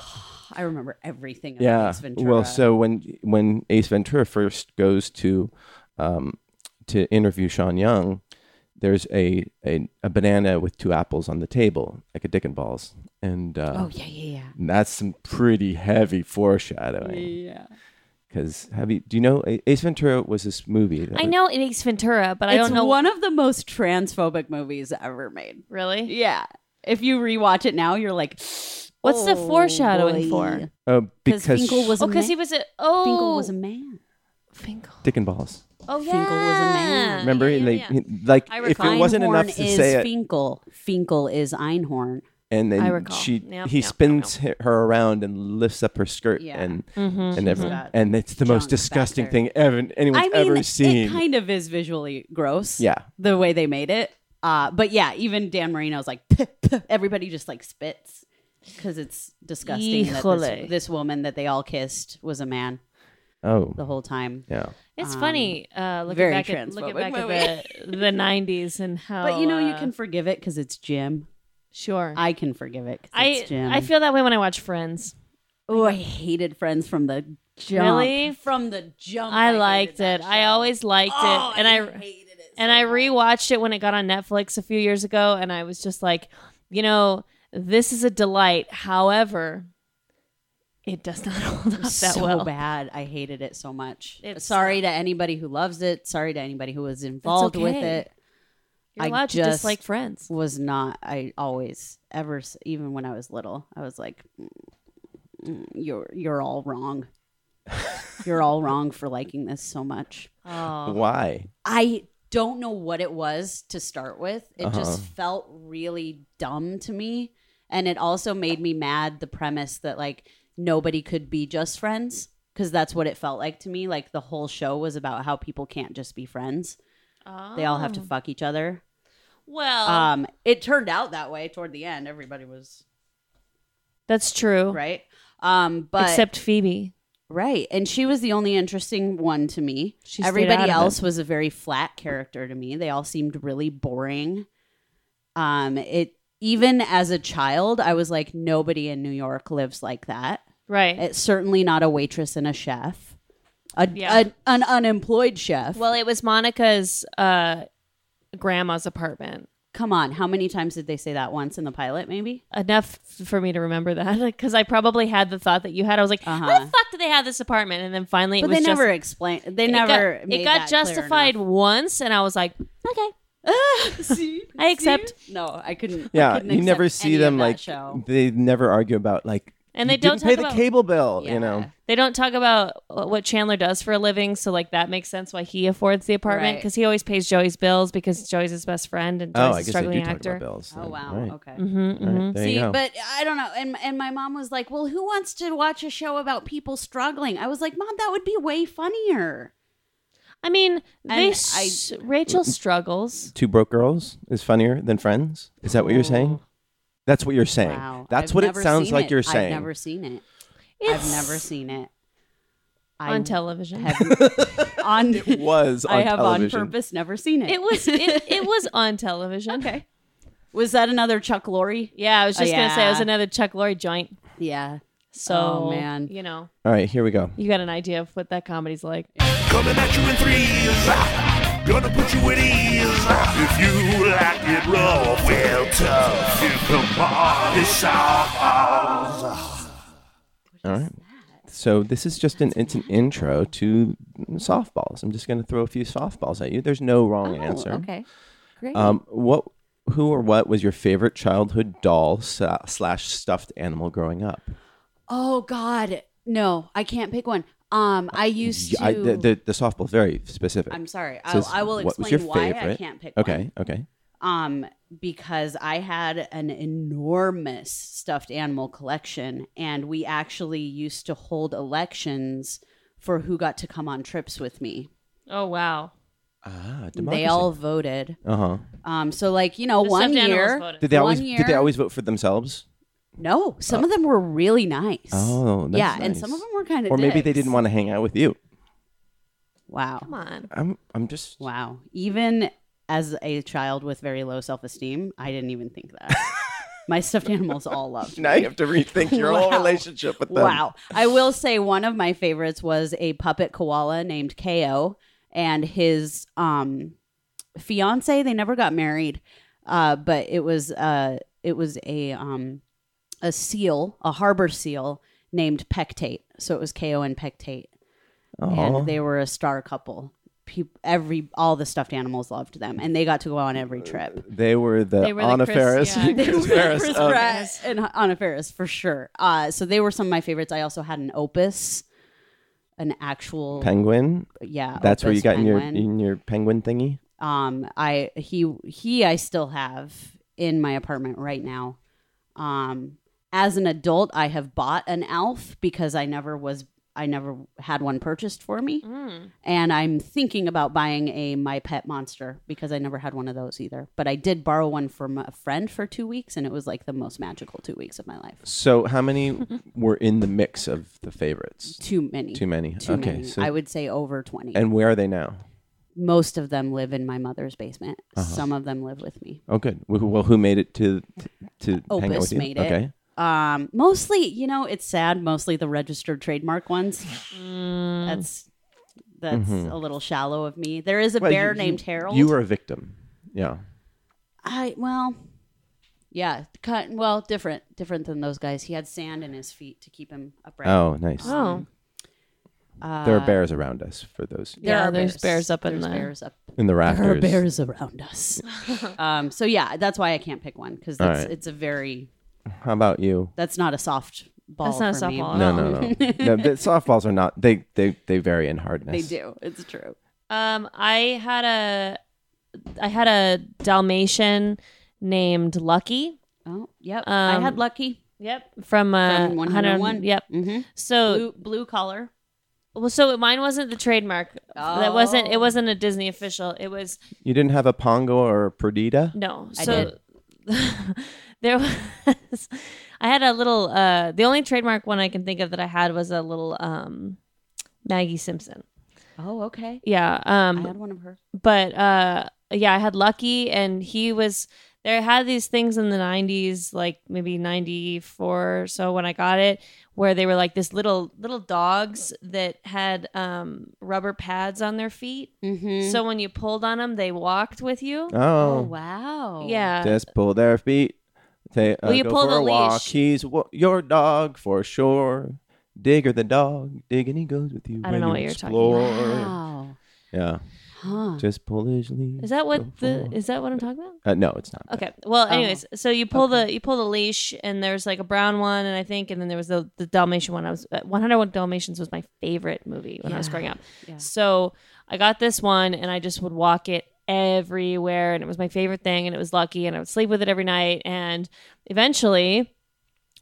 Speaker 4: I remember everything. About
Speaker 2: yeah.
Speaker 4: Ace Ventura.
Speaker 2: Well, so when when Ace Ventura first goes to um, to interview Sean Young, there's a, a a banana with two apples on the table, like a dick and balls, and uh,
Speaker 4: oh yeah, yeah, yeah.
Speaker 2: and that's some pretty heavy foreshadowing.
Speaker 4: Yeah.
Speaker 2: Because have you do you know A- Ace Ventura was this movie? That
Speaker 3: I
Speaker 2: was-
Speaker 3: know it Ace Ventura, but I
Speaker 4: It's
Speaker 3: don't know.
Speaker 4: one of the most transphobic movies ever made.
Speaker 3: really?
Speaker 4: Yeah. If you rewatch it now, you're like,
Speaker 3: What's the
Speaker 4: "Oh,
Speaker 3: foreshadowing
Speaker 4: boy."
Speaker 3: for?
Speaker 2: uh,
Speaker 4: Because
Speaker 2: because
Speaker 4: Finkel was
Speaker 3: Oh,
Speaker 4: a
Speaker 3: because
Speaker 4: man.
Speaker 3: he was a oh
Speaker 4: Finkel was a man.
Speaker 3: Finkel.
Speaker 2: dick and balls.
Speaker 3: Oh yeah,
Speaker 4: Finkel was a man.
Speaker 2: Remember,
Speaker 3: Yeah, yeah,
Speaker 2: they
Speaker 3: yeah.
Speaker 2: like
Speaker 3: I
Speaker 2: if
Speaker 3: recall.
Speaker 2: it wasn't
Speaker 4: Einhorn
Speaker 2: enough to
Speaker 4: is
Speaker 2: say it,
Speaker 4: Finkel. Finkel is Einhorn.
Speaker 2: and
Speaker 3: I
Speaker 2: then
Speaker 3: recall.
Speaker 2: she
Speaker 3: Yep,
Speaker 2: he
Speaker 3: yep,
Speaker 2: spins he- her around and lifts up her skirt
Speaker 4: Yeah.
Speaker 2: and and everything
Speaker 4: got
Speaker 2: and it's the most
Speaker 4: junk back
Speaker 2: disgusting
Speaker 4: there.
Speaker 2: thing ever anyone's
Speaker 4: I mean,
Speaker 2: ever seen.
Speaker 4: it kind of is visually gross.
Speaker 2: Yeah.
Speaker 4: the way they made it. Uh, but yeah, even Dan Marino's like, "Puh, puh." everybody just like spits because it's disgusting that
Speaker 3: Híjole.
Speaker 4: this, this woman that they all kissed was a man
Speaker 2: oh
Speaker 4: the whole time.
Speaker 2: yeah,
Speaker 3: It's funny uh, looking
Speaker 4: Um, very
Speaker 3: back at looking
Speaker 4: transphobic
Speaker 3: back at
Speaker 4: movie.
Speaker 3: the the '90s and how.
Speaker 4: But you know, you
Speaker 3: uh,
Speaker 4: can forgive it because it's Jim.
Speaker 3: sure.
Speaker 4: I can forgive it. 'cause
Speaker 3: I
Speaker 4: it's Jim.
Speaker 3: I feel that way when I watch Friends.
Speaker 4: Oh, I hated Friends from the jump.
Speaker 3: Really?
Speaker 4: From the jump.
Speaker 3: I
Speaker 4: hated
Speaker 3: liked
Speaker 4: that
Speaker 3: it. I
Speaker 4: show.
Speaker 3: always liked
Speaker 4: Oh,
Speaker 3: it, and I
Speaker 4: hated it.
Speaker 3: and I rewatched it when it got on Netflix a few years ago, and I was just like, you know, this is a delight. However, it does not hold up that
Speaker 4: so
Speaker 3: well.
Speaker 4: bad. I hated it so much.
Speaker 3: It's-
Speaker 4: Sorry to anybody who loves it. Sorry to anybody who was involved with
Speaker 3: okay.
Speaker 4: it.
Speaker 3: You're
Speaker 4: I
Speaker 3: allowed to
Speaker 4: just-
Speaker 3: dislike Friends.
Speaker 4: Was not. I always ever s- even when I was little, I was like, "Mm, mm, "You're you're all wrong. you're all wrong for liking this so much."
Speaker 2: why?
Speaker 4: I don't know what it was to start with. It just felt really dumb to me. And it also made me mad the premise that like nobody could be just friends because that's what it felt like to me. Like the whole show was about how people can't just be friends. They all have to fuck each other.
Speaker 3: Well,
Speaker 4: Um it turned out that way toward the end. Everybody was
Speaker 3: that's true.
Speaker 4: right. Um but
Speaker 3: Except Phoebe.
Speaker 4: Right. And she was the only interesting one to me.
Speaker 3: She stayed out
Speaker 4: Everybody
Speaker 3: of
Speaker 4: else was a very flat character to me. They all seemed really boring. Um it even as a child, I was like nobody in New York lives like that.
Speaker 3: Right.
Speaker 4: It's certainly not a waitress and a chef. A,
Speaker 3: Yeah.
Speaker 4: a- an unemployed chef.
Speaker 3: Well, it was Monica's uh, grandma's apartment.
Speaker 4: Come on, how many times did they say that once in the pilot maybe?
Speaker 3: Enough f- for me to remember that because I probably had the thought that you had. I was like, how the
Speaker 4: Uh-huh.
Speaker 3: fuck do they have this apartment? And then finally, it
Speaker 4: But
Speaker 3: was
Speaker 4: they
Speaker 3: just-
Speaker 4: never explained. They
Speaker 3: it got-
Speaker 4: never
Speaker 3: It got,
Speaker 4: made that clear
Speaker 3: justified
Speaker 4: enough.
Speaker 3: once, and I was like, okay,
Speaker 4: See?
Speaker 3: I accept.
Speaker 4: No, I couldn't. I
Speaker 2: Yeah,
Speaker 4: couldn't
Speaker 2: you never
Speaker 4: accept
Speaker 2: see
Speaker 4: any of
Speaker 2: them
Speaker 4: that
Speaker 2: like
Speaker 4: show.
Speaker 2: they never argue about like
Speaker 3: And
Speaker 2: You
Speaker 3: they don't
Speaker 2: didn't
Speaker 3: talk
Speaker 2: pay
Speaker 3: about
Speaker 2: the cable bill.
Speaker 4: Yeah.
Speaker 2: You know,
Speaker 3: They don't talk about wh- what Chandler does for a living, so like that makes sense why he affords the apartment
Speaker 4: Right.
Speaker 3: because he always pays Joey's bills because Joey's his best friend and Joey's
Speaker 2: oh, I guess they
Speaker 3: a
Speaker 2: do
Speaker 3: struggling
Speaker 2: talk
Speaker 3: actor.
Speaker 2: about bills.
Speaker 4: Oh
Speaker 2: then.
Speaker 4: wow.
Speaker 2: Right.
Speaker 4: Okay.
Speaker 3: Mm-hmm,
Speaker 2: All right, there
Speaker 4: See,
Speaker 2: you go.
Speaker 4: but I don't know. And and my mom was like, "Well, who wants to watch a show about people struggling?" I was like, "Mom, that would be way funnier."
Speaker 3: I mean, they
Speaker 4: And
Speaker 3: s- Rachel struggles.
Speaker 2: Two broke girls is funnier than Friends. Is that what you're saying? That's what you're saying.
Speaker 4: Oh. Wow.
Speaker 2: That's
Speaker 4: I've
Speaker 2: what it
Speaker 4: never
Speaker 2: sounds
Speaker 4: seen
Speaker 2: like
Speaker 4: it.
Speaker 2: you're saying.
Speaker 4: I've never seen it.
Speaker 3: It's
Speaker 4: I've never seen it. I
Speaker 3: on television.
Speaker 4: have- on
Speaker 2: was
Speaker 4: I
Speaker 2: on
Speaker 4: have
Speaker 2: television.
Speaker 4: on purpose never seen it.
Speaker 3: It was it, it was on television. Okay.
Speaker 4: was that another Chuck Lorre?
Speaker 3: Yeah, I was
Speaker 4: Oh,
Speaker 3: just gonna say it was
Speaker 4: yeah.
Speaker 3: another Chuck Lorre joint.
Speaker 4: Yeah.
Speaker 3: So
Speaker 4: Oh, man.
Speaker 3: you know,
Speaker 2: All right, here we go.
Speaker 3: you got an idea of what that comedy's like.
Speaker 1: Coming at you in threes. ah, Gonna put you at ease. ah. If you like it raw, well, tough. You can party sauce.
Speaker 2: All right. So this is just an it's an intro to softballs. I'm just going to throw a few softballs at you. There's no wrong answer.
Speaker 4: Oh, Okay. Great.
Speaker 2: Um, what, who or what was your favorite childhood doll sa- slash stuffed animal growing up?
Speaker 4: oh God, no, I can't pick one. Um, I used to.
Speaker 2: I, the, the the softball's very specific.
Speaker 4: I'm sorry.
Speaker 2: So
Speaker 4: I, I will
Speaker 2: what
Speaker 4: explain
Speaker 2: was your
Speaker 4: why I
Speaker 2: favorite?
Speaker 4: can't pick one.
Speaker 2: Okay, okay.
Speaker 4: um, because I had an enormous stuffed animal collection, and we actually used to hold elections for who got to come on trips with me.
Speaker 3: Oh wow.
Speaker 2: Ah,
Speaker 4: They all voted.
Speaker 2: Uh huh.
Speaker 4: Um, so like you know,
Speaker 3: The
Speaker 4: one
Speaker 3: stuffed animals
Speaker 4: year,
Speaker 3: voted.
Speaker 2: Did they
Speaker 4: One
Speaker 2: always did they
Speaker 4: year-
Speaker 2: always vote for themselves?
Speaker 4: no, some of them were really nice.
Speaker 2: Oh, that's
Speaker 4: yeah, and
Speaker 2: nice.
Speaker 4: some of them were kind of,
Speaker 2: Or maybe they didn't want to hang out with you.
Speaker 4: Wow,
Speaker 3: Come on.
Speaker 2: I'm I'm just
Speaker 4: wow. Even as a child with very low self esteem, I didn't even think that. My stuffed animals all loved me.
Speaker 2: now you have to rethink your whole
Speaker 4: Wow.
Speaker 2: relationship with them.
Speaker 4: Wow. I will say one of my favorites was a puppet koala named KO and his um fiance, they never got married. Uh but it was uh it was a um a seal, a harbor seal named Pectate. So it was KO and Pectate
Speaker 2: Aw.
Speaker 4: and they were a star couple. Peop every all the stuffed animals loved them and they got to go on
Speaker 2: Uh,
Speaker 4: every trip.
Speaker 2: They were the
Speaker 3: They were the
Speaker 2: Anna
Speaker 3: Chris-
Speaker 2: Ferris,
Speaker 3: yeah.
Speaker 2: and
Speaker 3: They
Speaker 2: Chris Ferris Oh.
Speaker 4: Chris
Speaker 2: of-
Speaker 4: Pratt and Anna Faris for sure. Uh, so they were some of my favorites. I also had an opus, an actual
Speaker 2: Penguin.
Speaker 4: yeah.
Speaker 2: That's where you
Speaker 4: opus
Speaker 2: got in
Speaker 4: Oh, penguin.
Speaker 2: your in your penguin thingy.
Speaker 4: um. I he he I still have in my apartment right now. Um, as an adult, I have bought an elf because I never was I never had one purchased for me, and I'm thinking about buying a my pet monster because I never had one of those either. But I did borrow one from a friend for two weeks, and it was like the most magical two weeks of my life.
Speaker 2: So how many were in the mix of the favorites?
Speaker 4: Too many.
Speaker 2: Too many.
Speaker 4: Too
Speaker 2: okay.
Speaker 4: many.
Speaker 2: So
Speaker 4: I would say over 20.
Speaker 2: and where are they now?
Speaker 4: Most of them live in my mother's basement.
Speaker 2: Uh-huh.
Speaker 4: Some of them live with me.
Speaker 2: Oh, good. Wh- Well, who made it to to hang out
Speaker 4: Opus
Speaker 2: with you?
Speaker 4: made it.
Speaker 2: okay.
Speaker 4: Um, mostly, you know, it's sad. Mostly the registered trademark ones. That's that's a little shallow of me. There is a
Speaker 2: Mm-hmm. Well, you-
Speaker 4: bear
Speaker 2: you-
Speaker 4: named Harold.
Speaker 2: You were a victim. Yeah.
Speaker 4: I well, yeah, cut. Well, different, different than those guys. He had sand in his feet to keep him upright.
Speaker 2: Oh, nice.
Speaker 3: Oh.
Speaker 2: there
Speaker 4: Uh,
Speaker 2: are bears around us for those
Speaker 4: There
Speaker 3: Yeah,
Speaker 4: are
Speaker 3: there's bears up in
Speaker 4: There's
Speaker 3: there.
Speaker 4: bears up
Speaker 2: in the
Speaker 4: There
Speaker 2: rafters.
Speaker 4: are bears around us. um, so yeah, that's why I can't pick one because that's
Speaker 2: right.
Speaker 4: it's a very
Speaker 2: How about you?
Speaker 4: that's not a soft ball.
Speaker 3: That's not a
Speaker 4: for me.
Speaker 3: softball.
Speaker 2: No, no, no.
Speaker 4: Oh.
Speaker 2: no the softballs are not. They they they vary in hardness.
Speaker 4: They do. It's true.
Speaker 3: Um, I had a, I had a Dalmatian named Lucky.
Speaker 4: Oh, yep. I had
Speaker 3: Um,
Speaker 4: lucky.
Speaker 3: Yep, from uh,
Speaker 4: From 101.
Speaker 3: Yep.
Speaker 4: Mm-hmm.
Speaker 3: So,
Speaker 4: Blue, blue collar.
Speaker 3: well, so mine wasn't the trademark. That wasn't.
Speaker 4: Oh.
Speaker 3: It wasn't a Disney official. It was
Speaker 2: You didn't have a pongo or a perdita.
Speaker 3: No. So there was I had a little uh the only trademark one I can think of that I had was a little um Maggie Simpson.
Speaker 4: Oh, okay.
Speaker 3: Yeah.
Speaker 4: I
Speaker 3: Um
Speaker 4: had one of her.
Speaker 3: but uh yeah, I had Lucky and he was there had these things in the 90s like maybe 94 or so when I got it where they were like this little little dogs that had um rubber pads on their feet.
Speaker 4: Mm-hmm.
Speaker 3: So when you pulled on them, they walked with you.
Speaker 4: Oh,
Speaker 2: Oh,
Speaker 4: wow.
Speaker 3: Yeah.
Speaker 2: just pull their feet. They, uh,
Speaker 3: Well, you
Speaker 2: go
Speaker 3: pull
Speaker 2: for
Speaker 3: the
Speaker 2: a walk.
Speaker 3: leash.
Speaker 2: He's wa- your dog for sure. Digger the dog. Dig and he goes with you.
Speaker 3: I
Speaker 2: when
Speaker 3: don't know
Speaker 2: you
Speaker 3: what you're talking
Speaker 2: explore.
Speaker 4: Wow.
Speaker 2: Yeah. Just Polish.
Speaker 3: Is that what the is that what I'm talking about?
Speaker 2: Uh, no, it's not. that.
Speaker 3: Okay. Well, anyways, so you pull the you pull the leash, and there's like a brown one, and I think, and then there was the the Dalmatian one. I was uh, 101 Dalmatians was my favorite movie when I was growing up. So I got this one, and I just would walk it everywhere, and it was my favorite thing, and it was lucky, and I would sleep with it every night, and eventually,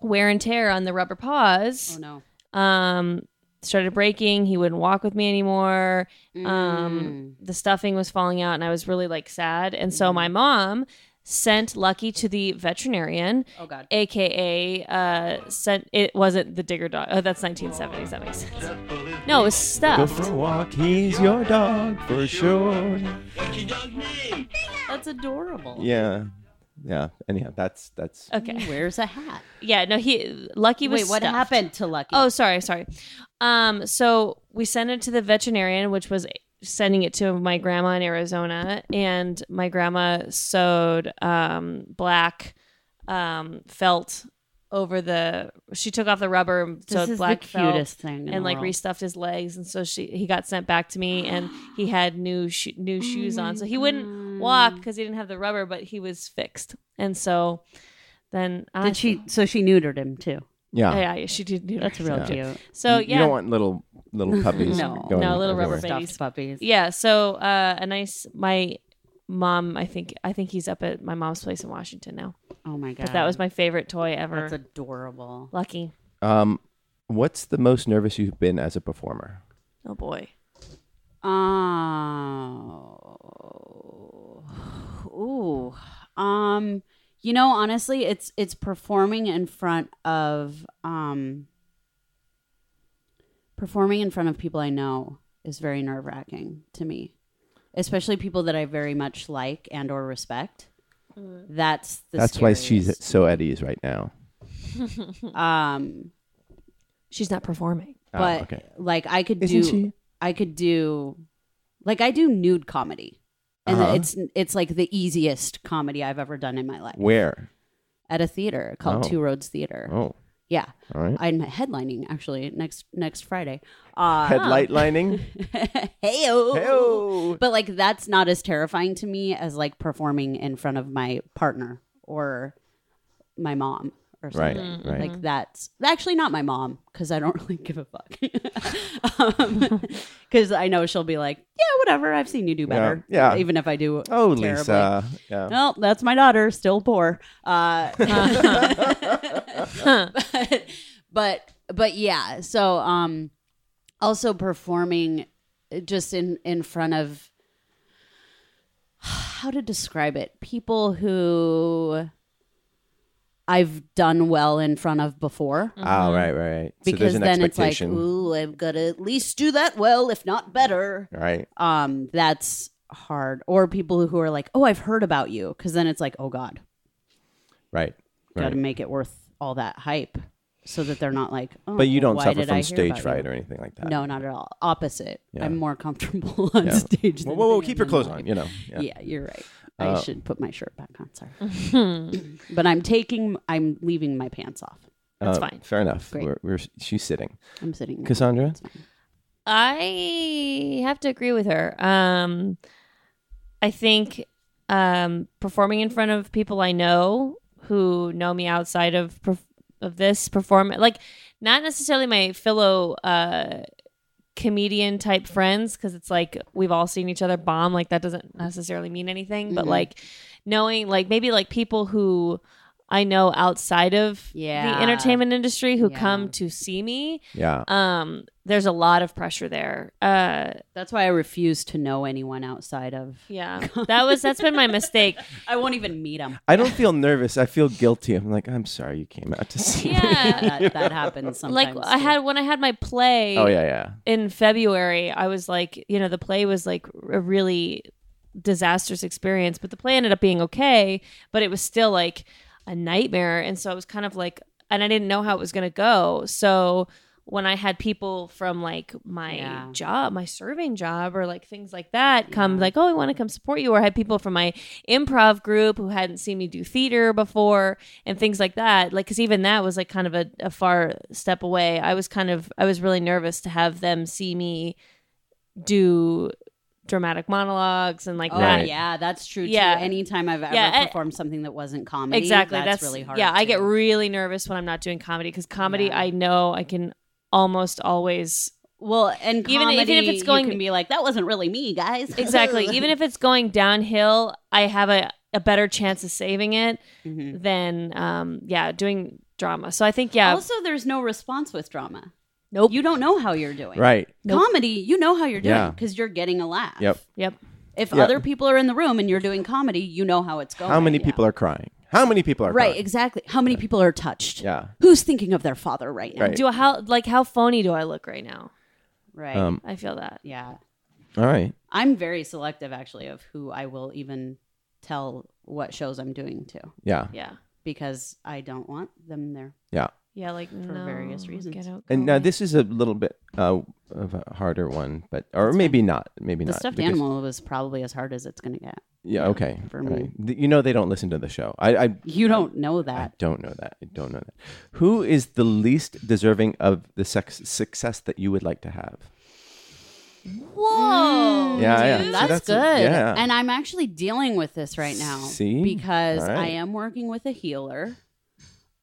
Speaker 3: wear and tear on the rubber paws
Speaker 4: Oh no.
Speaker 3: um started breaking he wouldn't walk with me anymore um
Speaker 4: Mm.
Speaker 3: the stuffing was falling out and i was really like sad and so my mom sent lucky to the veterinarian
Speaker 4: Oh god.
Speaker 3: aka uh sent it wasn't the digger dog oh that's 1970s that makes sense no it was
Speaker 2: Go for
Speaker 3: stuffed
Speaker 2: a walk. He's your dog for sure.
Speaker 4: That's adorable.
Speaker 2: Yeah. Yeah. Anyhow, that's that's
Speaker 3: okay
Speaker 4: Wears a hat.
Speaker 3: yeah no he lucky was
Speaker 4: Wait, what
Speaker 3: stuffed.
Speaker 4: happened to Lucky?
Speaker 3: Oh, sorry, sorry. Um, so we sent it to the veterinarian, which was sending it to my grandma in Arizona, and my grandma sewed um, black um, felt over the. She took off the rubber, and
Speaker 4: this
Speaker 3: sewed
Speaker 4: is
Speaker 3: black
Speaker 4: the
Speaker 3: felt
Speaker 4: cutest thing. in
Speaker 3: and
Speaker 4: the
Speaker 3: like
Speaker 4: world.
Speaker 3: restuffed his legs and so she he got sent back to me and he had new sho- new shoes on so he wouldn't walk
Speaker 4: Mm.
Speaker 3: because he didn't have the rubber but he was fixed and so then I
Speaker 4: Did she? So she neutered him too.
Speaker 2: yeah.
Speaker 3: yeah, yeah she did do
Speaker 4: That's real cute.
Speaker 3: so
Speaker 2: You-
Speaker 3: yeah
Speaker 2: You don't want little little puppies.
Speaker 4: No.
Speaker 2: going
Speaker 3: No, little rubber
Speaker 2: everywhere.
Speaker 3: band. Babies.
Speaker 4: Stuffed puppies.
Speaker 3: yeah so uh a nice my mom i think i think he's up at my mom's place in washington now
Speaker 4: Oh my god.
Speaker 3: but that was my favorite toy ever
Speaker 4: That's adorable.
Speaker 3: lucky
Speaker 2: Um, what's the most nervous you've been as a performer?
Speaker 3: oh boy
Speaker 4: Oh. Ooh. Um you know honestly it's it's performing in front of um performing in front of people I know is very nerve-wracking to me. Especially people that I very much like and or respect. That's the
Speaker 2: that's why she's
Speaker 4: scariest.
Speaker 2: so at ease right now.
Speaker 4: um
Speaker 3: she's not performing
Speaker 2: Ah,
Speaker 4: but
Speaker 2: okay.
Speaker 4: like I could
Speaker 2: Isn't
Speaker 4: do
Speaker 2: she?
Speaker 4: I could do like I do nude comedy. And
Speaker 2: Uh-huh.
Speaker 4: it's it's like the easiest comedy I've ever done in my life.
Speaker 2: Where?
Speaker 4: At a theater called
Speaker 2: Oh.
Speaker 4: Two Roads Theater.
Speaker 2: Oh,
Speaker 4: Yeah.
Speaker 2: all right.
Speaker 4: I'm headlining actually next next Friday. Uh
Speaker 2: Headlight lining.
Speaker 4: heyo.
Speaker 2: Heyo.
Speaker 4: But like that's not as terrifying to me as like performing in front of my partner or my mom or
Speaker 2: Right,
Speaker 4: something.
Speaker 2: right.
Speaker 4: Like that's actually not my mom because I don't really give a fuck. Because I know she'll be like, yeah, whatever. I've seen you do better.
Speaker 2: yeah.
Speaker 4: Even if I do.
Speaker 2: Oh,
Speaker 4: terribly. Oh,
Speaker 2: Lisa. Yeah.
Speaker 4: Well, that's my daughter, still poor. Uh, but, but but yeah, so um, also performing just in in front of how to describe it people who I've done well in front of before.
Speaker 2: Oh, right, right, right. so
Speaker 4: mm-hmm. Because
Speaker 2: there's an
Speaker 4: then it's like,
Speaker 2: expectation.
Speaker 4: ooh, I've got to at least do that well, if not better
Speaker 2: right.
Speaker 4: um that's hard or people who are like oh i've heard about you because then it's like oh god
Speaker 2: Right.
Speaker 4: gotta
Speaker 2: right.
Speaker 4: make it worth all that hype so that they're not like oh,
Speaker 2: But you don't
Speaker 4: why
Speaker 2: suffer
Speaker 4: did I
Speaker 2: from
Speaker 4: hear
Speaker 2: stage
Speaker 4: about
Speaker 2: fright
Speaker 4: you?"
Speaker 2: or anything like that.
Speaker 4: no not at all opposite
Speaker 2: Yeah.
Speaker 4: i'm more comfortable on
Speaker 2: Yeah.
Speaker 4: stage
Speaker 2: Whoa,
Speaker 4: than
Speaker 2: whoa, whoa!
Speaker 4: I
Speaker 2: Keep
Speaker 4: am
Speaker 2: your
Speaker 4: in
Speaker 2: clothes
Speaker 4: life.
Speaker 2: on. You know. Yeah.
Speaker 4: Mm-hmm. yeah, you're right
Speaker 2: Uh,
Speaker 4: i should put my shirt back on sorry but i'm taking i'm leaving my pants off
Speaker 3: That's
Speaker 2: Uh,
Speaker 3: fine.
Speaker 2: Fair enough.
Speaker 4: Great.
Speaker 2: We're, we're she's sitting.
Speaker 4: i'm sitting there.
Speaker 2: Cassandra.
Speaker 3: I have to agree with her. Um, I think um, performing in front of people I know who know me outside of perf- of this perform like not necessarily my fellow uh, comedian type friends because it's like we've all seen each other bomb like that doesn't necessarily mean anything
Speaker 4: Mm-hmm.
Speaker 3: but like knowing like maybe like people who I know outside of
Speaker 4: Yeah.
Speaker 3: the entertainment industry who
Speaker 4: Yeah.
Speaker 3: come to see me
Speaker 2: Yeah.
Speaker 3: um there's a lot of pressure there uh
Speaker 4: that's why i refuse to know anyone outside of
Speaker 3: yeah that was that's been my mistake
Speaker 4: i won't even meet them
Speaker 2: I don't feel nervous. I feel guilty. I'm like, I'm sorry you came out to see. me.
Speaker 3: yeah
Speaker 4: that, that happens sometimes
Speaker 3: like i
Speaker 4: too.
Speaker 3: had when i had my play
Speaker 2: Oh yeah, yeah.
Speaker 3: in february i was like you know the play was like a really disastrous experience but the play ended up being okay but it was still like a nightmare and so i was kind of like and i didn't know how it was going to go so when i had people from like my
Speaker 4: Yeah.
Speaker 3: job my serving job or like things like that come like oh i want to come support you or I had people from my improv group who hadn't seen me do theater before and things like that like because even that was like kind of a, a far step away i was kind of i was really nervous to have them see me do dramatic monologues and like
Speaker 4: Oh
Speaker 3: that.
Speaker 2: Right.
Speaker 4: yeah, that's true.
Speaker 3: Yeah.
Speaker 4: too. anytime I've ever
Speaker 3: Yeah, I-
Speaker 4: performed something that wasn't comedy,
Speaker 3: Exactly.
Speaker 4: that's,
Speaker 3: That's,
Speaker 4: really hard.
Speaker 3: Yeah, I get
Speaker 4: too.
Speaker 3: really nervous when I'm not doing comedy because comedy,
Speaker 4: Yeah.
Speaker 3: I know I can almost always
Speaker 4: well, and
Speaker 3: Even-
Speaker 4: comedy,
Speaker 3: even if it's going-
Speaker 4: you can be like, that wasn't really me, guys.
Speaker 3: exactly. Even if it's going downhill, I have a, a better chance of saving it
Speaker 4: Mhm.
Speaker 3: than um yeah doing drama. So I think yeah,
Speaker 4: Also, there's no response with drama.
Speaker 3: nope.
Speaker 4: You don't know how you're doing.
Speaker 2: Right.
Speaker 3: Nope.
Speaker 4: Comedy, you know how you're doing
Speaker 2: Yeah.
Speaker 4: because you're getting a laugh.
Speaker 2: Yep.
Speaker 3: yep.
Speaker 4: If
Speaker 2: Yeah.
Speaker 4: other people are in the room and you're doing comedy, you know how it's going.
Speaker 2: How many people are crying? How many people are
Speaker 4: Oh, Right,
Speaker 2: crying?
Speaker 4: exactly. How many people are touched?
Speaker 2: Yeah.
Speaker 4: Who's thinking of their father right now?
Speaker 2: Right.
Speaker 3: Do I- how like how phony do I look right now?
Speaker 4: Right.
Speaker 2: Um,
Speaker 3: I feel that.
Speaker 4: yeah.
Speaker 2: All right.
Speaker 4: I'm very selective actually of who I will even tell what shows I'm doing to
Speaker 2: Yeah.
Speaker 3: Yeah.
Speaker 4: because I don't want them there.
Speaker 2: Yeah.
Speaker 3: Yeah, like for
Speaker 4: various reasons.
Speaker 2: And now this is a little bit uh, of a harder one, but or maybe not, maybe
Speaker 4: The
Speaker 2: not.
Speaker 4: stuffed
Speaker 2: because-
Speaker 4: animal was probably as hard as it's going to get.
Speaker 2: Yeah. Okay.
Speaker 4: for
Speaker 2: all
Speaker 4: me.
Speaker 2: right. Th- You know they don't listen to the show. I, I
Speaker 4: You don't know
Speaker 2: I
Speaker 4: that.
Speaker 2: don't know that. I don't know that. Who is the least deserving of the sex success that you would like to have?
Speaker 3: Whoa.
Speaker 2: yeah, yeah. See,
Speaker 4: That's,
Speaker 2: that's a-
Speaker 4: good.
Speaker 2: yeah.
Speaker 4: And I'm actually dealing with this right now
Speaker 2: See?
Speaker 4: because
Speaker 2: All right.
Speaker 4: I am working with a healer.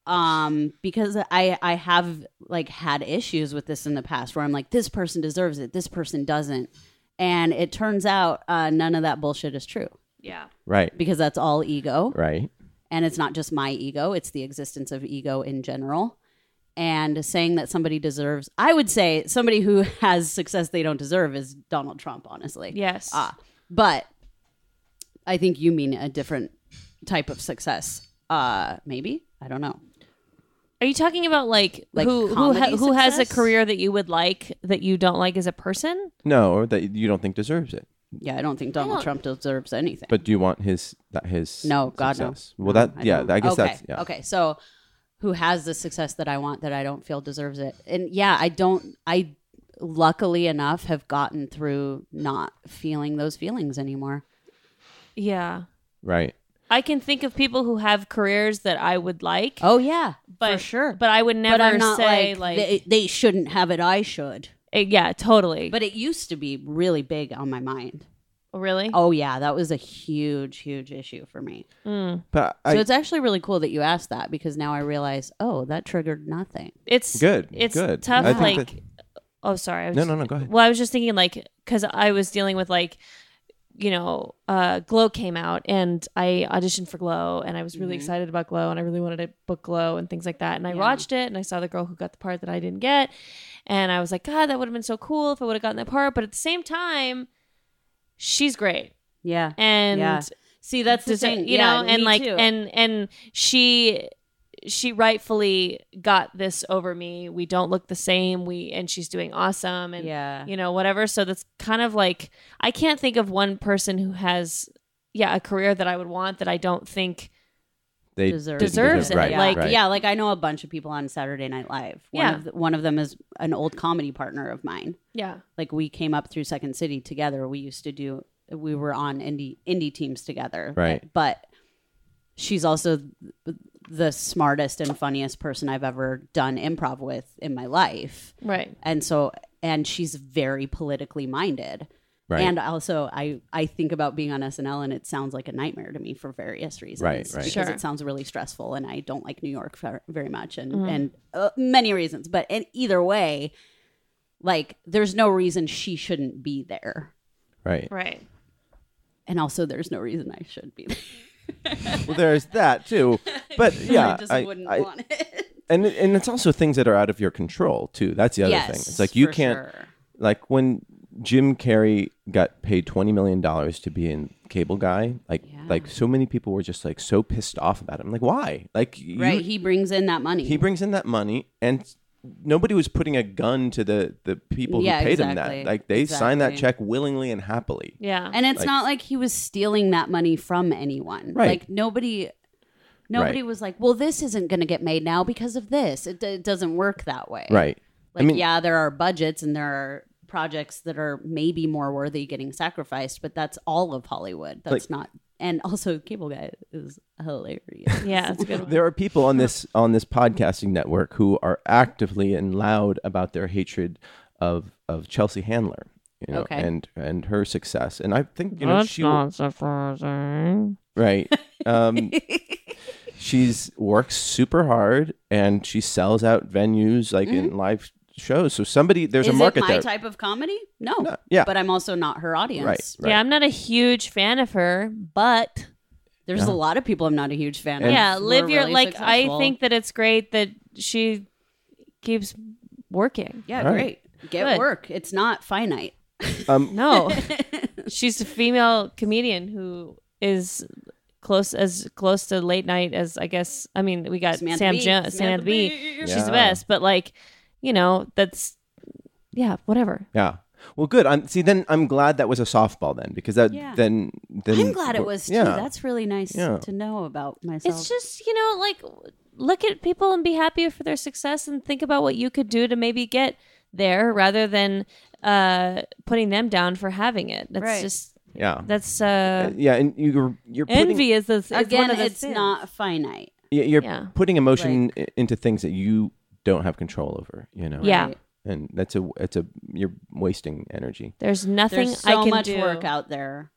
Speaker 4: Um because I I have like had issues with this in the past where I'm like this person deserves it, this person doesn't. And it turns out uh, none of that bullshit is true
Speaker 3: Yeah.
Speaker 2: Right.
Speaker 4: because that's all ego.
Speaker 2: Right.
Speaker 4: and it's not just my ego it's the existence of ego in general and saying that somebody deserves i would say somebody who has success they don't deserve is donald trump honestly
Speaker 3: Yes.
Speaker 4: ah but i think you mean a different type of success uh maybe i don't know
Speaker 3: Are you talking about like,
Speaker 4: Like
Speaker 3: who who,
Speaker 4: comedy
Speaker 3: ha- who has a
Speaker 4: success?
Speaker 3: career that you would like that you don't like as a person?
Speaker 2: No, or that you don't think deserves it.
Speaker 4: yeah i don't think donald
Speaker 3: don't-
Speaker 4: trump deserves anything
Speaker 2: But do you want his that his
Speaker 4: No, God, no.
Speaker 2: success? Well, that
Speaker 4: I
Speaker 2: yeah,
Speaker 4: don't-
Speaker 2: I guess
Speaker 4: okay.
Speaker 2: that's yeah.
Speaker 4: Okay, so who has the success that I want that I don't feel deserves it? And yeah, I don't. I luckily enough have gotten through not feeling those feelings anymore.
Speaker 3: Yeah.
Speaker 2: Right.
Speaker 3: I can think of people who have careers that I would like.
Speaker 4: Oh yeah,
Speaker 3: but
Speaker 4: for sure.
Speaker 3: But I would never
Speaker 4: but I'm not
Speaker 3: say
Speaker 4: like,
Speaker 3: like,
Speaker 4: they, they shouldn't have it. I should.
Speaker 3: eh, yeah, totally.
Speaker 4: But it used to be really big on my mind.
Speaker 3: Oh, really?
Speaker 4: Oh yeah, that was a huge, huge issue for me.
Speaker 2: But
Speaker 4: So
Speaker 2: I,
Speaker 4: it's actually really cool that you asked that because now I realize, oh, that triggered nothing.
Speaker 3: It's
Speaker 2: Good,
Speaker 3: It's
Speaker 2: good.
Speaker 3: tough.
Speaker 2: I
Speaker 3: like,
Speaker 2: think that-
Speaker 3: oh, sorry. I was
Speaker 2: no,
Speaker 3: just-
Speaker 2: no, no. Go ahead.
Speaker 3: Well, I was just thinking like because I was dealing with like, you know, uh, Glow came out and I auditioned for Glow and I was
Speaker 2: Mm-hmm.
Speaker 3: really excited about Glow and I really wanted to book Glow and things like that. And I watched it and I saw the girl who got the part that I didn't get, and I was like, God, that would have been so cool if I would have gotten that part. But at the same time, she's great
Speaker 4: Yeah.
Speaker 3: and.
Speaker 4: Yeah. See, that's the
Speaker 3: deser-
Speaker 4: thing,
Speaker 3: you
Speaker 4: Yeah,
Speaker 3: know, and
Speaker 4: me
Speaker 3: like
Speaker 4: too.
Speaker 3: and and she she rightfully got this over me. We don't look the same. We and she's doing awesome and
Speaker 4: Yeah.
Speaker 3: you know whatever. So that's kind of like I can't think of one person who has yeah a career that I would want that I don't think
Speaker 2: They
Speaker 4: deserves
Speaker 2: didn't deserve-
Speaker 3: deserves it,
Speaker 2: Right,
Speaker 3: like,
Speaker 2: right.
Speaker 4: yeah like i know a bunch of people on saturday night live one,
Speaker 3: Yeah.
Speaker 4: of th- one of them is an old comedy partner of mine
Speaker 3: yeah
Speaker 4: like we came up through second city together we used to do we were on indie indie teams together
Speaker 2: Right.
Speaker 4: but she's also th- the smartest and funniest person i've ever done improv with in my life
Speaker 3: right
Speaker 4: and so and she's very politically minded
Speaker 2: Right.
Speaker 4: And also, I, I think about being on SNL, and it sounds like a nightmare to me for various reasons.
Speaker 2: Right, right.
Speaker 4: Because
Speaker 3: Sure.
Speaker 4: it sounds really stressful, and I don't like New York fer- very much, and and uh, many reasons. But in either way, like there's no reason she shouldn't be there,
Speaker 2: right.
Speaker 3: right
Speaker 4: and also there's no reason I should be there.
Speaker 2: Well, there's that too. But yeah,
Speaker 4: I just wouldn't
Speaker 2: I-
Speaker 4: want it.
Speaker 2: and it- and it's also things that are out of your control too. That's the other thing. It's like you
Speaker 4: for
Speaker 2: can't
Speaker 4: sure.
Speaker 2: like when Jim Carrey got paid twenty million dollars to be in Cable Guy. Like like so many people were just like so pissed off about him. Like why? Like you,
Speaker 4: Right, he brings in that money.
Speaker 2: he brings in that money and nobody was putting a gun to the the people
Speaker 4: Yeah,
Speaker 2: who paid him
Speaker 4: exactly.
Speaker 2: that like they signed that
Speaker 4: Exactly.
Speaker 2: check willingly and happily
Speaker 3: yeah
Speaker 4: and it's not like he was stealing that money from anyone
Speaker 2: Right.
Speaker 4: like nobody nobody
Speaker 2: Right.
Speaker 4: was like well this isn't going to get made now because of this it, it doesn't work that way
Speaker 2: right
Speaker 4: like
Speaker 2: mean-
Speaker 4: yeah there are budgets and there are projects that are maybe more worthy getting sacrificed but that's all of hollywood
Speaker 2: Like-
Speaker 4: that's not and also cable guy is hilarious
Speaker 3: yeah it's a good one.
Speaker 2: there are people on this on this podcasting network who are actively and loud about their hatred of of Chelsea Handler you know,
Speaker 4: Okay.
Speaker 2: and and her success. And I think you know
Speaker 3: That's
Speaker 2: she
Speaker 3: not surprising.
Speaker 2: right. Um, she's works super hard and she sells out venues like in live shows. So somebody there's
Speaker 4: Mm-hmm. Is
Speaker 2: a market
Speaker 4: it my
Speaker 2: there.
Speaker 4: type of comedy? No.
Speaker 2: No, yeah.
Speaker 4: But I'm also not her audience.
Speaker 2: Right, right.
Speaker 3: Yeah, I'm not a huge fan of her, but
Speaker 4: There's a lot of people I'm not a huge fan of.
Speaker 2: And-
Speaker 3: yeah,
Speaker 4: who are
Speaker 3: live your
Speaker 4: really
Speaker 3: like. I
Speaker 4: successful.
Speaker 3: think that it's great that she keeps working.
Speaker 4: Yeah,
Speaker 2: All right.
Speaker 4: great. Get
Speaker 3: Good.
Speaker 4: work. It's not finite.
Speaker 2: Um,
Speaker 3: No, she's a female comedian who is close as close to late night as I guess. I mean, we got
Speaker 4: Samantha
Speaker 3: Sam
Speaker 4: Bee,
Speaker 3: Jones,
Speaker 4: Samantha
Speaker 3: Samantha
Speaker 4: Bee.
Speaker 3: Bee. She's
Speaker 2: Yeah.
Speaker 3: the best, but like, you know, that's yeah, whatever.
Speaker 2: Yeah. Well, good. I'm see. Then I'm glad that was a softball then, because that
Speaker 4: Yeah.
Speaker 2: then then
Speaker 4: I'm glad it was too.
Speaker 2: Yeah.
Speaker 4: That's really nice
Speaker 2: Yeah.
Speaker 4: to know about myself.
Speaker 3: It's just you know, like, look at people and be happy for their success, and think about what you could do to maybe get there, rather than uh putting them down for having it. That's
Speaker 4: Right.
Speaker 3: just
Speaker 2: yeah.
Speaker 3: that's uh
Speaker 2: yeah, and you're you're putting,
Speaker 3: envy is this is
Speaker 4: Again,
Speaker 3: one of the
Speaker 4: it's
Speaker 3: sins.
Speaker 4: not finite.
Speaker 2: y- You're
Speaker 3: Yeah.
Speaker 2: putting emotion i- into things that you don't have control over. You know.
Speaker 3: Yeah.
Speaker 4: Right.
Speaker 2: And that's a it's a you're wasting energy.
Speaker 3: There's nothing
Speaker 4: There's
Speaker 3: I
Speaker 4: so
Speaker 3: can
Speaker 4: much
Speaker 3: do.
Speaker 4: work out there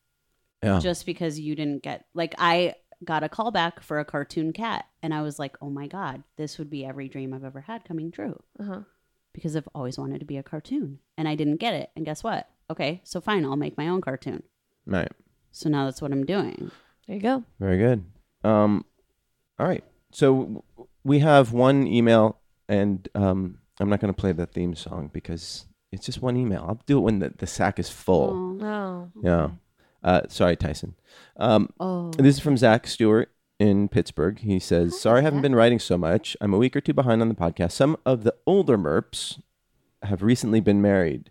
Speaker 2: Yeah.
Speaker 4: just because you didn't get like I got a call back for a cartoon cat and I was like, "Oh my god, this would be every dream I've ever had coming true."
Speaker 3: Uh-huh.
Speaker 4: Because I've always wanted to be a cartoon and I didn't get it. And guess what? Okay, so fine, I'll make my own cartoon.
Speaker 2: right.
Speaker 4: So now that's what I'm doing.
Speaker 3: There you go.
Speaker 2: Very good. Um, all right. So w- we have one email, and um, I'm not going to play the theme song because it's just one email. I'll do it when the, the sack is full.
Speaker 3: Oh. No.
Speaker 2: Yeah. Uh, sorry, Tyson. Um,
Speaker 4: Oh.
Speaker 2: This is from Zach Stewart in Pittsburgh. He says, Sorry I haven't been writing so much. I'm a week or two behind on the podcast. Some of the older MERPs have recently been married.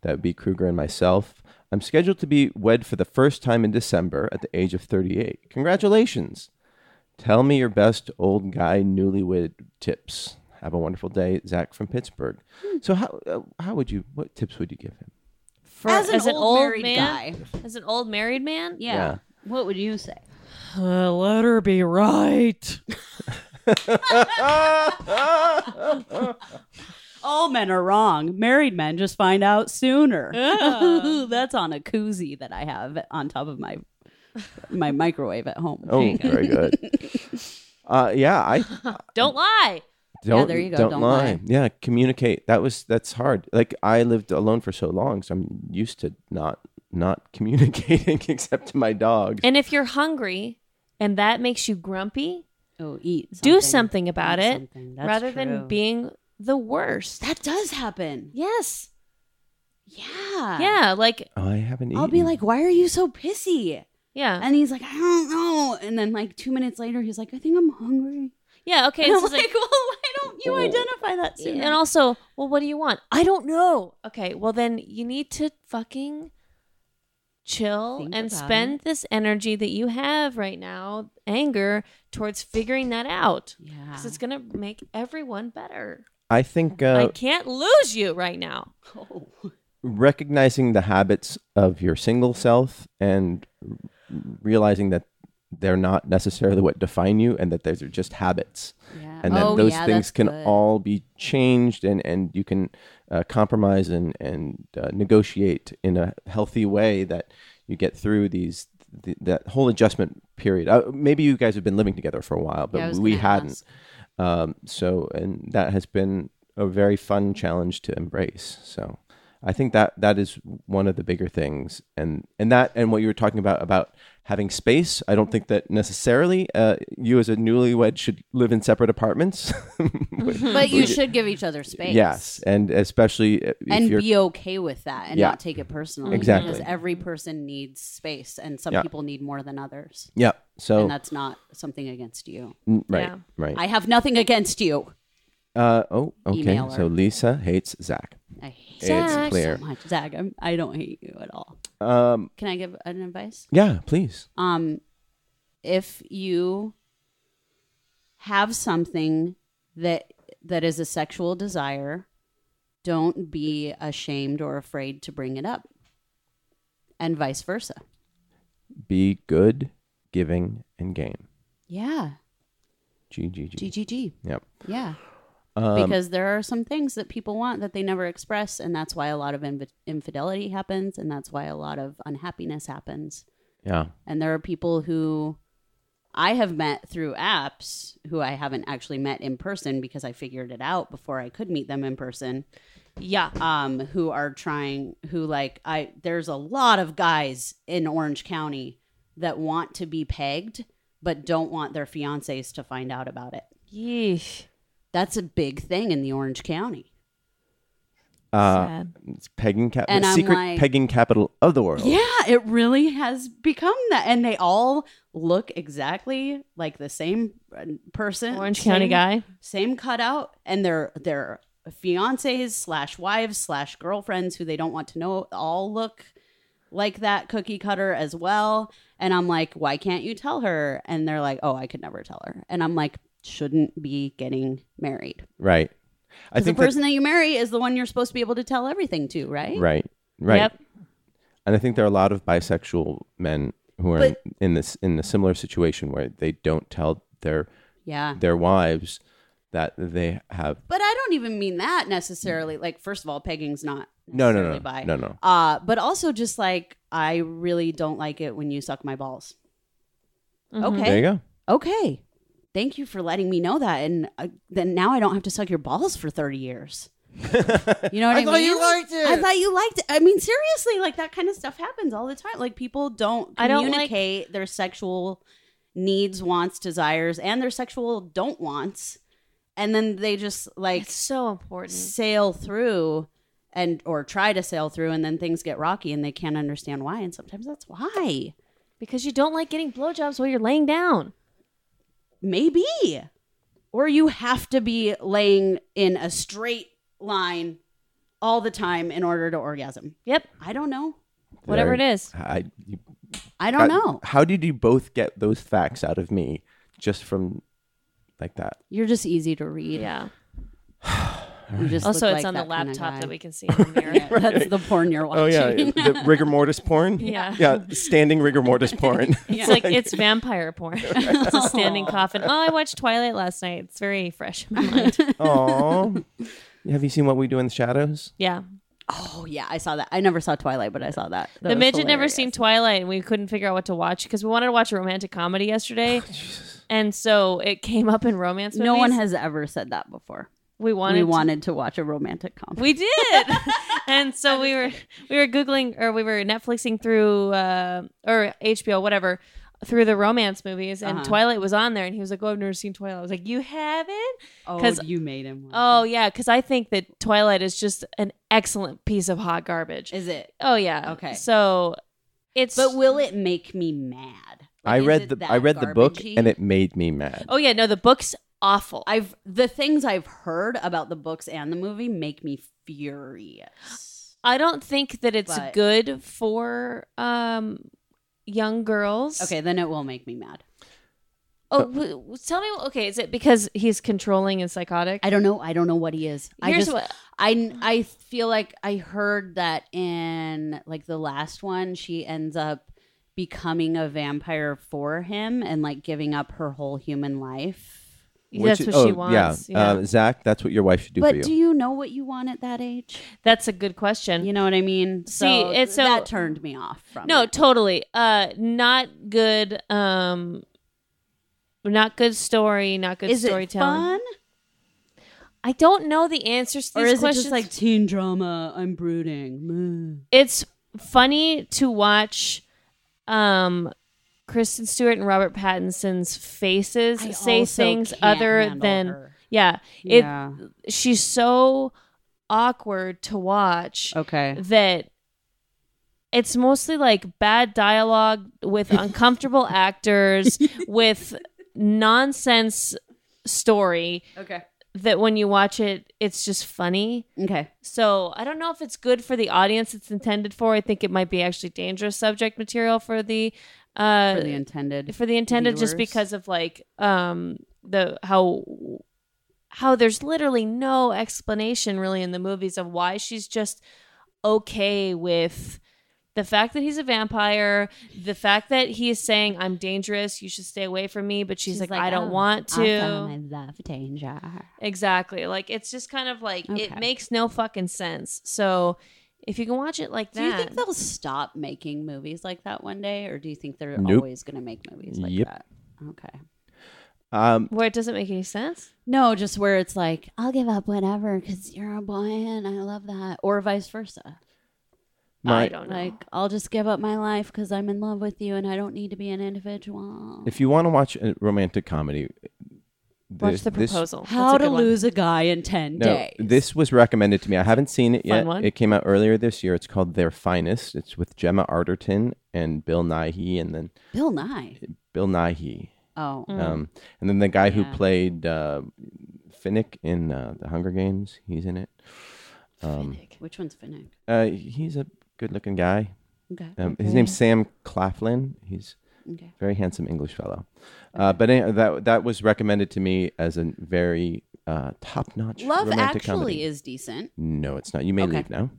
Speaker 2: That would be Kruger and myself. I'm scheduled to be wed for the first time in December at the age of 38. Congratulations. Tell me your best old guy newlywed tips. Have a wonderful day, Zach from Pittsburgh. So, how uh, how would you? What tips would you give him?
Speaker 3: For,
Speaker 4: As an old married
Speaker 3: man,
Speaker 4: guy.
Speaker 3: as an old married man,
Speaker 4: Yeah.
Speaker 2: Yeah.
Speaker 4: What would you say?
Speaker 3: uh, let her be right.
Speaker 4: All men are wrong. Married men just find out sooner. That's on a koozie that I have on top of my my microwave at home.
Speaker 2: Oh, very good. Uh, yeah, I
Speaker 3: Don't lie.
Speaker 2: don't
Speaker 4: there you go.
Speaker 2: don't,
Speaker 4: Don't
Speaker 2: lie.
Speaker 4: lie.
Speaker 2: yeah communicate that was that's hard like i lived alone for so long so i'm used to not not communicating except to my dogs
Speaker 3: And if you're hungry and that makes you grumpy,
Speaker 4: Oh, eat.
Speaker 3: do something about
Speaker 4: Eat
Speaker 3: it
Speaker 4: something. That's
Speaker 3: rather
Speaker 4: true.
Speaker 3: than being the worst.
Speaker 4: That does happen.
Speaker 3: Yes.
Speaker 4: Yeah.
Speaker 3: Yeah. Like,
Speaker 2: i haven't eaten
Speaker 4: I'll be like, why are you so pissy?
Speaker 3: yeah.
Speaker 4: And he's like, I don't know. And then like two minutes later, he's like, I think I'm hungry.
Speaker 3: yeah. Okay.
Speaker 4: And
Speaker 3: It's
Speaker 4: I'm
Speaker 3: just
Speaker 4: like,
Speaker 3: like,
Speaker 4: well, why don't
Speaker 2: Oh.
Speaker 4: you identify that sooner?
Speaker 3: and also, well, what do you want? I don't know. Okay. Well, then you need to fucking chill
Speaker 4: Think
Speaker 3: and
Speaker 4: about
Speaker 3: spend this energy that you have right now, anger, towards figuring that out.
Speaker 4: yeah.
Speaker 3: Because it's going to make everyone better.
Speaker 2: i think
Speaker 3: I
Speaker 2: uh,
Speaker 3: can't lose you right now.
Speaker 2: recognizing the habits of your single self and realizing that they're not necessarily what define you and that those are just habits
Speaker 4: Yeah.
Speaker 2: and that
Speaker 4: Oh,
Speaker 2: those
Speaker 4: yeah,
Speaker 2: things
Speaker 4: that's
Speaker 2: can
Speaker 4: good.
Speaker 2: all be changed and, and you can uh, compromise and, and uh, negotiate in a healthy way that you get through these th- that whole adjustment period uh, maybe you guys have been living together for a while but
Speaker 4: Yeah, I was
Speaker 2: we
Speaker 4: gonna
Speaker 2: hadn't
Speaker 4: ask.
Speaker 2: um, so and that has been a very fun challenge to embrace so i think that that is one of the bigger things and and that and what you were talking about about having space i don't think that necessarily uh, you as a newlywed should live in separate apartments
Speaker 4: But you should give each other space.
Speaker 2: Yes, and especially uh, if
Speaker 4: and
Speaker 2: you're
Speaker 4: be okay with that and
Speaker 2: Yeah.
Speaker 4: not take it personally.
Speaker 2: Exactly.
Speaker 4: Because every person needs space and some
Speaker 2: Yeah. Oh.
Speaker 4: people need more than others.
Speaker 2: yeah. So
Speaker 4: And that's not something against you.
Speaker 2: n- right,
Speaker 3: Yeah.
Speaker 2: right.
Speaker 4: I have nothing against you.
Speaker 2: uh, oh, okay.
Speaker 4: Email her.
Speaker 2: So Lisa hates Zach.
Speaker 4: I hate
Speaker 2: It's
Speaker 3: Zach.
Speaker 2: clear.
Speaker 4: you so much. Zach, I'm, I don't hate you at all.
Speaker 2: Um,
Speaker 4: Can I give an advice?
Speaker 2: yeah, please.
Speaker 4: Um, if you have something that that is a sexual desire, don't be ashamed or afraid to bring it up. And vice versa.
Speaker 2: Be good, giving, and game.
Speaker 4: Yeah.
Speaker 2: G G G.
Speaker 4: GGG.
Speaker 2: Yep.
Speaker 4: Yeah. because there are some things that people want that they never express, and that's why a lot of inv- infidelity happens, and that's why a lot of unhappiness happens.
Speaker 2: Yeah.
Speaker 4: And there are people who I have met through apps who I haven't actually met in person because I figured it out before I could meet them in person.
Speaker 3: Yeah.
Speaker 4: Um, who are trying who like I there's a lot of guys in Orange County that want to be pegged but don't want their fiancés to find out about it.
Speaker 3: Yeesh.
Speaker 4: That's a big thing in the Orange County.
Speaker 2: Uh,
Speaker 3: Sad.
Speaker 2: it's pegging cap-
Speaker 4: And
Speaker 2: the
Speaker 4: I'm
Speaker 2: secret
Speaker 4: like-
Speaker 2: pegging capital of the world.
Speaker 4: Yeah, it really has become that and they all look exactly like the same uh, person.
Speaker 3: Orange County
Speaker 4: same-
Speaker 3: guy.
Speaker 4: same cutout and their their fiancés slash wives slash girlfriends who they don't want to know all look like that cookie cutter as well and i'm like why can't you tell her and they're like oh i could never tell her and i'm like shouldn't be getting married
Speaker 2: Right. I
Speaker 4: 'Cause the
Speaker 2: think
Speaker 4: person that you marry is the one you're supposed to be able to tell everything to right
Speaker 2: that, right. Right.
Speaker 3: Yep.
Speaker 2: And I think there are a lot of bisexual men who are
Speaker 4: But-
Speaker 2: in this in a similar situation where they don't tell their
Speaker 4: yeah
Speaker 2: their wives that they have
Speaker 4: but I don't even mean that necessarily. Like, first of all, pegging's not
Speaker 2: No, no, no.
Speaker 4: necessarily bi.
Speaker 2: No, no.
Speaker 4: Uh, but also just like I really don't like it when you suck my balls. Okay,
Speaker 2: There you go.
Speaker 4: okay. Thank you for letting me know that, and uh, then now I don't have to suck your balls for thirty years. You know what I, mean?
Speaker 2: thought you liked it.
Speaker 4: I thought you liked it. I mean, seriously, like that kind of stuff happens all the time. Like people don't
Speaker 3: I don't like-
Speaker 4: communicate their sexual needs, wants, desires, and their sexual don't wants, and then they just like
Speaker 3: It's so important.
Speaker 4: sail through and or try to sail through and then things get rocky and they can't understand why and sometimes that's why
Speaker 3: Because you don't like getting blowjobs while you're laying down.
Speaker 4: maybe or you have to be laying in a straight line all the time in order to orgasm
Speaker 3: Yep.
Speaker 4: i don't know
Speaker 3: Whatever it
Speaker 2: There-
Speaker 3: is.
Speaker 2: I, you
Speaker 4: i don't
Speaker 2: got-
Speaker 4: know
Speaker 2: How did you both get those facts out of me just from like that?
Speaker 4: you're just easy to read
Speaker 3: Yeah.
Speaker 4: you just
Speaker 3: Also,
Speaker 4: look
Speaker 3: it's
Speaker 4: like
Speaker 3: on the
Speaker 4: that kinda
Speaker 3: laptop that
Speaker 4: guy.
Speaker 3: we can see in the mirror.
Speaker 4: Yeah, that's the porn you're watching
Speaker 2: Oh yeah, the rigor mortis porn.
Speaker 3: Yeah.
Speaker 2: yeah, standing rigor mortis porn.
Speaker 3: It's like it's vampire porn. it's a standing coffin. Oh, I watched Twilight last night. It's very fresh in my mind.
Speaker 2: Aww. Have you seen what we do in the shadows?
Speaker 3: Yeah.
Speaker 4: oh yeah i saw that i never saw twilight but i saw that, That
Speaker 3: the
Speaker 4: was
Speaker 3: midget never
Speaker 4: hilarious.
Speaker 3: seen Twilight, and we couldn't figure out what to watch because we wanted to watch a romantic comedy yesterday, and so it came up in romance. Movies.
Speaker 4: no one has ever said that before
Speaker 3: We wanted.
Speaker 4: we
Speaker 3: to-
Speaker 4: wanted to watch a romantic comedy.
Speaker 3: We did. and so we were we were googling or we were Netflixing through uh, or HBO whatever through the romance movies and
Speaker 4: Uh-huh.
Speaker 3: Twilight was on there and he was like, "Oh, I've never seen Twilight." I was like, "You haven't?"
Speaker 4: oh,
Speaker 3: 'Cause-
Speaker 4: you made him. watch
Speaker 3: Oh yeah, because I think that Twilight is just an excellent piece of hot garbage.
Speaker 4: it. Is it?
Speaker 3: oh yeah.
Speaker 4: Okay.
Speaker 3: So it's
Speaker 4: But will it make me mad?
Speaker 2: I
Speaker 4: Like, is
Speaker 2: read
Speaker 4: it
Speaker 2: the
Speaker 4: that
Speaker 2: I read the book
Speaker 4: garbagey?
Speaker 2: and it made me mad.
Speaker 3: oh yeah, no, the book's awful.
Speaker 4: I've the things I've heard about the books and the movie make me furious.
Speaker 3: I don't think that it's
Speaker 4: But-
Speaker 3: good for um young girls.
Speaker 4: Okay, then it will make me mad.
Speaker 3: Oh, w- w- tell me. Okay, is it because he's controlling and psychotic?
Speaker 4: I don't know. I don't know what he is. I
Speaker 3: Here's
Speaker 4: just
Speaker 3: what-
Speaker 4: I I feel like I heard that in like the last one she ends up becoming a vampire for him and like giving up her whole human life.
Speaker 3: that's
Speaker 2: Which-
Speaker 3: what
Speaker 2: oh,
Speaker 3: she wants.
Speaker 2: Yeah,
Speaker 3: Yeah.
Speaker 2: Um, Zach, that's what your wife should do for
Speaker 4: But
Speaker 2: you.
Speaker 4: do you know what you want at that age?
Speaker 3: that's a good question.
Speaker 4: You know what I mean?
Speaker 3: See,
Speaker 4: so
Speaker 3: it's so-
Speaker 4: that turned me off from
Speaker 3: no,
Speaker 4: it.
Speaker 3: totally. Uh, not good. Um, not good story. Not good
Speaker 4: is it
Speaker 3: storytelling.
Speaker 4: fun
Speaker 3: I don't know the answers to
Speaker 4: or
Speaker 3: these
Speaker 4: is it
Speaker 3: questions.
Speaker 4: just like teen drama? I'm brooding.
Speaker 3: it's funny to watch. Um. Kristen Stewart and Robert Pattinson's faces
Speaker 4: I
Speaker 3: say
Speaker 4: also
Speaker 3: things
Speaker 4: can't
Speaker 3: other
Speaker 4: handle
Speaker 3: than
Speaker 4: her.
Speaker 3: yeah, it
Speaker 4: Yeah.
Speaker 3: she's so awkward to watch
Speaker 4: Okay.
Speaker 3: that it's mostly like bad dialogue with uncomfortable actors with nonsense story
Speaker 4: Okay.
Speaker 3: that when you watch it it's just funny
Speaker 4: Okay.
Speaker 3: so i don't know if it's good for the audience it's intended for i think it might be actually dangerous subject material for the uh
Speaker 4: For the intended.
Speaker 3: for the intended just
Speaker 4: viewers.
Speaker 3: because of like um the how how there's literally no explanation really in the movies of why she's just okay with The fact that he's a vampire, the fact that he is saying, I'm dangerous, you should stay away from me, but she's, like, I don't
Speaker 4: "Oh,
Speaker 3: want
Speaker 4: I
Speaker 3: to.
Speaker 4: found my love danger.
Speaker 3: Exactly. Like it's just kind of like it
Speaker 4: Okay.
Speaker 3: makes no fucking sense. So if you can watch it like that,
Speaker 4: Do you think they'll stop making movies like that one day, or do you think they're
Speaker 2: Nope.
Speaker 4: always going to make movies like
Speaker 2: Yep.
Speaker 4: that? Okay.
Speaker 2: Um,
Speaker 3: where it doesn't make any sense?
Speaker 4: No, just where it's like, I'll give up whatever because you're a boy and I love that, or vice versa.
Speaker 3: I
Speaker 2: my,
Speaker 3: don't know.
Speaker 4: Like, I'll just give up my life because I'm in love with you and I don't need to be an individual.
Speaker 2: if you want to watch a romantic comedy,
Speaker 3: watch
Speaker 2: this-
Speaker 3: the
Speaker 2: this-
Speaker 3: proposal. That's
Speaker 4: How
Speaker 3: a
Speaker 4: to
Speaker 3: good one.
Speaker 4: lose a guy in 10 days.
Speaker 2: This was recommended to me. I haven't seen it
Speaker 3: Fun
Speaker 2: yet.
Speaker 3: one.
Speaker 2: It came out earlier this year. It's called Their Finest. It's with Gemma Arterton and Bill Nighy, and then
Speaker 4: Bill Nye.
Speaker 2: Bill Nighy,
Speaker 4: Oh,
Speaker 2: um, and then the guy who
Speaker 4: Yeah.
Speaker 2: played uh, Finnick in uh, The Hunger Games. He's in it.
Speaker 3: Mm.
Speaker 2: Um,
Speaker 4: which one's Finnick?
Speaker 2: Uh, he's a good-looking guy.
Speaker 4: Okay.
Speaker 2: Um, His name's Sam Claflin. He's
Speaker 4: Okay.
Speaker 2: very handsome English fellow. Uh, but anyhow, that that was recommended to me as a very uh, top-notch
Speaker 4: Love
Speaker 2: romantic
Speaker 4: Actually
Speaker 2: comedy.
Speaker 4: is decent.
Speaker 2: no, it's not. You may
Speaker 4: Okay.
Speaker 2: leave now.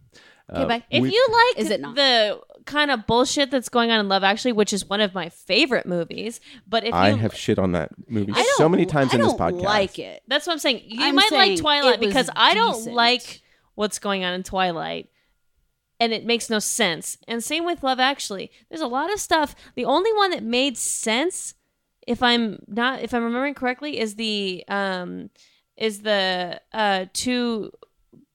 Speaker 4: Okay, bye.
Speaker 3: If
Speaker 2: We-
Speaker 3: you like
Speaker 4: Is it not?
Speaker 3: the kind of bullshit that's going on in Love Actually, which is one of my favorite movies, but if
Speaker 2: I
Speaker 3: you
Speaker 2: have shit on that movie
Speaker 4: I
Speaker 2: so
Speaker 4: don't-
Speaker 2: many times
Speaker 4: I
Speaker 2: in this
Speaker 4: don't
Speaker 2: podcast.
Speaker 4: like it.
Speaker 3: that's what I'm saying. You
Speaker 4: I'm
Speaker 3: might
Speaker 4: saying
Speaker 3: like
Speaker 4: it
Speaker 3: Twilight
Speaker 4: was
Speaker 3: because I don't
Speaker 4: decent.
Speaker 3: like what's going on in Twilight. And it makes no sense. And same with Love Actually. There's a lot of stuff. The only one that made sense, if I'm not, if I'm remembering correctly, is the um, is the uh two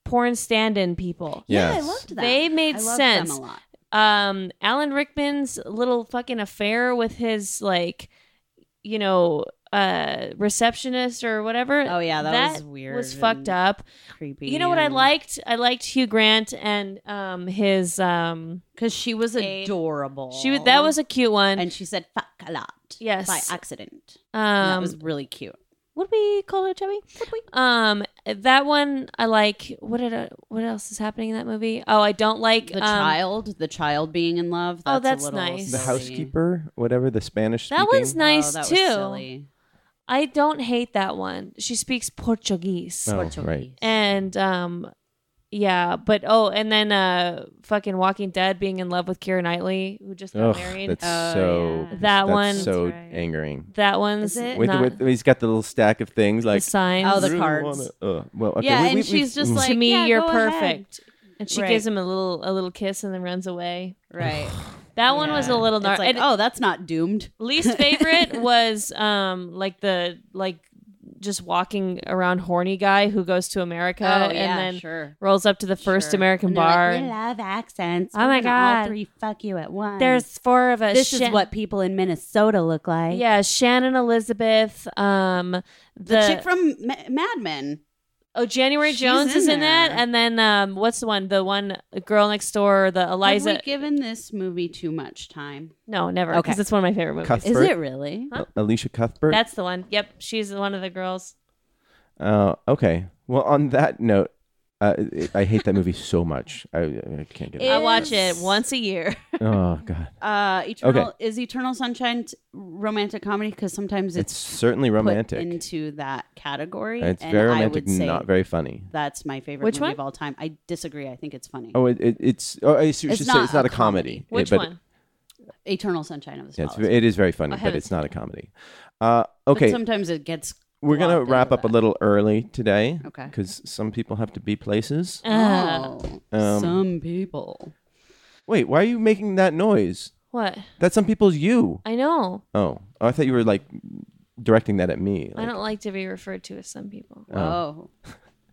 Speaker 3: porn stand-in people.
Speaker 4: Yeah, I
Speaker 2: Yes.
Speaker 4: loved that.
Speaker 3: They made
Speaker 4: I loved
Speaker 3: sense.
Speaker 4: Them a lot.
Speaker 3: um Alan Rickman's little fucking affair with his like you know uh receptionist or whatever.
Speaker 4: Oh, yeah, that was weird
Speaker 3: Was fucked
Speaker 4: and
Speaker 3: up.
Speaker 4: Creepy.
Speaker 3: You know what I
Speaker 4: and-
Speaker 3: liked? I liked Hugh Grant and um his um
Speaker 4: Because she was
Speaker 3: Aid.
Speaker 4: adorable.
Speaker 3: she was that was a cute one.
Speaker 4: and she said fuck a lot.
Speaker 3: Yes.
Speaker 4: by accident. And that
Speaker 3: um
Speaker 4: was really cute.
Speaker 3: would we call her chubby? Um that one I like what did I, what else is happening in that movie? Oh, I don't like
Speaker 4: The
Speaker 3: um,
Speaker 4: child, the child being in love. That's
Speaker 3: Oh,
Speaker 4: a
Speaker 3: that's
Speaker 4: little
Speaker 3: nice.
Speaker 2: The
Speaker 4: silly.
Speaker 2: housekeeper, whatever the Spanish.
Speaker 3: That
Speaker 2: speaking-
Speaker 3: one's
Speaker 4: Oh,
Speaker 3: nice
Speaker 4: that was
Speaker 3: too.
Speaker 4: silly.
Speaker 3: I don't hate that one. She speaks Portuguese.
Speaker 2: Oh,
Speaker 4: Portuguese.
Speaker 2: right.
Speaker 3: and um yeah but oh and then uh fucking walking dead being in love with kira knightley who just got
Speaker 2: Ugh,
Speaker 3: married
Speaker 2: that's
Speaker 4: Oh,
Speaker 2: so.
Speaker 4: yeah.
Speaker 3: That
Speaker 2: that's
Speaker 3: one-
Speaker 2: so
Speaker 3: That's right.
Speaker 2: angering.
Speaker 3: that one's
Speaker 4: Is it?
Speaker 2: With,
Speaker 3: not
Speaker 2: with, he's got the little stack of things
Speaker 3: the
Speaker 2: like.
Speaker 3: signs
Speaker 4: Oh, the
Speaker 2: "Really
Speaker 4: cards.
Speaker 2: wanna- uh, well, okay,
Speaker 4: Yeah,
Speaker 2: we-
Speaker 4: and
Speaker 2: we- we-
Speaker 4: she's just
Speaker 2: mm.
Speaker 4: like-
Speaker 3: to me
Speaker 4: yeah,
Speaker 3: you're
Speaker 4: go ahead."
Speaker 3: perfect and she
Speaker 4: Right.
Speaker 3: gives him a little a little kiss and then runs away
Speaker 4: Right.
Speaker 3: that one was a little nar-
Speaker 4: It's like,
Speaker 3: and
Speaker 4: oh, that's not doomed.
Speaker 3: least favorite was um like the like just walking around horny guy who goes to america and then
Speaker 4: Oh, sure.
Speaker 3: rolls up to the first
Speaker 4: Sure.
Speaker 3: american
Speaker 4: And they're like,
Speaker 3: bar
Speaker 4: we
Speaker 3: and
Speaker 4: love accents.
Speaker 3: Oh
Speaker 4: We're
Speaker 3: my
Speaker 4: gonna
Speaker 3: God.
Speaker 4: all three fuck you at once.
Speaker 3: there's four of us
Speaker 4: this is
Speaker 3: Shan-
Speaker 4: what people in Minnesota look like.
Speaker 3: Yeah, Shannon Elizabeth. Um, the,
Speaker 4: the, chick from Ma- Mad Men.
Speaker 3: oh January
Speaker 4: She's
Speaker 3: Jones is
Speaker 4: in
Speaker 3: in that,
Speaker 4: there.
Speaker 3: and then um, what's the one? The one girl next door, the
Speaker 4: Have
Speaker 3: Eliza.
Speaker 4: we given this movie too much time?
Speaker 3: no, never,
Speaker 4: Okay.
Speaker 3: because it's one of my favorite movies.
Speaker 2: Cuthbert.
Speaker 4: Is it really?
Speaker 2: Uh, Alicia Cuthbert.
Speaker 3: That's the one. Yep, she's one of the girls.
Speaker 2: Uh, okay. Well, on that note, uh, it- I hate that movie so much. I, I can't get
Speaker 3: I
Speaker 2: it.
Speaker 3: watch it once a year.
Speaker 2: Oh God,
Speaker 4: Uh, Eternal is Eternal Sunshine t- romantic comedy because sometimes
Speaker 2: it's
Speaker 4: it's,
Speaker 2: certainly
Speaker 4: put
Speaker 2: romantic.
Speaker 4: into that category.
Speaker 2: it's
Speaker 4: and
Speaker 2: very
Speaker 4: I
Speaker 2: romantic,
Speaker 4: would say
Speaker 2: not very funny.
Speaker 4: That's my favorite
Speaker 3: Which one?
Speaker 4: movie of all time. I disagree. I think it's funny.
Speaker 2: Oh, it, it, it's. Oh, I should
Speaker 4: It's
Speaker 2: should say
Speaker 4: not
Speaker 2: it's not
Speaker 4: a
Speaker 2: a comedy.
Speaker 3: Which
Speaker 2: it, but
Speaker 3: one?
Speaker 4: Eternal Sunshine of the
Speaker 2: Yeah, it's,
Speaker 4: Spotless. Mind.
Speaker 2: it is very funny,
Speaker 3: I
Speaker 2: but
Speaker 3: haven't
Speaker 2: it's
Speaker 3: seen
Speaker 2: not a comedy. Uh,
Speaker 4: Oh, But
Speaker 2: okay,
Speaker 4: sometimes it gets.
Speaker 2: we're gonna
Speaker 4: lumped
Speaker 2: wrap
Speaker 4: into
Speaker 2: up a
Speaker 4: that.
Speaker 2: little early today,
Speaker 4: Okay.
Speaker 2: Because some people have to be places.
Speaker 3: Uh,
Speaker 4: Oh,
Speaker 2: Um,
Speaker 4: some people.
Speaker 2: Wait, why are you making that noise?
Speaker 3: what?
Speaker 2: That's some people's you.
Speaker 3: I know.
Speaker 2: Oh, oh, I thought you were like directing that at me.
Speaker 3: I
Speaker 2: like-
Speaker 3: don't like to be referred to as some people.
Speaker 4: Oh,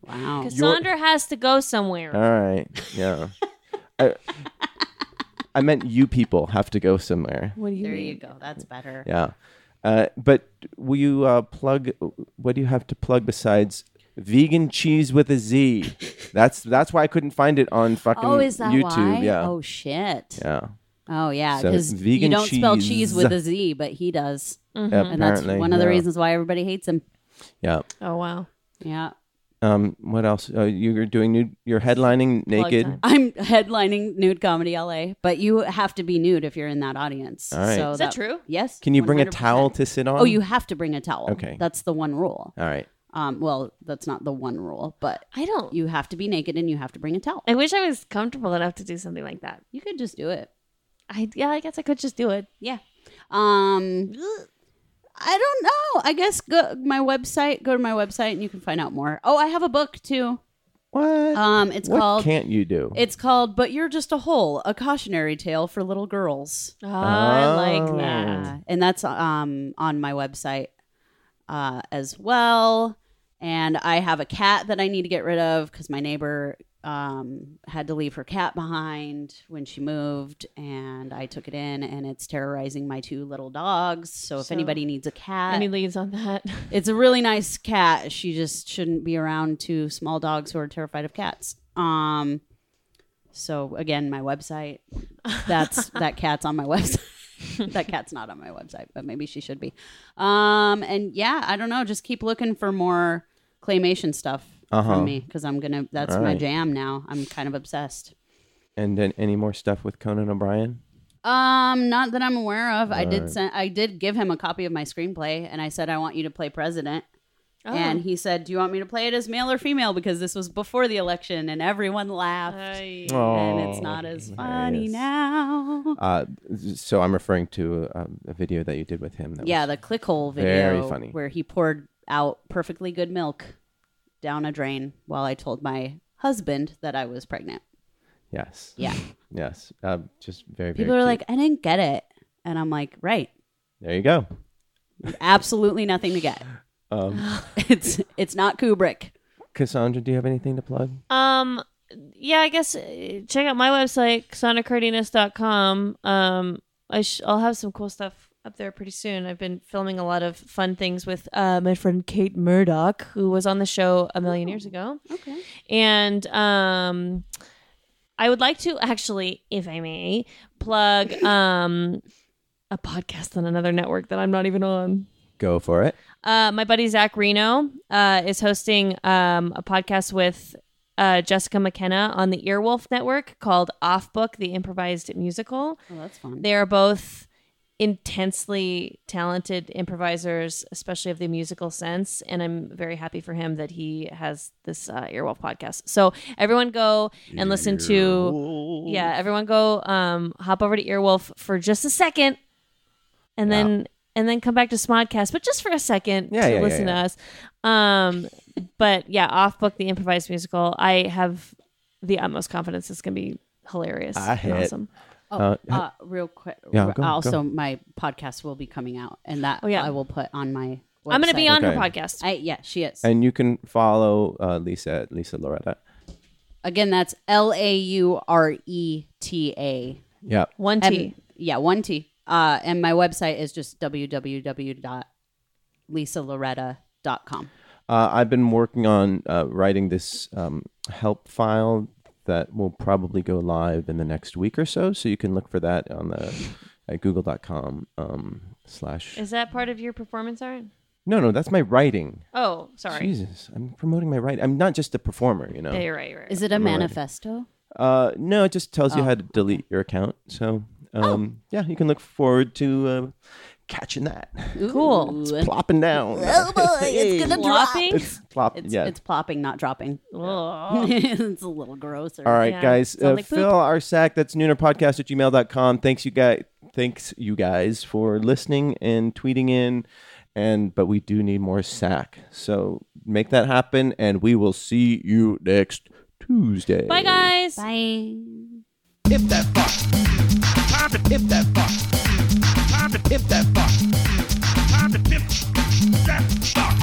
Speaker 4: wow.
Speaker 3: Cassandra has to go somewhere.
Speaker 2: All right. Yeah. I, I meant you people have to go somewhere.
Speaker 3: what do you
Speaker 4: There
Speaker 3: mean?
Speaker 4: you go. That's better.
Speaker 2: Yeah. Uh, but will you uh, plug? What do you have to plug besides vegan cheese with a Z? That's that's why I couldn't find it on fucking
Speaker 4: Oh, is that
Speaker 2: Mm, YouTube.
Speaker 4: why?
Speaker 2: Yeah.
Speaker 4: Oh shit.
Speaker 2: Yeah.
Speaker 4: Oh yeah,
Speaker 2: So
Speaker 4: because you
Speaker 2: vegan
Speaker 4: don't spell
Speaker 2: cheese.
Speaker 4: cheese with a Z, but he does,
Speaker 2: Apparently,
Speaker 4: Mm-hmm. and that's one of the
Speaker 2: yeah.
Speaker 4: reasons why everybody hates him.
Speaker 2: Yeah.
Speaker 3: Oh wow.
Speaker 4: Yeah.
Speaker 2: Um. What else? Uh, you're doing nude. You're headlining naked.
Speaker 3: time.
Speaker 4: I'm headlining Nude Comedy LA, but you have to be nude if you're in that audience.
Speaker 2: All right.
Speaker 4: So
Speaker 3: Is that true?
Speaker 4: Yes.
Speaker 2: Can you bring a
Speaker 4: 100%.
Speaker 2: towel to sit on?
Speaker 4: Oh, you have to bring a towel.
Speaker 2: Okay.
Speaker 4: That's the one rule.
Speaker 2: All right.
Speaker 4: Um, well, that's not the one rule, but
Speaker 3: I don't.
Speaker 4: you have to be naked and you have to bring a towel.
Speaker 3: I wish I was comfortable enough to do something like that.
Speaker 4: You could just do it.
Speaker 3: I yeah, I guess I could just do it.
Speaker 4: Yeah. Um I don't know. I guess go my website, go to my website and you can find out more. Oh, I have a book too.
Speaker 2: What?
Speaker 4: Um it's
Speaker 2: what
Speaker 4: called
Speaker 2: can't you do?
Speaker 4: It's called But You're Just a Hole, a cautionary tale for little girls.
Speaker 3: I like
Speaker 2: Oh.
Speaker 3: that.
Speaker 4: Uh, and that's um on my website uh as well. And I have a cat that I need to get rid of cuz my neighbor um had to leave her cat behind when she moved and I took it in and it's terrorizing my two little dogs. So if
Speaker 3: So-
Speaker 4: anybody needs a cat,
Speaker 3: Any leaves on that?
Speaker 4: it's a really nice cat. She just shouldn't be around to small dogs who are terrified of cats. Um, so again, my website. That's that cat's on my website. that cat's not on my website, but maybe she should be. Um, and yeah, I don't know. Just keep looking for more claymation stuff
Speaker 2: Uh-huh.
Speaker 4: from me because I'm gonna. That's
Speaker 2: All
Speaker 4: my
Speaker 2: right.
Speaker 4: jam now. I'm kind of obsessed.
Speaker 2: and then any more stuff with Conan O'Brien?
Speaker 4: Um, not that I'm aware of. I did send. I did give him a copy of my screenplay, and I said I want you to play president.
Speaker 3: Oh.
Speaker 4: And he said, "Do you want me to play it as male or female?" Because this was before the election, and everyone laughed.
Speaker 3: I-
Speaker 4: and
Speaker 2: Oh,
Speaker 4: it's not as funny now.
Speaker 2: Uh, so I'm referring to a, a video that you did with him. That
Speaker 4: Yeah,
Speaker 2: was-
Speaker 4: the clickhole video,
Speaker 2: very funny.
Speaker 4: where he poured out perfectly good milk down a drain while I told my husband that I was pregnant.
Speaker 2: yes,
Speaker 4: Yeah,
Speaker 2: yes. Uh, just very, very.
Speaker 4: people are
Speaker 2: cute.
Speaker 4: like, "I didn't get it," and I'm like, "Right,
Speaker 2: there you go.
Speaker 4: absolutely nothing to get.
Speaker 2: Um,
Speaker 4: It's it's not Kubrick."
Speaker 2: Cassandra, do you have anything to plug?
Speaker 3: Um, yeah, I guess uh, check out my website, sonicardiness.com. Um, I sh- I'll have some cool stuff up there pretty soon. I've been filming a lot of fun things with uh, my friend Kate Murdoch, who was on the show a million years ago.
Speaker 4: Okay.
Speaker 3: And um, I would like to actually, if I may, plug um, a podcast on another network that I'm not even on.
Speaker 2: Go for it.
Speaker 3: Uh, my buddy Zach Reno uh, is hosting um, a podcast with uh, Jessica McKenna on the Earwolf Network called Off Book, the improvised musical.
Speaker 4: Oh, that's fun.
Speaker 3: They are both intensely talented improvisers, especially of the musical sense. And I'm very happy for him that he has this uh, Earwolf podcast. So everyone go and listen to. Yeah, everyone go um, hop over to Earwolf for just a second, and then and then come back to Smodcast, but just for a second
Speaker 2: Yeah,
Speaker 3: to
Speaker 2: yeah, yeah,
Speaker 3: listen
Speaker 2: yeah.
Speaker 3: to us. Um, but yeah, off book the improvised musical. I have the utmost confidence it's going to be hilarious
Speaker 2: I
Speaker 3: and
Speaker 2: hit.
Speaker 3: awesome.
Speaker 4: Oh,
Speaker 2: Uh,
Speaker 4: uh, real quick.
Speaker 2: Yeah, go,
Speaker 4: also,
Speaker 2: go.
Speaker 4: my podcast will be coming out, and that
Speaker 3: Oh, yeah.
Speaker 4: I will put on my. Website.
Speaker 3: I'm going to be on
Speaker 2: Okay.
Speaker 3: her podcast.
Speaker 4: I, yeah, she is.
Speaker 2: And you can follow uh, Lisa at Lisa Loretta.
Speaker 4: Again, that's L A U R E T A.
Speaker 2: Yeah.
Speaker 3: One T.
Speaker 4: And- Yeah, one T. Uh, and my website is just www.lisaloretta.com.
Speaker 2: Uh, I've been working on uh, writing this um, help file that will probably go live in the next week or so. So you can look for that on the at google.com um, slash.
Speaker 3: Is that part of your performance art?
Speaker 2: No, no, that's my writing.
Speaker 3: Oh, sorry.
Speaker 2: Jesus, I'm promoting my writing. I'm not just a performer, you know.
Speaker 3: Yeah, you're right. You're right.
Speaker 4: Is it a manifesto?
Speaker 2: Uh, no, it just
Speaker 3: Oh,
Speaker 2: tells you how to delete your account. So, um, yeah, you can look forward to uh, catching that.
Speaker 3: cool.
Speaker 4: Ooh,
Speaker 2: Plopping down.
Speaker 4: it's gonna
Speaker 3: Flopping?
Speaker 2: it's plop.
Speaker 4: It's,
Speaker 2: yeah.
Speaker 4: it's plopping, not dropping.
Speaker 3: Ugh.
Speaker 4: it's a little grosser.
Speaker 2: All right,
Speaker 3: Yeah.
Speaker 2: guys.
Speaker 3: Sound
Speaker 2: Uh,
Speaker 3: like poop.
Speaker 2: Phil Arsac, that's noonerpodcast at gmail.com. Thanks, you guys. Thanks, you guys, for listening and tweeting in. And but we do need more sack, so make that happen. And we will see you next Tuesday.
Speaker 3: Bye, guys.
Speaker 4: Bye.
Speaker 1: If that fuck. Time to if that fuck. Time to if that fuck. Time to if that fuck.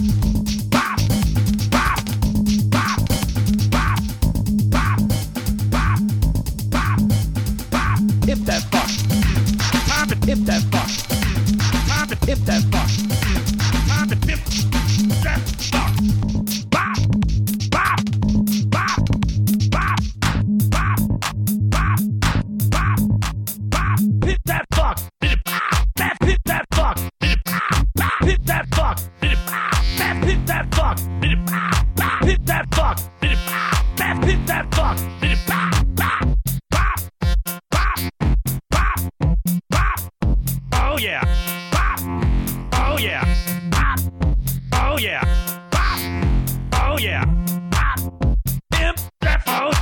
Speaker 1: Bop, bop, bop, bop, bop, bop, bop, bop. If that fuck. Time to if that fuck. Time to if that fuck. Time to if that fuck. Bop, bop, bop, bop, bop, bop bop, bop, hit that fuck, hit it, bop, that hit that fuck, hit it, bop, bop, hit that fuck, hit it, bop, that hit that fuck, hit it, bop, bop, hit that fuck, hit it, bop, that hit that fuck, hit it, bop, bop, bop, bop, bop, bop, oh yeah, bop, oh yeah, bop, oh yeah, bop, oh yeah, bop, imp that phone,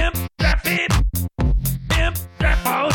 Speaker 1: imp that beat. Imp that house.